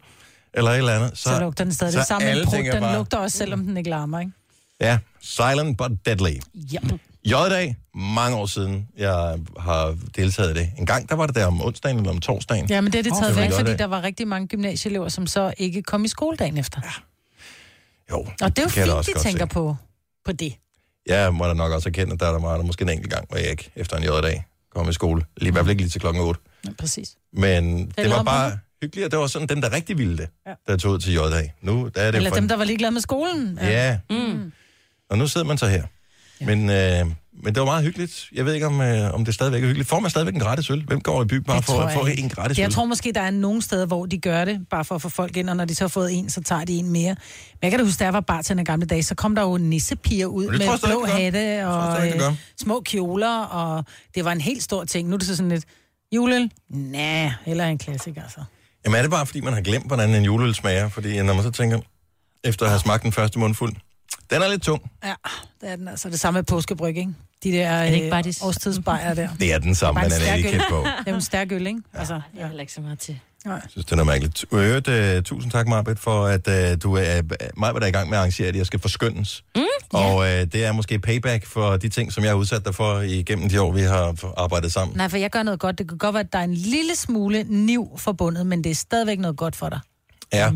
Speaker 1: eller et eller andet. Så,
Speaker 2: Så lugter den stadig det samme
Speaker 1: alle
Speaker 2: en prut.
Speaker 1: tænker
Speaker 2: Den
Speaker 1: bare,
Speaker 2: lugter også, selvom den ikke larmer, ikke?
Speaker 1: Ja, silent but deadly.
Speaker 2: Ja.
Speaker 1: J-dag, mange år siden, jeg har deltaget i det. En gang, der var det der om onsdagen eller om torsdagen.
Speaker 2: Ja, men det er det taget
Speaker 1: var
Speaker 2: væk, fordi
Speaker 1: J-dag.
Speaker 2: der var rigtig mange gymnasieelever, som så ikke kom i skole dagen efter. Ja.
Speaker 1: Jo,
Speaker 2: Og det er jo
Speaker 1: kan jeg da
Speaker 2: fint,
Speaker 1: også
Speaker 2: de
Speaker 1: godt
Speaker 2: tænker
Speaker 1: se.
Speaker 2: på, på det.
Speaker 1: Jeg må da nok også erkende, at der, der var der måske en enkelt gang, hvor jeg ikke efter en J-dag kom i skole. Lige, I hvert fald ikke lige til klokken 8.
Speaker 2: Ja, præcis.
Speaker 1: Men det, det var
Speaker 2: lavede
Speaker 1: bare hyggeligt, og det var sådan dem, der rigtig ville det,
Speaker 2: Ja.
Speaker 1: der tog ud til J-dag. Nu der er det
Speaker 2: Eller
Speaker 1: for
Speaker 2: dem,
Speaker 1: en-
Speaker 2: der var ligeglade med skolen.
Speaker 1: Ja.
Speaker 2: Mm.
Speaker 1: Og nu sidder man så her. Ja. Men, øh, men det var meget hyggeligt. Jeg ved ikke, om, øh, om det stadigvæk er hyggeligt. Får man stadigvæk en gratis øl? Hvem går i byen bare for, for en gratis øl?
Speaker 2: Jeg tror måske, der er nogle steder, hvor de gør det, bare for at få folk ind, og når de så har fået en, så tager de en mere. Men jeg kan da huske, da jeg var bartender i gamle dage, så kom der jo nissepiger ud
Speaker 1: Men det tror jeg
Speaker 2: med
Speaker 1: stadig,
Speaker 2: blå
Speaker 1: de gør.
Speaker 2: hatte
Speaker 1: tror jeg
Speaker 2: og
Speaker 1: stadig, de
Speaker 2: øh,
Speaker 1: gør.
Speaker 2: små kjoler, og det var en helt stor ting. Nu er det så sådan lidt, juleøl? Næh, heller en klassiker, altså.
Speaker 1: Jamen er det bare, fordi man har glemt, hvordan en juleøl smager? Fordi øh, når man så tænker, efter at have smagt den første mundfuld, den er lidt tung.
Speaker 2: Ja, det er den altså. Det samme med påskebryg, ikke? De der
Speaker 3: det ikke
Speaker 2: øh,
Speaker 3: bare de-
Speaker 2: årstidsbejere der.
Speaker 1: Det er den samme,
Speaker 2: Bare en
Speaker 1: man er
Speaker 2: stærk
Speaker 1: ikke
Speaker 2: øl.
Speaker 1: kendt på.
Speaker 2: Det er jo en stærk øl, ikke? Altså,
Speaker 3: Jeg er heller ikke så meget til.
Speaker 2: Nej.
Speaker 1: Jeg synes, det er mærkeligt. I Øvrigt, uh, tusind tak, Marbet, for at uh, du er, mig er i gang med at arrangere, at jeg skal forskyndes. Mm, Og uh, det er måske payback for de ting, som jeg har udsat dig for igennem de år, vi har arbejdet sammen.
Speaker 2: Nej, for jeg gør noget godt. Det kan godt være, at der er en lille smule niv forbundet, men det er stadigvæk noget godt for dig.
Speaker 1: Ja.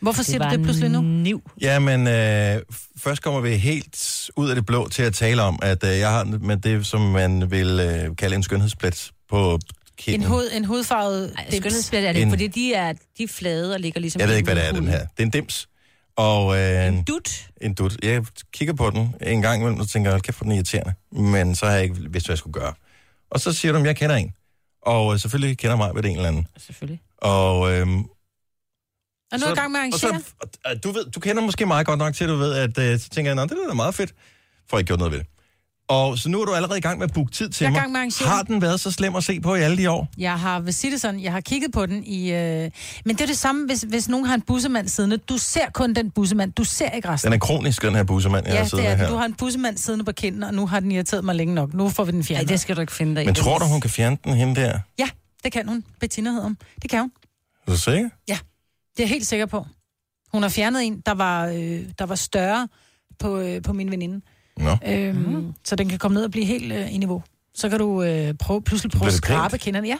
Speaker 2: Hvorfor
Speaker 3: Det
Speaker 2: siger
Speaker 3: var
Speaker 2: du det pludselig nu?
Speaker 3: Niv.
Speaker 1: Jamen, øh, f- først kommer vi helt ud af det blå til at tale om, at øh, jeg har en- med det, som man vil øh, kalde en skønhedsplet på kinden.
Speaker 2: En, hoved, en hudfarvet Ej,
Speaker 3: Skønhedsplet er det,
Speaker 1: En-
Speaker 3: en... fordi de er, de er flade og ligger ligesom...
Speaker 1: Jeg ved
Speaker 3: i
Speaker 1: ikke, hvad det er,
Speaker 3: huden.
Speaker 1: den her. Det er en dims. Og, øh, en
Speaker 3: Dut.
Speaker 1: En dut. Jeg kigger på den en gang imellem, og tænker, hold kæft, hvor er den irriterende. Men så har jeg ikke vidst, hvad jeg skulle gøre. Og så siger du, at jeg kender en. Og øh, selvfølgelig kender mig ved det en eller anden.
Speaker 3: Selvfølgelig.
Speaker 1: Og, øh,
Speaker 2: Og nu er jeg i gang med at
Speaker 1: og så,
Speaker 2: arrangere.
Speaker 1: og, og, du, ved, du kender måske meget godt nok til, at du ved, at øh, så tænker jeg, "Nå, det er da meget fedt. Får ikke gjort noget ved det. Og så nu er du allerede i gang med at booke tid til
Speaker 2: Jeg er i
Speaker 1: mig.
Speaker 2: gang med at arrangere.
Speaker 1: har den været så slem at se på i alle de år?
Speaker 2: Jeg har, vil sige det sådan, jeg har kigget på den i... Øh, men det er det samme, hvis, hvis nogen har en bussemand siddende. Du ser kun den bussemand, du ser ikke resten.
Speaker 1: Den er kronisk, den her bussemand, jeg
Speaker 2: ja,
Speaker 1: har siddet
Speaker 2: det er
Speaker 1: med
Speaker 2: den.
Speaker 1: her.
Speaker 2: Du har en bussemand siddende på kinden, og nu har den irriteret mig længe nok. Nu får vi den fjernet. Nej, det
Speaker 3: skal du ikke finde dig
Speaker 1: Men tror du, hun kan fjerne den hende der?
Speaker 2: Ja, det kan hun. Bettina hedder hun. Det kan hun.
Speaker 1: Er du sikker?
Speaker 2: Ja, det er jeg helt sikker på. Hun har fjernet en, der var, øh, der var større på, øh, på min veninde.
Speaker 1: Nå.
Speaker 2: Øhm, mm. Så den kan komme ned og blive helt øh, i niveau. Så kan du øh, prøve, pludselig prøve
Speaker 3: Bliver
Speaker 2: at
Speaker 3: det pænt?
Speaker 2: skrabe kinderne. Ja,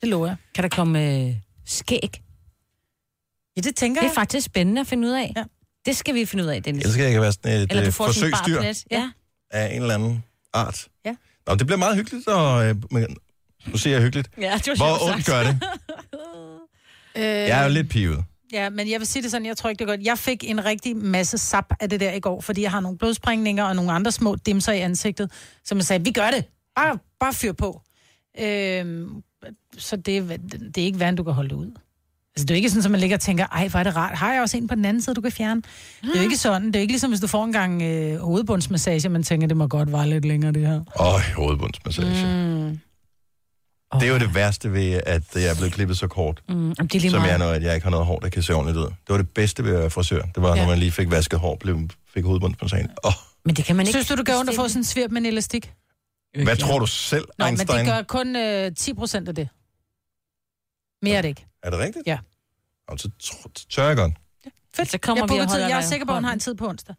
Speaker 2: det lover jeg.
Speaker 3: Kan der komme øh, skæg?
Speaker 2: Ja, det tænker
Speaker 3: jeg. Det er faktisk spændende at finde ud af. Ja. Det skal vi finde ud af, Dennis.
Speaker 1: Ellers kan jeg ikke være sådan et
Speaker 3: Eller
Speaker 1: øh,
Speaker 3: du får sådan en
Speaker 1: forsøgsdyr
Speaker 3: bar plet. Ja.
Speaker 1: af en eller anden art.
Speaker 2: Ja.
Speaker 1: Nå, det bliver meget hyggeligt, og øh, men, nu siger jeg hyggeligt.
Speaker 2: Ja, det var sjovt
Speaker 1: Hvor
Speaker 2: sagt.
Speaker 1: ondt gør det?
Speaker 2: Øh,
Speaker 1: Jeg er jo lidt pivet.
Speaker 2: Ja, men jeg vil sige det sådan, jeg tror ikke, det er godt. Jeg fik en rigtig masse sap af det der i går, fordi jeg har nogle blodsprængninger og nogle andre små dimser i ansigtet, som jeg sagde, vi gør det. Bare, bare fyr på. Øhm, så det, er- det er ikke værre, end du kan holde det ud. Altså, det er jo ikke sådan, at man ligger og tænker, ej, hvor er det rart. Har jeg også en på den anden side, du kan fjerne? Det er jo ikke sådan. Det er jo ikke ligesom, hvis du får en gang øh, hovedbundsmassage, og man tænker, det må godt vare lidt længere, det her.
Speaker 1: Øj, hovedbundsmassage.
Speaker 2: Mm.
Speaker 1: Det er jo det værste ved, at jeg er blevet klippet så kort,
Speaker 3: Mm, jamen, det er lige
Speaker 1: som jeg er,
Speaker 3: meget.
Speaker 1: når at jeg ikke har noget hår, der kan se ordentligt ud. Det var det bedste ved at være frisør. Det var, ja.
Speaker 2: Ja.
Speaker 1: når man lige fik vasket hår, blev, fik hovedbundsmassagen. Åh,
Speaker 3: Men det kan man ikke
Speaker 2: Synes du, du gør ondt at få sådan en svirp med en elastik?
Speaker 3: Øh,
Speaker 1: hvad tror du selv,
Speaker 2: Nå,
Speaker 1: Einstein?
Speaker 2: men det gør kun øh, 10 procent af det. Mere er det ikke.
Speaker 1: Er det rigtigt?
Speaker 2: Ja.
Speaker 1: Jamen, så tr- så tør jeg godt.
Speaker 2: Fedt, så
Speaker 3: kommer vi
Speaker 2: jeg
Speaker 3: og
Speaker 2: booker tid.
Speaker 3: holder
Speaker 2: Jeg er
Speaker 3: dig
Speaker 2: sikker på, at hun har en tid på onsdag.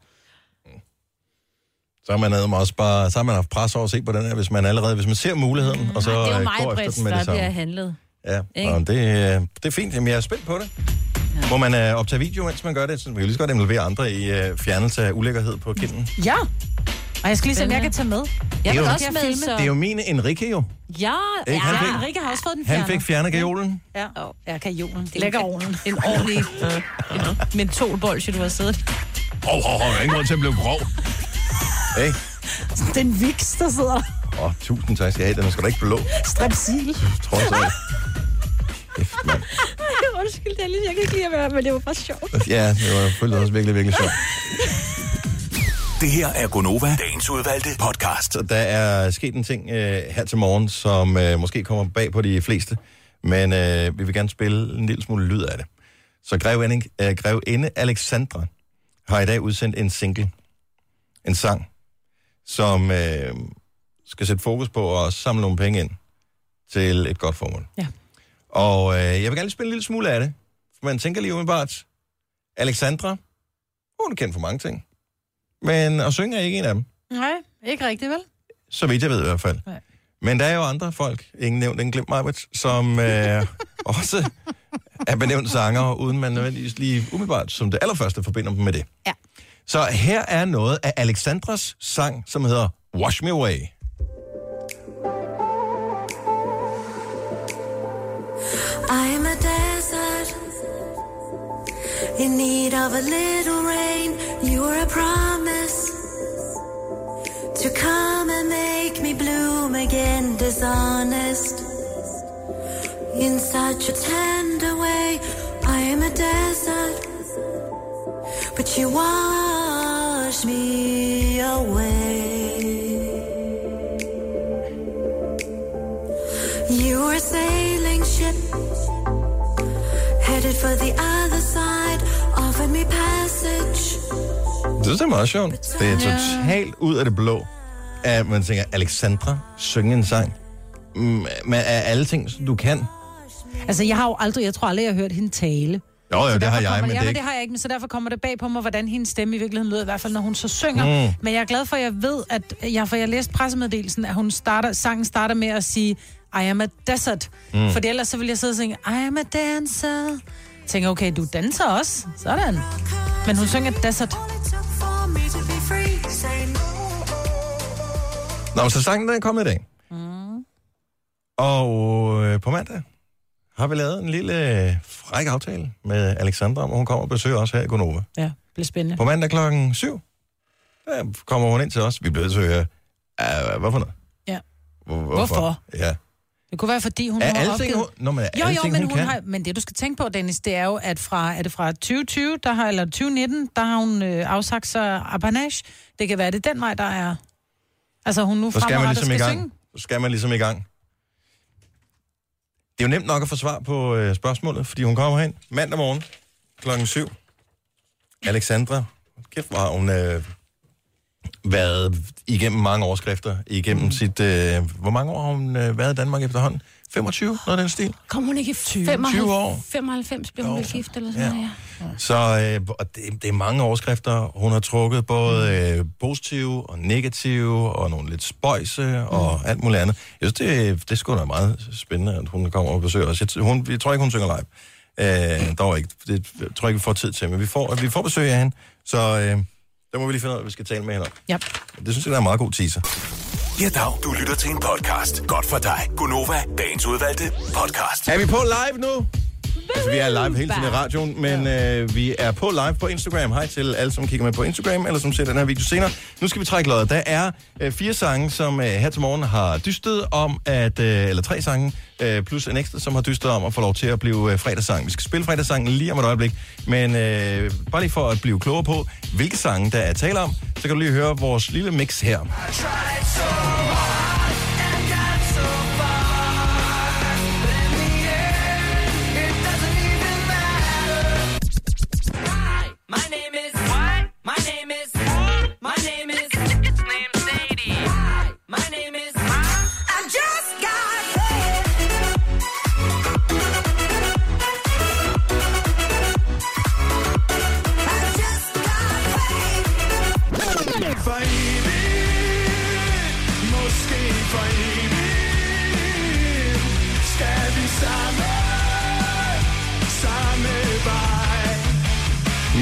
Speaker 1: Så har man adem også bare, så har man haft pres over at se på den her, hvis man allerede, hvis man ser muligheden, mm. og så
Speaker 3: Ej, det er jo
Speaker 1: øh,
Speaker 3: mig,
Speaker 1: går efter
Speaker 3: Britt,
Speaker 1: den med det
Speaker 3: der bliver
Speaker 1: samme.
Speaker 3: handlet.
Speaker 1: Ja,
Speaker 3: Ikke?
Speaker 1: og det, øh, det er fint. Jamen, jeg er spændt på det. Ja. Må man øh, optage video, mens man gør det? Så man kan jo lige så godt involvere andre i øh, fjernelse af ulækkerhed på kinden.
Speaker 2: Ja. Og jeg skal lige se, om jeg kan tage med. Jeg
Speaker 1: det, er
Speaker 2: vil
Speaker 1: jo,
Speaker 2: også med, så...
Speaker 1: det er jo min Enrique jo.
Speaker 2: Ja,
Speaker 1: Ikke? Han fik-
Speaker 2: Rikke har også fået den
Speaker 1: Han
Speaker 2: fjernet.
Speaker 1: fik fjernet gajolen.
Speaker 2: Ja, oh, ja kajolen. Lækker ovnen.
Speaker 3: En ordentlig øh, mentolbolsje, du har siddet.
Speaker 1: Åh, oh, oh, oh, ingen grund til at blive grov. Hey.
Speaker 2: Den viks, der sidder.
Speaker 1: Åh, oh, tusind tak skal jeg have. Den er sgu da ikke blå,
Speaker 2: Strepsil.
Speaker 1: tror jeg. Så.
Speaker 6: Undskyld, det er lige, jeg kan ikke lide at være, men det var bare sjovt.
Speaker 1: Ja, det var selvfølgelig også virkelig, virkelig sjovt.
Speaker 12: Det her er Gonova, dagens udvalgte podcast.
Speaker 1: Så der er sket en ting øh, her til morgen, som øh, måske kommer bag på de fleste, men øh, vi vil gerne spille en lille smule lyd af det. Så grevinde, øh, grevinde Alexandra har i dag udsendt en single, en sang, som øh, skal sætte fokus på at samle nogle penge ind til et godt formål.
Speaker 2: Ja.
Speaker 1: Og øh, jeg vil gerne lige spille en lille smule af det, for man tænker lige umiddelbart, Alexandra, hun er kendt for mange ting, men at synge er ikke en af dem.
Speaker 2: Nej, ikke rigtigt, vel?
Speaker 1: Så vidt jeg ved i hvert fald.
Speaker 2: Nej.
Speaker 1: Men der er jo andre folk, ingen nævnt, ingen glemt mig, som øh, også er benævnt sanger, uden man nødvendigvis lige umiddelbart som det allerførste forbinder dem med det.
Speaker 2: Ja.
Speaker 1: Så her er noget af Alexandras sang, som hedder Wash Me Away.
Speaker 5: I am a desert in need of a little rain. You are a promise to come and make me bloom again, dishonest. In such a tender way, I am a desert, but you wash me away. You are a sailing ship headed for the other side, offered me passage.
Speaker 1: Det synes jeg er meget sjovt. Det er totalt ud af det blå, at man tænker, Alexandra, synge en sang. Mm, Men af alle ting, som du kan.
Speaker 2: Altså, jeg har jo aldrig, jeg tror aldrig, jeg har hørt hende tale.
Speaker 1: Jo, jo,
Speaker 2: Så
Speaker 1: det har
Speaker 2: derfor
Speaker 1: jeg,
Speaker 2: kommer,
Speaker 1: men det er
Speaker 2: ja,
Speaker 1: ikke-
Speaker 2: det har jeg ikke, men så derfor kommer det bag på mig, hvordan hendes stemme i virkeligheden lyder, i hvert fald når hun så synger.
Speaker 1: Mm.
Speaker 2: Mm. Men jeg er glad for, at jeg ved, at jeg, for jeg læste pressemeddelelsen, at hun starter, sangen starter med at sige, I am a desert.
Speaker 5: Mm.
Speaker 2: Mm. For ellers så ville jeg sidde og synge, I am a dancer. Jeg tænker, okay, du danser også. Sådan. Men hun synger desert.
Speaker 5: For me to be free, say no.
Speaker 1: Nå, så sangen den er kommet i dag.
Speaker 5: Mm.
Speaker 1: Og øh, på mandag har vi lavet en lille øh, fræk aftale med Alexandra, om at hun kommer og besøger os her i Gonova.
Speaker 2: Ja, det bliver spændende.
Speaker 1: På mandag klokken 7, der kommer hun ind til os. Vi bliver nødt til at høre, "Ah, hvad for noget?
Speaker 2: Ja.
Speaker 1: Hvor-
Speaker 2: Hvorfor?
Speaker 1: Ja.
Speaker 2: Det kunne være, fordi hun
Speaker 1: Er
Speaker 2: har
Speaker 1: alle
Speaker 2: opgivet...
Speaker 1: ting, hun- Nå, men er
Speaker 2: jo,
Speaker 1: alle
Speaker 2: jo,
Speaker 1: ting,
Speaker 2: men
Speaker 1: hun
Speaker 2: hun
Speaker 1: kan?
Speaker 2: har... Men det, du skal tænke på, Dennis, det er jo, at fra, er det fra 2020, der har, eller 2019, der har hun øh, afsagt sig apanage. Det kan være, det er den vej, der er... Altså, hun nu
Speaker 1: Så skal man
Speaker 2: fremadrettet
Speaker 1: ligesom i
Speaker 2: skal
Speaker 1: gang.
Speaker 2: synge.
Speaker 1: Så skal man ligesom i gang. Det er jo nemt nok at få svar på øh, spørgsmålet, fordi hun kommer hen mandag morgen klokken 7. Alexandra, kæft hvor har hun øh, været igennem mange overskrifter, igennem mm. sit... Øh, hvor mange år har hun øh, været i Danmark efterhånden? 25, noget af den stil.
Speaker 3: Kom hun ikke i
Speaker 1: 20 år.
Speaker 3: 95 blev hun vel gift eller sådan
Speaker 1: Ja.
Speaker 3: noget, ja.
Speaker 1: Så øh, og det, det er mange overskrifter. Hun har trukket både øh, positive og negative, og nogle lidt spøjse og alt muligt andet. Jeg synes, det, det er sgu da meget spændende, at hun kommer og besøger os. Jeg, t- hun, jeg tror ikke, hun synger live. Øh, dog ikke. Det tror jeg ikke, vi får tid til. Men vi får, vi får besøg af hende, så øh, der må vi lige finde ud af, hvad vi skal tale med hende om.
Speaker 2: Ja.
Speaker 1: Det synes jeg, der er en meget god teaser.
Speaker 12: Ja, dag. Du lytter til en podcast. Godt for dig. Gonova, dagens udvalgte podcast.
Speaker 1: Er vi på live nu? Altså, vi er live hele tiden i radioen, men øh, vi er på live på Instagram. Hej til alle, som kigger med på Instagram, eller som ser den her video senere. Nu skal vi trække lodder. Der er øh, fire sange, som øh, her til morgen har dystet om, at øh, eller tre sange, øh, plus en ekstra, som har dystet om at få lov til at blive øh, fredagssang. Vi skal spille fredagssangen lige om et øjeblik, men øh, bare lige for at blive klogere på, hvilke sange der er tale om, så kan du lige høre vores lille mix her.
Speaker 4: My name is what? My name is My name is It's name Sadie. My name is I just got paid. I just got paid. For evigt, måske for evigt, skal vi samme, samme vej.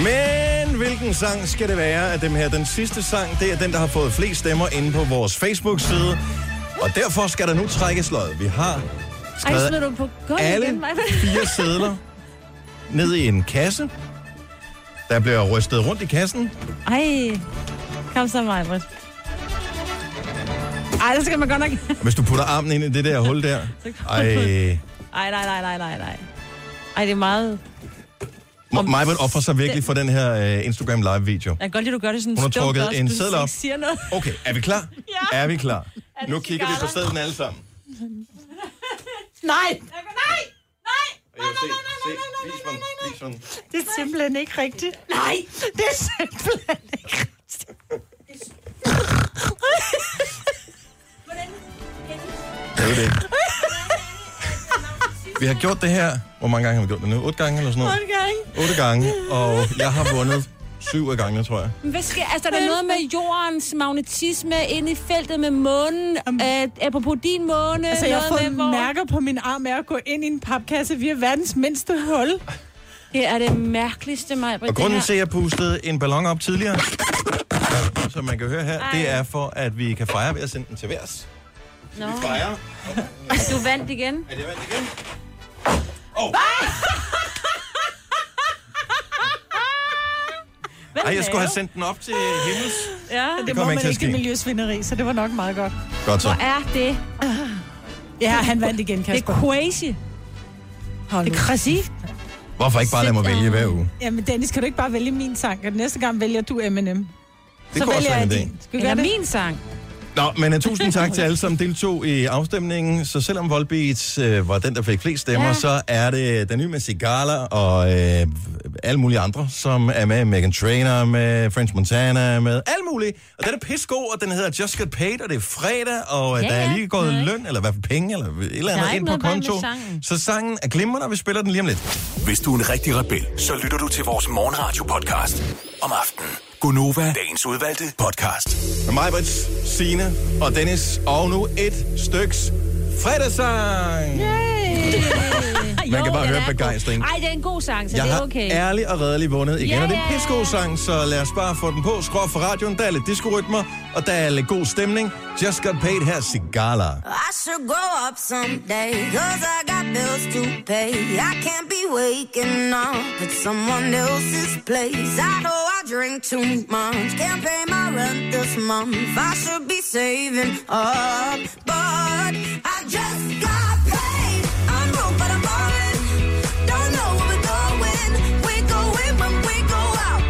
Speaker 1: Men hvilken sang skal det være af dem her? Den sidste sang, det er den, der har fået flest stemmer inde på vores Facebook-side. Og derfor skal der nu trækkes lod. Vi har
Speaker 3: Ej,
Speaker 1: skrevet
Speaker 3: smider du på gulvet
Speaker 1: alle
Speaker 3: igen, Maja?
Speaker 1: fire sædler ned i en kasse. Der bliver rystet rundt i kassen.
Speaker 3: Ej, kom så, Majbrit. Ej, der skal man godt nok...
Speaker 1: Hvis du putter armen ind i det der hul der. Ej,
Speaker 3: Ej, nej, nej, nej, nej, nej. Ej, det er meget...
Speaker 1: mig vil ofre sig virkelig for den her øh, Instagram live-video.
Speaker 3: Jeg kan godt lide, du gør det sådan
Speaker 1: Hun har
Speaker 3: dumt
Speaker 1: trukket
Speaker 3: også,
Speaker 1: en
Speaker 3: du
Speaker 1: seddel
Speaker 3: ikke
Speaker 1: op.
Speaker 3: siger noget.
Speaker 1: Okay, er vi klar?
Speaker 3: Ja.
Speaker 1: Er vi klar? Nu kigger vi på
Speaker 3: cigaretter?
Speaker 1: sædlen alle sammen.
Speaker 2: Nej!
Speaker 4: Nej!
Speaker 1: Nej,
Speaker 4: Nej!
Speaker 1: nej, nej, nej, nej, nej, nej, nej, nej.
Speaker 2: Det er simpelthen ikke rigtigt. Nej! Det er simpelthen ikke rigtigt.
Speaker 1: Det er jo det. Vi har gjort det her. Hvor mange gange har vi gjort det nu? Otte gange eller sådan noget?
Speaker 3: gange.
Speaker 1: Otte gange, og jeg har vundet syv af gangene, tror jeg.
Speaker 3: Men Hvad sker? Altså, der er noget med jordens magnetisme ind i feltet med månen. Øh, apropos din måne.
Speaker 2: Altså, jeg har
Speaker 3: noget
Speaker 2: fået
Speaker 3: med, hvor...
Speaker 2: mærker på min arm af at gå ind i en papkasse via verdens mindste hul.
Speaker 3: Det er det mærkeligste, mig.
Speaker 1: Og grunden til, at jeg pustede en ballon op tidligere, som man kan høre her, det er for, at vi kan fejre ved at sende den til værs.
Speaker 3: Nå.
Speaker 1: Vi fejrer.
Speaker 3: Du vandt igen.
Speaker 1: Er det vandt igen?
Speaker 3: Oh.
Speaker 1: Ej, jeg skulle have sendt den op til himmels.
Speaker 3: Ja,
Speaker 2: det,
Speaker 1: Det
Speaker 2: det
Speaker 1: kommer
Speaker 2: må man
Speaker 1: ikke til at
Speaker 2: ikke i
Speaker 1: ske.
Speaker 2: miljøsvinderi, så det var nok meget godt.
Speaker 1: Godt så.
Speaker 3: er det?
Speaker 2: Ja, han vandt igen, Kasper.
Speaker 3: Det er crazy.
Speaker 2: Hold det er
Speaker 3: crazy.
Speaker 1: Hvorfor ikke bare lade mig vælge hver uge?
Speaker 2: Jamen, Dennis, kan du ikke bare vælge min sang? Og næste gang vælger du Eminem.
Speaker 1: Det kunne også være en idé.
Speaker 2: Skal vi gøre det? min
Speaker 3: sang.
Speaker 1: Nå, men uh, tusind tak til alle, som deltog i afstemningen. Så selvom Volbeat uh, var den, der fik flest stemmer, ja.
Speaker 12: Ja.
Speaker 1: så er det den nye med Sigala og uh, alle mulige andre, som er med. Megan Trainor med, French Montana er med, alle mulige. Og den er pissegod, og den hedder Just Got Paid, og det er fredag, og uh,
Speaker 12: Ja,
Speaker 1: der er
Speaker 12: ja.
Speaker 1: lige gået
Speaker 12: Nej.
Speaker 1: løn, eller i hvert fald penge, eller et eller
Speaker 12: Der er
Speaker 1: andet
Speaker 12: ikke
Speaker 1: ind på
Speaker 12: noget galt med
Speaker 1: konto.
Speaker 12: sangen.
Speaker 1: Så sangen er glimrende, og vi spiller den lige om lidt.
Speaker 12: Hvis du er en rigtig rebel, så lytter du til vores morgenradio-podcast om aftenen. Gunova, dagens udvalgte podcast.
Speaker 1: Med mig, Brits, Signe og Dennis, og nu et styks fredagssang!
Speaker 3: Yay!
Speaker 1: Man kan bare
Speaker 3: den
Speaker 1: høre
Speaker 3: er god.
Speaker 1: begejstring.
Speaker 3: Ej, det er en god sang, så
Speaker 1: jeg
Speaker 3: det er
Speaker 1: har
Speaker 3: okay.
Speaker 1: ærligt og redeligt vundet igen,
Speaker 3: Ja,
Speaker 1: og det er
Speaker 3: ja.
Speaker 1: en pissegod sang, så lad os bare få den på. Skru op for radioen, der er lidt diskorytmer, og der er lidt god stemning. Just Got Paid her, Sigala.
Speaker 13: I should grow up someday, cause I got bills to pay. I can't be waking up at someone else's place. I know I drink too much, can't pay my rent this month. I should be saving up, but I just got paid. I'm broke, but I'm balling. Don't know where we're going. We're going when we go out.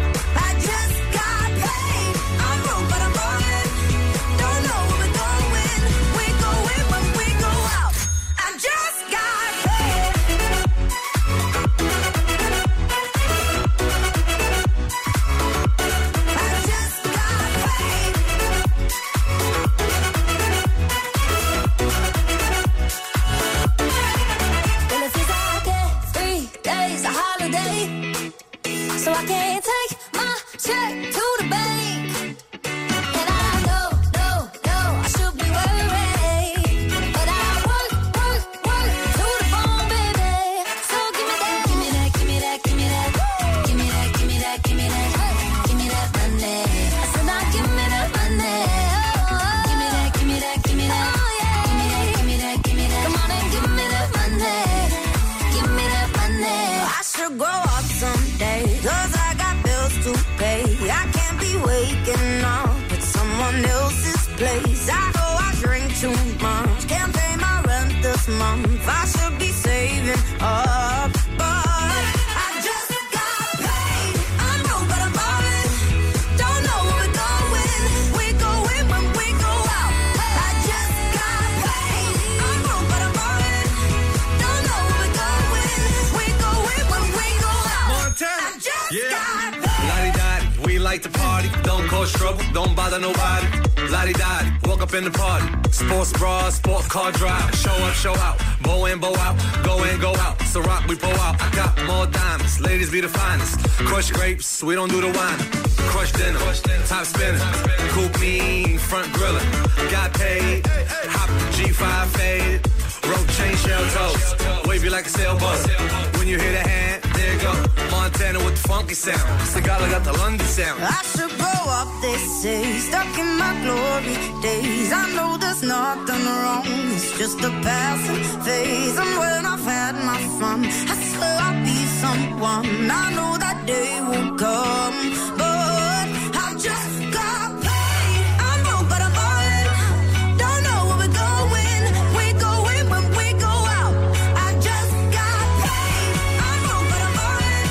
Speaker 13: I just got paid. I'm broke, but I'm balling. Don't know where we're going. We're going when we go out. I just got paid. I just got paid. Well, it feels like every day's a holiday. So I can't take my check to the bank. And I know, know, know I should be worried. But I work, work, work to the bone, baby. So give me that, give me that, give me that, give me that. Give me that, give me that, give me that. Give me that money. I said, now give me that money. Oh, oh. Give me that, give me that, give me that. Oh, yeah. Give me that, give me that, give me that. Come on and give me that money. Give me that money.
Speaker 14: like to party. Don't cause trouble, don't bother nobody. Lottie dottie, walk up in the party. Sports bra, sports car drive. Show up, show out. Bow in, bow out. Go in, go out. So rock, we pull out. I got more diamonds. Ladies be the finest. Crush grapes, we don't do the wine. Crush dinner, top spinner. Coop mean, front griller. Got paid. Hop the G5 fade. Rope chain shell toes. Wavy like a sailboat. When you hear the hand, there you go. Montana with the funky sound. Cigala got the London sound.
Speaker 13: I should grow up, they say. Stuck in my glory days. I know there's nothing wrong. It's just a passing phase. And when I've had my fun, I swear I'll be someone. I know that day will come. But I just got paid. I'm broke, but I'm ballin'. Don't know where we're going. We're going when we go out. I just got paid. I'm broke, but I'm ballin'.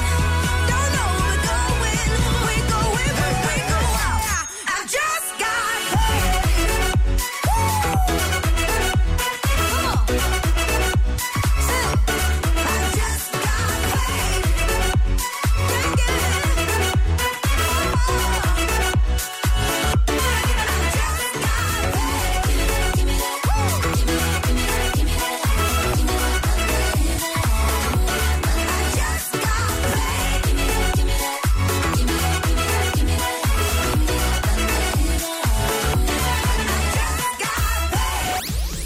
Speaker 13: Don't know where we're going. We're going when we go out. I just got paid.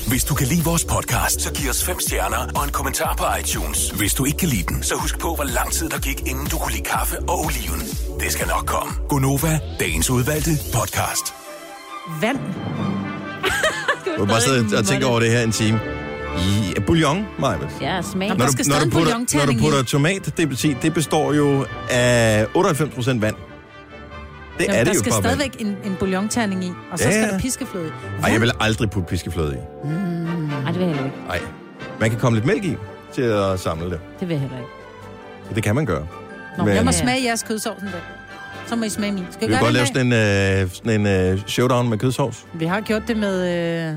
Speaker 12: Hvis du kan lide vores podcast, så giv os fem stjerner og en kommentar på iTunes. Hvis du ikke kan lide den, så husk på, hvor lang tid der gik, inden du kunne lide kaffe og oliven. Det skal nok komme.
Speaker 1: Gonova,
Speaker 12: Dagens udvalgte podcast.
Speaker 2: Vand.
Speaker 1: Du kan bare sidde og tænke over det her en time. I bouillon, Maja.
Speaker 3: Ja, smag.
Speaker 1: Når du, når, du putter, når du putter tomat, det, betyder, det består jo af 98% vand. Det er
Speaker 2: der
Speaker 1: det jo
Speaker 2: skal
Speaker 1: for vand.
Speaker 2: stadigvæk en, en bouillonterning i, og så
Speaker 1: Ja,
Speaker 2: ja. skal
Speaker 1: ja.
Speaker 2: der piskefløde i.
Speaker 1: Ej, jeg vil aldrig putte piskefløde i.
Speaker 3: Mm. Ej, det vil jeg heller ikke.
Speaker 1: Nej. Man kan komme lidt mælk i til at samle det.
Speaker 3: Det vil jeg heller ikke.
Speaker 1: Så det kan man gøre.
Speaker 2: Nå, jeg må smage jeres kødsovsen der. Så må I smage min. Skal
Speaker 1: vi
Speaker 2: vi
Speaker 1: kan
Speaker 2: gøre
Speaker 1: godt
Speaker 2: det
Speaker 1: lave
Speaker 2: med?
Speaker 1: sådan en, øh, sådan en øh, showdown med kødsovs.
Speaker 2: Vi har gjort det med øh,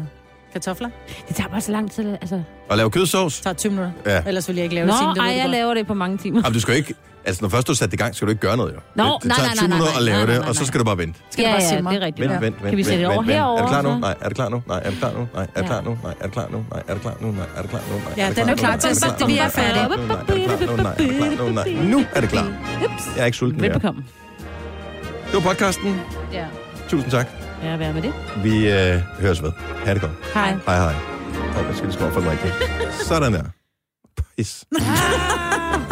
Speaker 2: kartofler. Det tager bare så lang tid, altså. Det
Speaker 1: Og lave kødsovs?
Speaker 2: tager 20 minutter.
Speaker 1: Ja.
Speaker 2: Ellers vil jeg ikke lave
Speaker 3: Nå,
Speaker 2: det siden, det
Speaker 3: ej,
Speaker 2: ved du
Speaker 3: jeg
Speaker 2: godt.
Speaker 3: laver det på mange timer.
Speaker 1: Jamen, du skal jo ikke... Altså, når først du er sat i gang, skal du ikke gøre noget, jo.
Speaker 3: Nå,
Speaker 1: det, det
Speaker 3: nej,
Speaker 1: tager
Speaker 3: nej,
Speaker 1: 20
Speaker 3: nej, nej,
Speaker 1: minutter at
Speaker 3: nej,
Speaker 1: lave
Speaker 3: nej,
Speaker 1: det,
Speaker 3: nej,
Speaker 1: og så
Speaker 3: nej.
Speaker 1: skal du bare vente.
Speaker 3: Skal det Ja, bare ja, simre? det er rigtigt.
Speaker 1: Vent,
Speaker 3: Ja.
Speaker 1: vent, vent,
Speaker 3: Kan vi sætte det
Speaker 1: vent,
Speaker 3: over
Speaker 1: vent, vent. Er
Speaker 3: herover,
Speaker 1: det klar nu?
Speaker 3: så?
Speaker 1: Nej, er det klar nu? Nej, er det klar nu? Nej, er det
Speaker 3: Ja.
Speaker 1: klar nu? Nej, er det klar nu? Nej, er det klar nu? Nej, er det klar nu? Nej,
Speaker 2: Ja, den er
Speaker 1: nu?
Speaker 2: klar
Speaker 1: Nej,
Speaker 2: til at
Speaker 1: det
Speaker 2: sætte
Speaker 1: klar
Speaker 2: det, vi
Speaker 1: nu?
Speaker 2: er
Speaker 1: Nej,
Speaker 2: færdige.
Speaker 1: er det klar nu? Nej, er det klar nu? Nej, er det klar nu? Nej. Nu er det klar. Jeg er ikke sulten mere.
Speaker 3: Velbekomme.
Speaker 1: Det var podcasten.
Speaker 3: Ja.
Speaker 1: Tusind tak.
Speaker 3: Ja, vær med det.
Speaker 1: Vi øh, høres ved. Ha' det godt.
Speaker 3: Hej.
Speaker 1: Hej, hej. Og jeg skal lige skrue op for den rigtige. Sådan der. Pis.